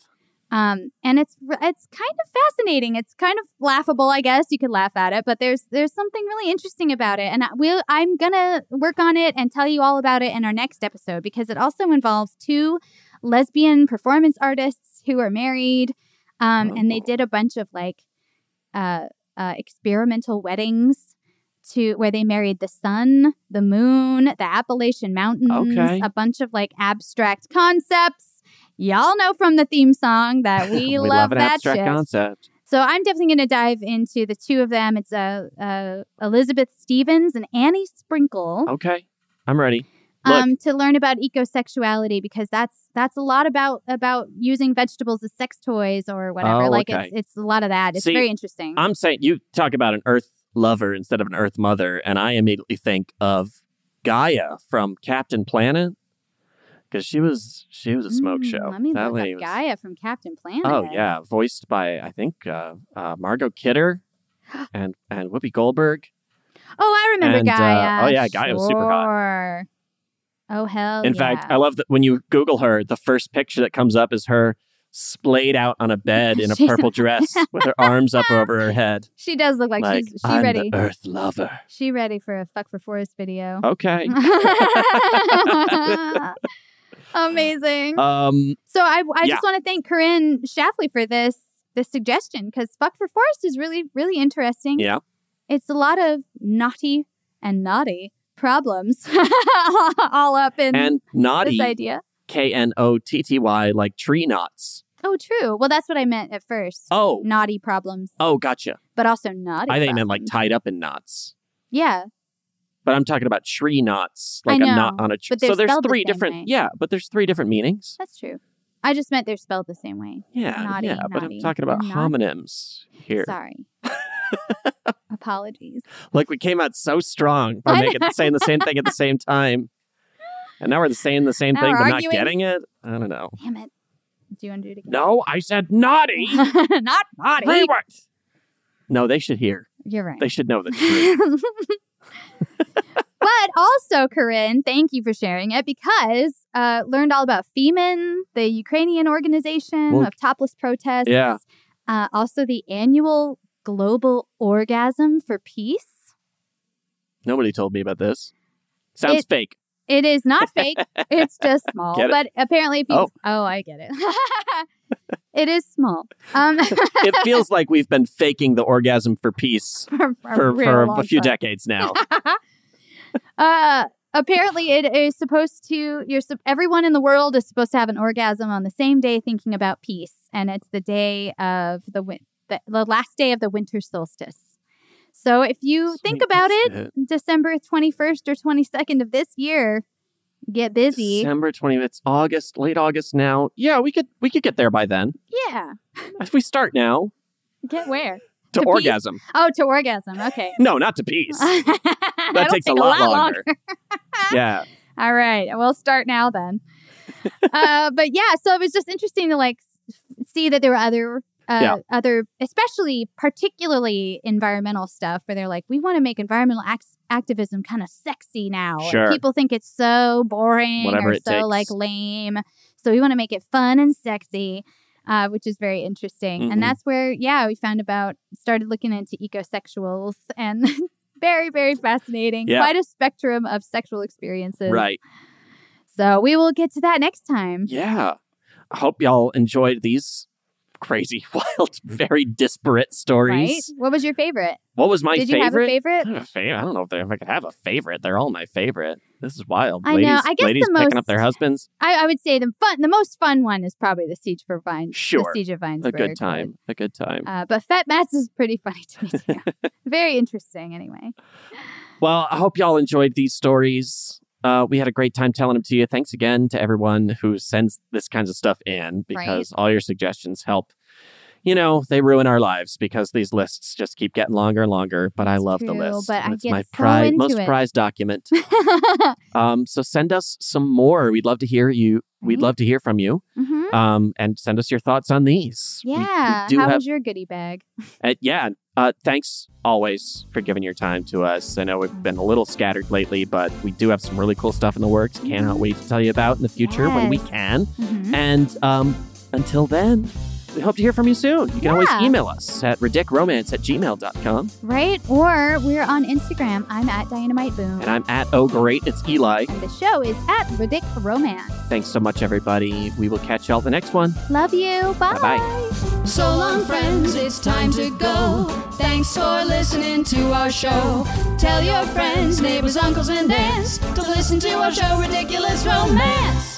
[SPEAKER 1] Um, and it's r- it's kind of fascinating. It's kind of laughable, I guess. You could laugh at it, but there's there's something really interesting about it. And I, we'll, I'm gonna work on it and tell you all about it in our next episode because it also involves two lesbian performance artists who are married, um, and they did a bunch of like uh, uh, experimental weddings to where they married the sun, the moon, the Appalachian Mountains,
[SPEAKER 2] Okay.
[SPEAKER 1] a bunch of like abstract concepts. Y'all know from the theme song that we,
[SPEAKER 2] we
[SPEAKER 1] love,
[SPEAKER 2] an
[SPEAKER 1] that
[SPEAKER 2] abstract
[SPEAKER 1] shit.
[SPEAKER 2] concept.
[SPEAKER 1] So I'm definitely going to dive into the two of them. It's uh, uh, Elizabeth Stevens and Annie Sprinkle
[SPEAKER 2] Okay. I'm ready. Look,
[SPEAKER 1] um, to learn about ecosexuality because that's that's a lot about about using vegetables as sex toys or whatever.
[SPEAKER 2] Oh,
[SPEAKER 1] like
[SPEAKER 2] okay.
[SPEAKER 1] it's it's a lot of that. It's
[SPEAKER 2] See,
[SPEAKER 1] very interesting.
[SPEAKER 2] I'm saying you talk about an Earth lover instead of an Earth mother, and I immediately think of Gaia from Captain Planet because she was she was a smoke show.
[SPEAKER 1] Mm, Let me
[SPEAKER 2] that
[SPEAKER 1] look
[SPEAKER 2] lady
[SPEAKER 1] up
[SPEAKER 2] was-
[SPEAKER 1] Gaia from Captain Planet.
[SPEAKER 2] Oh yeah, voiced by I think uh, uh, Margot Kidder and and Whoopi Goldberg.
[SPEAKER 1] Oh, I remember
[SPEAKER 2] And, uh,
[SPEAKER 1] Gaia.
[SPEAKER 2] oh, yeah, Gaia was super hot.
[SPEAKER 1] Sure. Oh hell.
[SPEAKER 2] In
[SPEAKER 1] yeah.
[SPEAKER 2] fact, I love that when you Google her, the first picture that comes up is her splayed out on a bed in a
[SPEAKER 1] She's-
[SPEAKER 2] purple dress with her arms up over her head.
[SPEAKER 1] she does look like,
[SPEAKER 2] Like,
[SPEAKER 1] she's she
[SPEAKER 2] I'm
[SPEAKER 1] ready.
[SPEAKER 2] the Earth lover. Oh.
[SPEAKER 1] She ready for a fuck for forest video.
[SPEAKER 2] Okay.
[SPEAKER 1] Amazing.
[SPEAKER 2] Um,
[SPEAKER 1] Mm-hmm. So I, I
[SPEAKER 2] yeah.
[SPEAKER 1] just want to thank Corinne Shafley for this this suggestion because Fuck for Forest is really really interesting.
[SPEAKER 2] Yeah.
[SPEAKER 1] it's a lot of naughty and naughty problems all up in
[SPEAKER 2] and naughty
[SPEAKER 1] this idea.
[SPEAKER 2] K N O T T Y like tree knots.
[SPEAKER 1] Oh, true. Well, that's what I meant at first.
[SPEAKER 2] Oh.
[SPEAKER 1] naughty problems,
[SPEAKER 2] Oh, gotcha.
[SPEAKER 1] but also naughty.
[SPEAKER 2] I think it
[SPEAKER 1] prob-
[SPEAKER 2] meant like tied up in knots.
[SPEAKER 1] yeah,
[SPEAKER 2] But I'm talking about tree knots,
[SPEAKER 1] I
[SPEAKER 2] like a
[SPEAKER 1] know,
[SPEAKER 2] knot on a tree.
[SPEAKER 1] but they're
[SPEAKER 2] so there's
[SPEAKER 1] spelled the
[SPEAKER 2] three
[SPEAKER 1] same
[SPEAKER 2] different,
[SPEAKER 1] way.
[SPEAKER 2] yeah, but there's three different meanings.
[SPEAKER 1] that's true. I just meant they're spelled the same way.
[SPEAKER 2] Yeah,
[SPEAKER 1] naughty,
[SPEAKER 2] yeah, but I'm
[SPEAKER 1] naughty,
[SPEAKER 2] talking about
[SPEAKER 1] naughty.
[SPEAKER 2] homonyms here.
[SPEAKER 1] Sorry. Apologies.
[SPEAKER 2] Like we came out so strong by
[SPEAKER 1] I
[SPEAKER 2] making
[SPEAKER 1] know.
[SPEAKER 2] saying the same thing at the same time, and now we're saying the same
[SPEAKER 1] Now
[SPEAKER 2] thing
[SPEAKER 1] we're
[SPEAKER 2] but
[SPEAKER 1] arguing.
[SPEAKER 2] not getting it. I don't know.
[SPEAKER 1] Damn it. Do you want to do it again?
[SPEAKER 2] No, I said naughty.
[SPEAKER 1] Not naughty.
[SPEAKER 2] Rewind. no, they should hear.
[SPEAKER 1] You're right.
[SPEAKER 2] They should know the truth.
[SPEAKER 1] but also, Corinne, thank you for sharing it because uh, learned all about Femen, the Ukrainian organization
[SPEAKER 2] Well,
[SPEAKER 1] of topless protests.
[SPEAKER 2] yeah.
[SPEAKER 1] Uh, also, the annual Global Orgasm for Peace.
[SPEAKER 2] Nobody told me about this. Sounds
[SPEAKER 1] It-
[SPEAKER 2] fake.
[SPEAKER 1] It is not fake. it's just small.
[SPEAKER 2] Get it.
[SPEAKER 1] But apparently, if you, oh.
[SPEAKER 2] Oh.
[SPEAKER 1] I get it. it is small. Um,
[SPEAKER 2] It feels like we've been faking the orgasm for peace
[SPEAKER 1] for,
[SPEAKER 2] for,
[SPEAKER 1] real
[SPEAKER 2] for
[SPEAKER 1] long
[SPEAKER 2] a few
[SPEAKER 1] time.
[SPEAKER 2] decades now.
[SPEAKER 1] Uh, apparently, it is supposed to. You're sup- everyone in the world is supposed to have an orgasm on the same day, thinking about peace, and it's the day of the win- the, the last day of the winter solstice. So, if you think
[SPEAKER 2] Sweet
[SPEAKER 1] about it,
[SPEAKER 2] shit.
[SPEAKER 1] December twenty first or twenty second of this year, get busy.
[SPEAKER 2] December 20th. It's August, late August now. Yeah, we could we could get there by then.
[SPEAKER 1] yeah,
[SPEAKER 2] If we start now
[SPEAKER 1] get where? To
[SPEAKER 2] to,
[SPEAKER 1] peace?
[SPEAKER 2] orgasm.
[SPEAKER 1] Oh, to orgasm. Okay.
[SPEAKER 2] No, not to peace. that takes
[SPEAKER 1] take
[SPEAKER 2] a
[SPEAKER 1] a
[SPEAKER 2] lot,
[SPEAKER 1] lot
[SPEAKER 2] longer. yeah.
[SPEAKER 1] All right, we'll start now then. uh, but yeah, so it was just interesting to like s- see that there were other, uh,
[SPEAKER 2] Yeah.
[SPEAKER 1] other, especially particularly environmental stuff where they're like, we want to make environmental ac- activism kind of sexy now. And
[SPEAKER 2] Sure.
[SPEAKER 1] People think it's so boring
[SPEAKER 2] Whatever
[SPEAKER 1] or
[SPEAKER 2] it
[SPEAKER 1] so like
[SPEAKER 2] takes.
[SPEAKER 1] lame, so we want to make it fun and sexy. Uh, which is very interesting.
[SPEAKER 2] Mhm.
[SPEAKER 1] And that's where, yeah, we found about, started looking into ecosexuals and very, very fascinating.
[SPEAKER 2] Yeah.
[SPEAKER 1] Quite a spectrum of sexual experiences.
[SPEAKER 2] Right.
[SPEAKER 1] So we will get to that next time.
[SPEAKER 2] Yeah. I hope y'all enjoyed these crazy, wild, very disparate stories.
[SPEAKER 1] Right? What was your favorite?
[SPEAKER 2] What was my
[SPEAKER 1] Did you
[SPEAKER 2] favorite?
[SPEAKER 1] have a favorite?
[SPEAKER 2] I don't, have a favorite. I don't know if, they, if I could have a favorite. They're all my favorite. This is wild.
[SPEAKER 1] I know.
[SPEAKER 2] ladies,
[SPEAKER 1] I guess
[SPEAKER 2] ladies
[SPEAKER 1] the
[SPEAKER 2] picking
[SPEAKER 1] most-
[SPEAKER 2] up their husbands.
[SPEAKER 1] I, I would say the fun, the most fun one is probably the siege for Vine.
[SPEAKER 2] Sure.
[SPEAKER 1] the siege of Vinesburg.
[SPEAKER 2] A good time. A good time.
[SPEAKER 1] Uh, but Fat Mats is pretty funny to me too. Very interesting, anyway.
[SPEAKER 2] Well, I hope y'all enjoyed these stories. Uh, we had a great time telling them to you. Thanks again to everyone who sends this kinds of stuff in because
[SPEAKER 7] Right.
[SPEAKER 2] all your suggestions help. You know, they ruin our lives because these lists just keep getting longer and longer. But I love the
[SPEAKER 1] true,
[SPEAKER 2] list.
[SPEAKER 1] but
[SPEAKER 2] and
[SPEAKER 1] I
[SPEAKER 2] it's
[SPEAKER 1] get
[SPEAKER 2] my
[SPEAKER 1] so
[SPEAKER 2] pri-
[SPEAKER 1] into
[SPEAKER 2] most
[SPEAKER 1] it.
[SPEAKER 2] prized document. um, so send us some more. We'd love to hear you.
[SPEAKER 1] Mm-hmm.
[SPEAKER 2] We'd love to hear from you.
[SPEAKER 1] Mhm.
[SPEAKER 2] Um, and send us your thoughts on these. We- we
[SPEAKER 1] Yeah.
[SPEAKER 2] do
[SPEAKER 1] How
[SPEAKER 2] have-
[SPEAKER 1] was your goodie bag?
[SPEAKER 2] uh, yeah. Uh, thanks always for giving your time to us. I know we've been a little scattered lately, but we do have some really cool stuff in the works. Cannot wait to tell you about in the future when we
[SPEAKER 1] Mm-hmm. Yes. Mm-hmm.
[SPEAKER 2] can. And um, until then, we hope to hear from you soon. You can always
[SPEAKER 1] Yeah.
[SPEAKER 2] email us at redickromance at gmail.com.
[SPEAKER 1] Right? Or we're on Instagram. I'm at Dynamite Boom.
[SPEAKER 2] And I'm at Oh Great, it's Eli.
[SPEAKER 1] The show is at Ridic Romance.
[SPEAKER 2] Thanks so much, everybody. We will catch y'all at the next one.
[SPEAKER 1] Love you. Bye.
[SPEAKER 2] Bye-bye.
[SPEAKER 3] So long, friends, it's time to go. Thanks for listening to our show. Tell your friends, neighbors, uncles, and aunts to listen to our show, Ridiculous Romance.